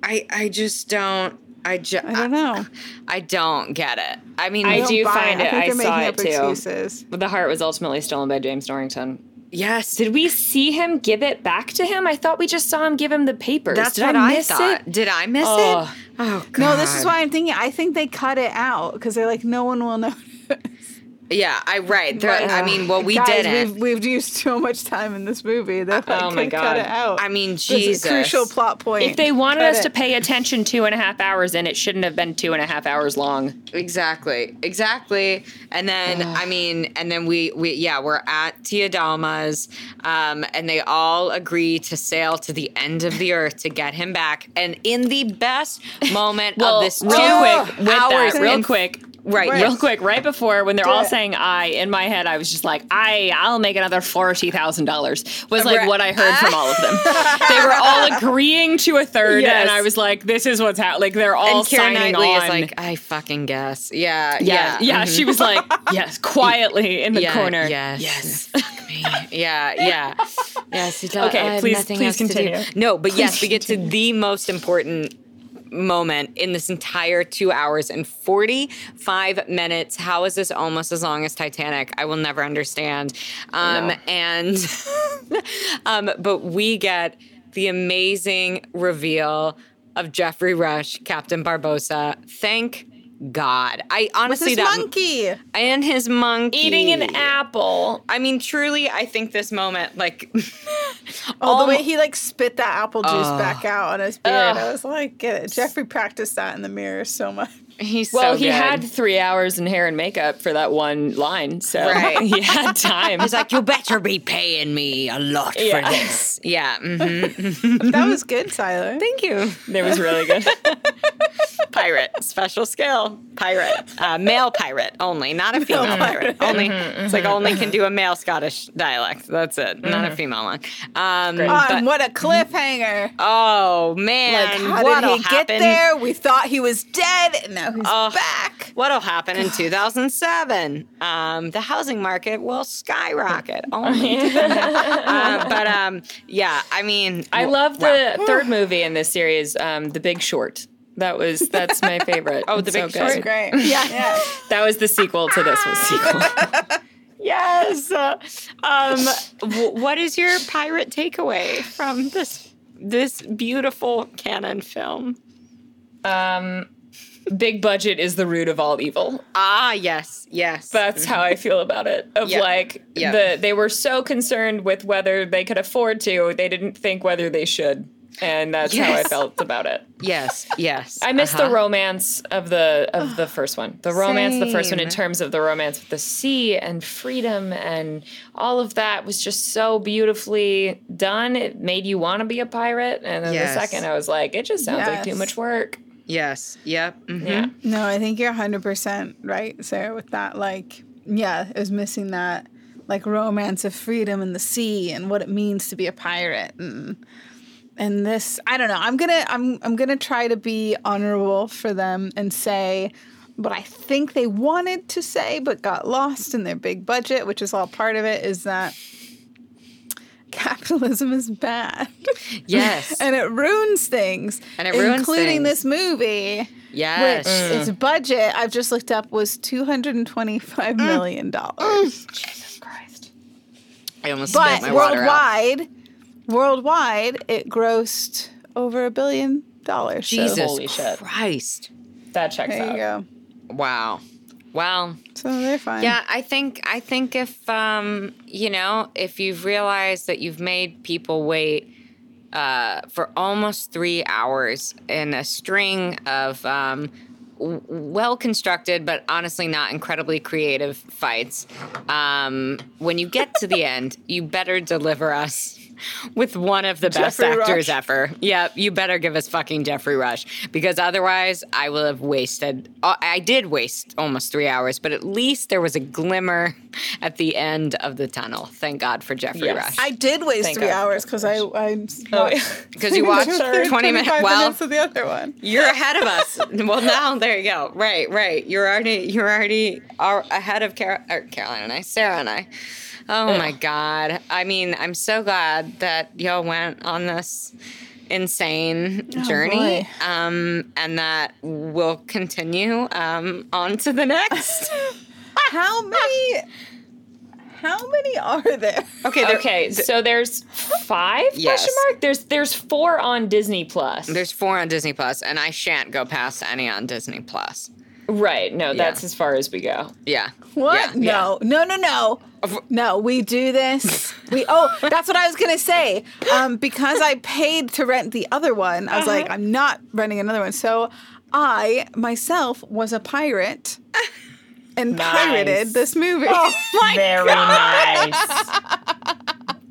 [SPEAKER 2] I I just don't. I just
[SPEAKER 4] I don't know.
[SPEAKER 2] I don't get it. I mean,
[SPEAKER 3] I
[SPEAKER 4] don't
[SPEAKER 3] do
[SPEAKER 4] buy
[SPEAKER 3] find it.
[SPEAKER 4] I think
[SPEAKER 3] I
[SPEAKER 4] they're
[SPEAKER 3] saw
[SPEAKER 4] making
[SPEAKER 3] it
[SPEAKER 4] up
[SPEAKER 3] too.
[SPEAKER 4] excuses.
[SPEAKER 3] But the heart was ultimately stolen by James Norrington.
[SPEAKER 2] yes.
[SPEAKER 3] Did we see him give it back to him? I thought we just saw him give him the papers.
[SPEAKER 2] That's
[SPEAKER 3] Did
[SPEAKER 2] what I,
[SPEAKER 3] I miss
[SPEAKER 2] thought.
[SPEAKER 3] it?
[SPEAKER 2] Did I miss
[SPEAKER 3] Oh.
[SPEAKER 2] it? Oh god.
[SPEAKER 4] No, this is why I'm thinking. I think they cut it out because they're like, no one will know.
[SPEAKER 2] Yeah. I right. There, I mean, well, we
[SPEAKER 4] Guys,
[SPEAKER 2] didn't.
[SPEAKER 4] We've, we've used so much time in this movie that like,
[SPEAKER 3] Oh my
[SPEAKER 4] they
[SPEAKER 3] God.
[SPEAKER 4] cut it out.
[SPEAKER 2] I mean,
[SPEAKER 4] This is
[SPEAKER 2] Jesus.
[SPEAKER 4] a crucial plot point.
[SPEAKER 3] If they wanted
[SPEAKER 4] Cut
[SPEAKER 3] us to
[SPEAKER 4] it.
[SPEAKER 3] pay attention two and a half hours in, it shouldn't have been two and a half hours long.
[SPEAKER 2] Exactly. Exactly. And then I mean, and then we we yeah, we're at Tia Dalma's, um, and they all agree to sail to the end of the earth to get him back. And in the best moment
[SPEAKER 3] Well,
[SPEAKER 2] of this two
[SPEAKER 3] real quick, with
[SPEAKER 2] hours,
[SPEAKER 3] that, real
[SPEAKER 2] and-
[SPEAKER 3] quick.
[SPEAKER 2] Right,
[SPEAKER 4] Right.
[SPEAKER 3] Real quick, right before when they're all
[SPEAKER 4] it.
[SPEAKER 3] saying "I," in my head, I was just like, "I, I'll make another forty thousand dollars." Was like
[SPEAKER 2] Right.
[SPEAKER 3] what I heard from all of them. they were all agreeing to a third,
[SPEAKER 2] Yes.
[SPEAKER 3] and I was like, "This is what's happening." Like they're all
[SPEAKER 2] And Karen
[SPEAKER 3] signing
[SPEAKER 2] Knightley
[SPEAKER 3] on.
[SPEAKER 2] is like, I fucking guess. Yeah.
[SPEAKER 3] yeah, yeah.
[SPEAKER 2] Yeah. mhm.
[SPEAKER 3] She was like, "Yes," quietly in the
[SPEAKER 2] yeah,
[SPEAKER 3] corner.
[SPEAKER 2] Yes. Yes. Fuck me. Yeah. Yeah. Yes. You don't,
[SPEAKER 3] Okay,
[SPEAKER 2] I have
[SPEAKER 3] please-
[SPEAKER 2] nothing
[SPEAKER 3] please
[SPEAKER 2] else to do.
[SPEAKER 3] continue.
[SPEAKER 2] No, but yes, we get to the most important moment in this entire two hours and 45 minutes. How is this almost as long as Titanic? I will never understand. Um,
[SPEAKER 3] No.
[SPEAKER 2] And, um, but we get the amazing reveal of Jeffrey Rush, Captain Barbosa. Thank God. I honestly,
[SPEAKER 4] This
[SPEAKER 2] that
[SPEAKER 4] monkey.
[SPEAKER 2] and his monkey
[SPEAKER 3] Eating an apple.
[SPEAKER 2] I mean, truly, I think this moment, like,
[SPEAKER 4] Oh,
[SPEAKER 2] Almo-
[SPEAKER 4] the way he like spit that apple juice
[SPEAKER 2] uh,
[SPEAKER 4] back out on his beard.
[SPEAKER 3] Ugh.
[SPEAKER 4] I was like, get it. Jeffrey practiced that in the mirror so much.
[SPEAKER 2] he's
[SPEAKER 3] Well,
[SPEAKER 2] so
[SPEAKER 3] he
[SPEAKER 2] good.
[SPEAKER 3] had three hours in hair and makeup for that one line, so
[SPEAKER 2] Right.
[SPEAKER 3] he had time.
[SPEAKER 2] He's like, you better be paying me a lot
[SPEAKER 3] Yeah.
[SPEAKER 2] for this. Yeah. mhm.
[SPEAKER 4] That was good, Tyler.
[SPEAKER 2] Thank you.
[SPEAKER 3] That was really good.
[SPEAKER 2] Pirate. Special skill. Pirate. Uh, male pirate only, not a female pirate. Only. It's like only can do a male Scottish dialect. That's it. Not a female one. Um,
[SPEAKER 4] Oh,
[SPEAKER 2] but-
[SPEAKER 4] and what a cliffhanger.
[SPEAKER 2] oh, man.
[SPEAKER 4] Like, how
[SPEAKER 2] what'll
[SPEAKER 4] did he get
[SPEAKER 2] happen- Uh,
[SPEAKER 4] there? We thought he was dead, and now he's
[SPEAKER 2] Ugh.
[SPEAKER 4] back.
[SPEAKER 2] What'll happen in 2007? Um, the housing market will skyrocket. Only. uh, but um, yeah, I mean,
[SPEAKER 3] I
[SPEAKER 2] w-
[SPEAKER 3] love
[SPEAKER 2] wow.
[SPEAKER 3] the third movie in this series, um, The Big Short. That was that's my favorite.
[SPEAKER 2] Oh, The
[SPEAKER 3] It's so
[SPEAKER 2] Big
[SPEAKER 3] good.
[SPEAKER 2] Short.
[SPEAKER 4] Great. Yeah. yeah.
[SPEAKER 3] That was the sequel to this was sequel.
[SPEAKER 2] Yes. Uh, Um, w- what is your pirate takeaway from this this beautiful canon film?
[SPEAKER 3] Um, big budget is the root of all evil.
[SPEAKER 2] Ah, yes, yes.
[SPEAKER 3] That's how I feel about it. Of
[SPEAKER 2] Yeah.
[SPEAKER 3] like
[SPEAKER 2] Yeah.
[SPEAKER 3] the they were so concerned with whether they could afford to, they didn't think whether they should. And that's how I
[SPEAKER 2] Yes.
[SPEAKER 3] felt about it.
[SPEAKER 2] yes, yes.
[SPEAKER 3] I miss
[SPEAKER 2] Uh-huh.
[SPEAKER 3] the romance of the of the first one. The romance, the first one in
[SPEAKER 2] Same.
[SPEAKER 3] terms of the romance with the sea and freedom and all of that was just so beautifully done. It made you want to be a pirate. And then
[SPEAKER 2] Yes.
[SPEAKER 3] the second I was like, it just sounds like too
[SPEAKER 4] Yes.
[SPEAKER 3] much work.
[SPEAKER 2] Yes. Yep. mhm.
[SPEAKER 3] Yeah.
[SPEAKER 4] No, I think you're 100% right, Sarah, with that. Like, yeah, it was missing that, like, romance of freedom and the sea and what it means to be a pirate. And, and this, I don't know. I'm going to, I'm, I'm going to try to be honorable for them and say what I think they wanted to say, but got lost in their big budget, which is all part of it, is that capitalism is bad
[SPEAKER 2] Yes.
[SPEAKER 4] and it ruins things,
[SPEAKER 2] And it ruins
[SPEAKER 4] including
[SPEAKER 2] things.
[SPEAKER 4] this movie
[SPEAKER 2] yes. Mm.
[SPEAKER 4] which its budget I've just looked up was two hundred and twenty-five
[SPEAKER 2] Mm.
[SPEAKER 4] million dollars.
[SPEAKER 2] I almost
[SPEAKER 4] But
[SPEAKER 2] spit my water out.
[SPEAKER 4] worldwide, worldwide, it grossed over a billion dollars. So
[SPEAKER 2] Jesus
[SPEAKER 3] Holy shit.
[SPEAKER 2] Christ.
[SPEAKER 3] That checks
[SPEAKER 4] there
[SPEAKER 3] out.
[SPEAKER 4] you go.
[SPEAKER 2] Wow. Well,
[SPEAKER 4] So they're fine.
[SPEAKER 2] yeah, I think I think if um, you know, if you've realized that you've made people wait uh, for almost three hours in a string of um, well constructed, but honestly not incredibly creative fights. Um, when you get to the end, you better deliver us with one of the best
[SPEAKER 4] Jeffrey
[SPEAKER 2] actors
[SPEAKER 4] Rush.
[SPEAKER 2] ever. Yep, you better give us fucking Jeffrey Rush because otherwise I will have wasted. uh, I did waste almost three hours, but at least there was a glimmer at the end of the tunnel. Thank God for Jeffrey
[SPEAKER 3] Yes.
[SPEAKER 2] Rush.
[SPEAKER 4] I did waste
[SPEAKER 3] Thank
[SPEAKER 4] three
[SPEAKER 3] God.
[SPEAKER 4] hours because I I'm
[SPEAKER 3] Oh,
[SPEAKER 4] not-
[SPEAKER 3] yeah.
[SPEAKER 2] Because you watched
[SPEAKER 4] Sorry,
[SPEAKER 2] 20 minutes.
[SPEAKER 4] 25
[SPEAKER 2] Well,
[SPEAKER 4] minutes of the other one.
[SPEAKER 2] You're ahead of us. well, now there you go. Right, right. You're already you're already ar- ahead of Carol, or Caroline and I, Sarah and I. Oh my God! I mean, I'm so glad that y'all went on this insane journey,
[SPEAKER 4] boy.
[SPEAKER 2] um, and that we'll continue um, on to the next.
[SPEAKER 4] How many? How many are there?
[SPEAKER 2] okay, there,
[SPEAKER 3] Okay, so there's five
[SPEAKER 2] Yes.
[SPEAKER 3] question mark. There's there's four on Disney Plus.
[SPEAKER 2] There's four on Disney Plus, and I shan't go past any on Disney Plus.
[SPEAKER 3] right. No, that's
[SPEAKER 2] Yeah.
[SPEAKER 3] as far as we go.
[SPEAKER 2] Yeah.
[SPEAKER 4] What?
[SPEAKER 2] Yeah, yeah.
[SPEAKER 4] no, no, no, no. No, we do this. We oh, that's what I was gonna say. Um, because I paid to rent the other one, I was
[SPEAKER 2] Uh-huh.
[SPEAKER 4] like, I'm not renting another one. So I myself was a pirate and pirated this movie.
[SPEAKER 2] Oh
[SPEAKER 3] Very nice.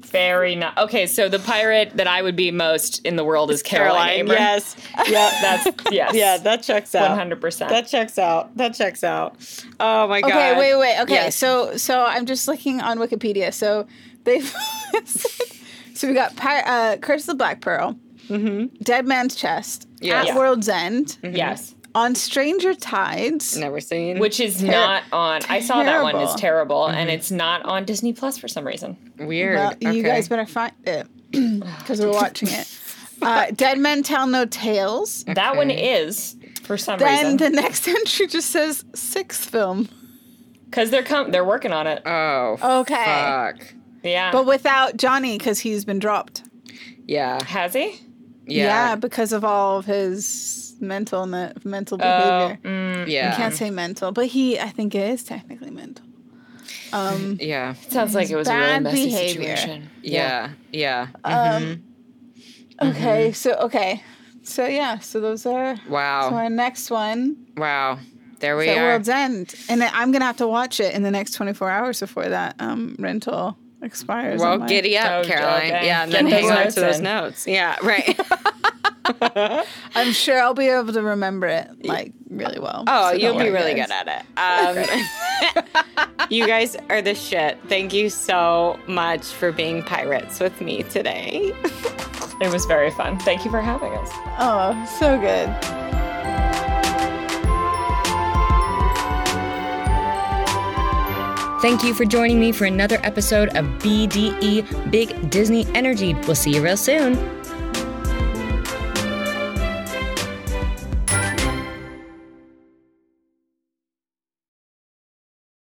[SPEAKER 3] Very nice. Okay, so the pirate that I would be most in the world is Caroline. Abram.
[SPEAKER 2] Yes. Yeah.
[SPEAKER 3] That's yes.
[SPEAKER 2] Yeah, that checks out.
[SPEAKER 3] 100%.
[SPEAKER 2] That checks out. That checks out. Oh my god.
[SPEAKER 4] Okay, wait, wait. Okay,
[SPEAKER 2] Yes.
[SPEAKER 4] so so I'm just looking on Wikipedia. So they've so we got Pir- uh, Curse of the Black Pearl,
[SPEAKER 2] Mm-hmm.
[SPEAKER 4] Dead Man's Chest,
[SPEAKER 2] Yeah.
[SPEAKER 4] At
[SPEAKER 2] Yeah.
[SPEAKER 4] World's End,
[SPEAKER 2] Mm-hmm.
[SPEAKER 3] Yes.
[SPEAKER 4] on Stranger Tides.
[SPEAKER 2] Never seen.
[SPEAKER 3] Which is not on. I saw that one is
[SPEAKER 4] Terrible.
[SPEAKER 3] terrible, and it's not on Disney Plus for some reason.
[SPEAKER 2] weird.
[SPEAKER 4] Well,
[SPEAKER 2] okay.
[SPEAKER 4] you guys better find it because we're watching it. Uh, Dead Men Tell No Tales.
[SPEAKER 2] Mm,
[SPEAKER 3] That one is for some
[SPEAKER 4] Then
[SPEAKER 3] reason
[SPEAKER 4] the next entry just says sixth film,
[SPEAKER 3] because they're com- they're working on it.
[SPEAKER 2] Oh.
[SPEAKER 4] Okay.
[SPEAKER 2] Fuck.
[SPEAKER 3] Yeah.
[SPEAKER 4] but without Johnny because he's been dropped.
[SPEAKER 2] Yeah.
[SPEAKER 3] Has he?
[SPEAKER 2] Yeah.
[SPEAKER 4] because of all of his mental ne- mental
[SPEAKER 3] Oh,
[SPEAKER 4] behavior.
[SPEAKER 2] Yeah.
[SPEAKER 4] I
[SPEAKER 2] Yeah.
[SPEAKER 4] can't say mental, but he I think is technically mental. Um,
[SPEAKER 2] Yeah.
[SPEAKER 3] Sounds like it was a really
[SPEAKER 4] Bad
[SPEAKER 3] messy
[SPEAKER 4] behavior.
[SPEAKER 3] situation.
[SPEAKER 2] Yeah.
[SPEAKER 4] Uh,
[SPEAKER 2] Mm-hmm.
[SPEAKER 4] okay, so okay, so yeah, so those are. So
[SPEAKER 2] Wow.
[SPEAKER 4] our next one
[SPEAKER 2] Wow. There we
[SPEAKER 4] at
[SPEAKER 2] are.
[SPEAKER 4] World's End, and then I'm gonna have to watch it in the next 24 hours before that um, rental expires.
[SPEAKER 2] Well,
[SPEAKER 4] on my-
[SPEAKER 2] giddy up,
[SPEAKER 3] Oh,
[SPEAKER 2] Caroline.
[SPEAKER 3] okay.
[SPEAKER 2] Yeah, and
[SPEAKER 3] Get
[SPEAKER 2] then
[SPEAKER 3] those
[SPEAKER 2] hang on
[SPEAKER 3] notes
[SPEAKER 2] to those
[SPEAKER 3] in.
[SPEAKER 2] notes. Yeah, right.
[SPEAKER 4] I'm sure I'll be able to remember it like really well.
[SPEAKER 2] Oh,
[SPEAKER 4] So
[SPEAKER 2] you'll
[SPEAKER 4] don't
[SPEAKER 2] be really
[SPEAKER 4] worry, guys.
[SPEAKER 2] good at it. Um, you guys are the shit. Thank you so much for being pirates with me today.
[SPEAKER 3] It was very fun. Thank you for having us.
[SPEAKER 4] Oh, so good.
[SPEAKER 1] Thank you for joining me for another episode of BDE Big Disney Energy. We'll see you real soon.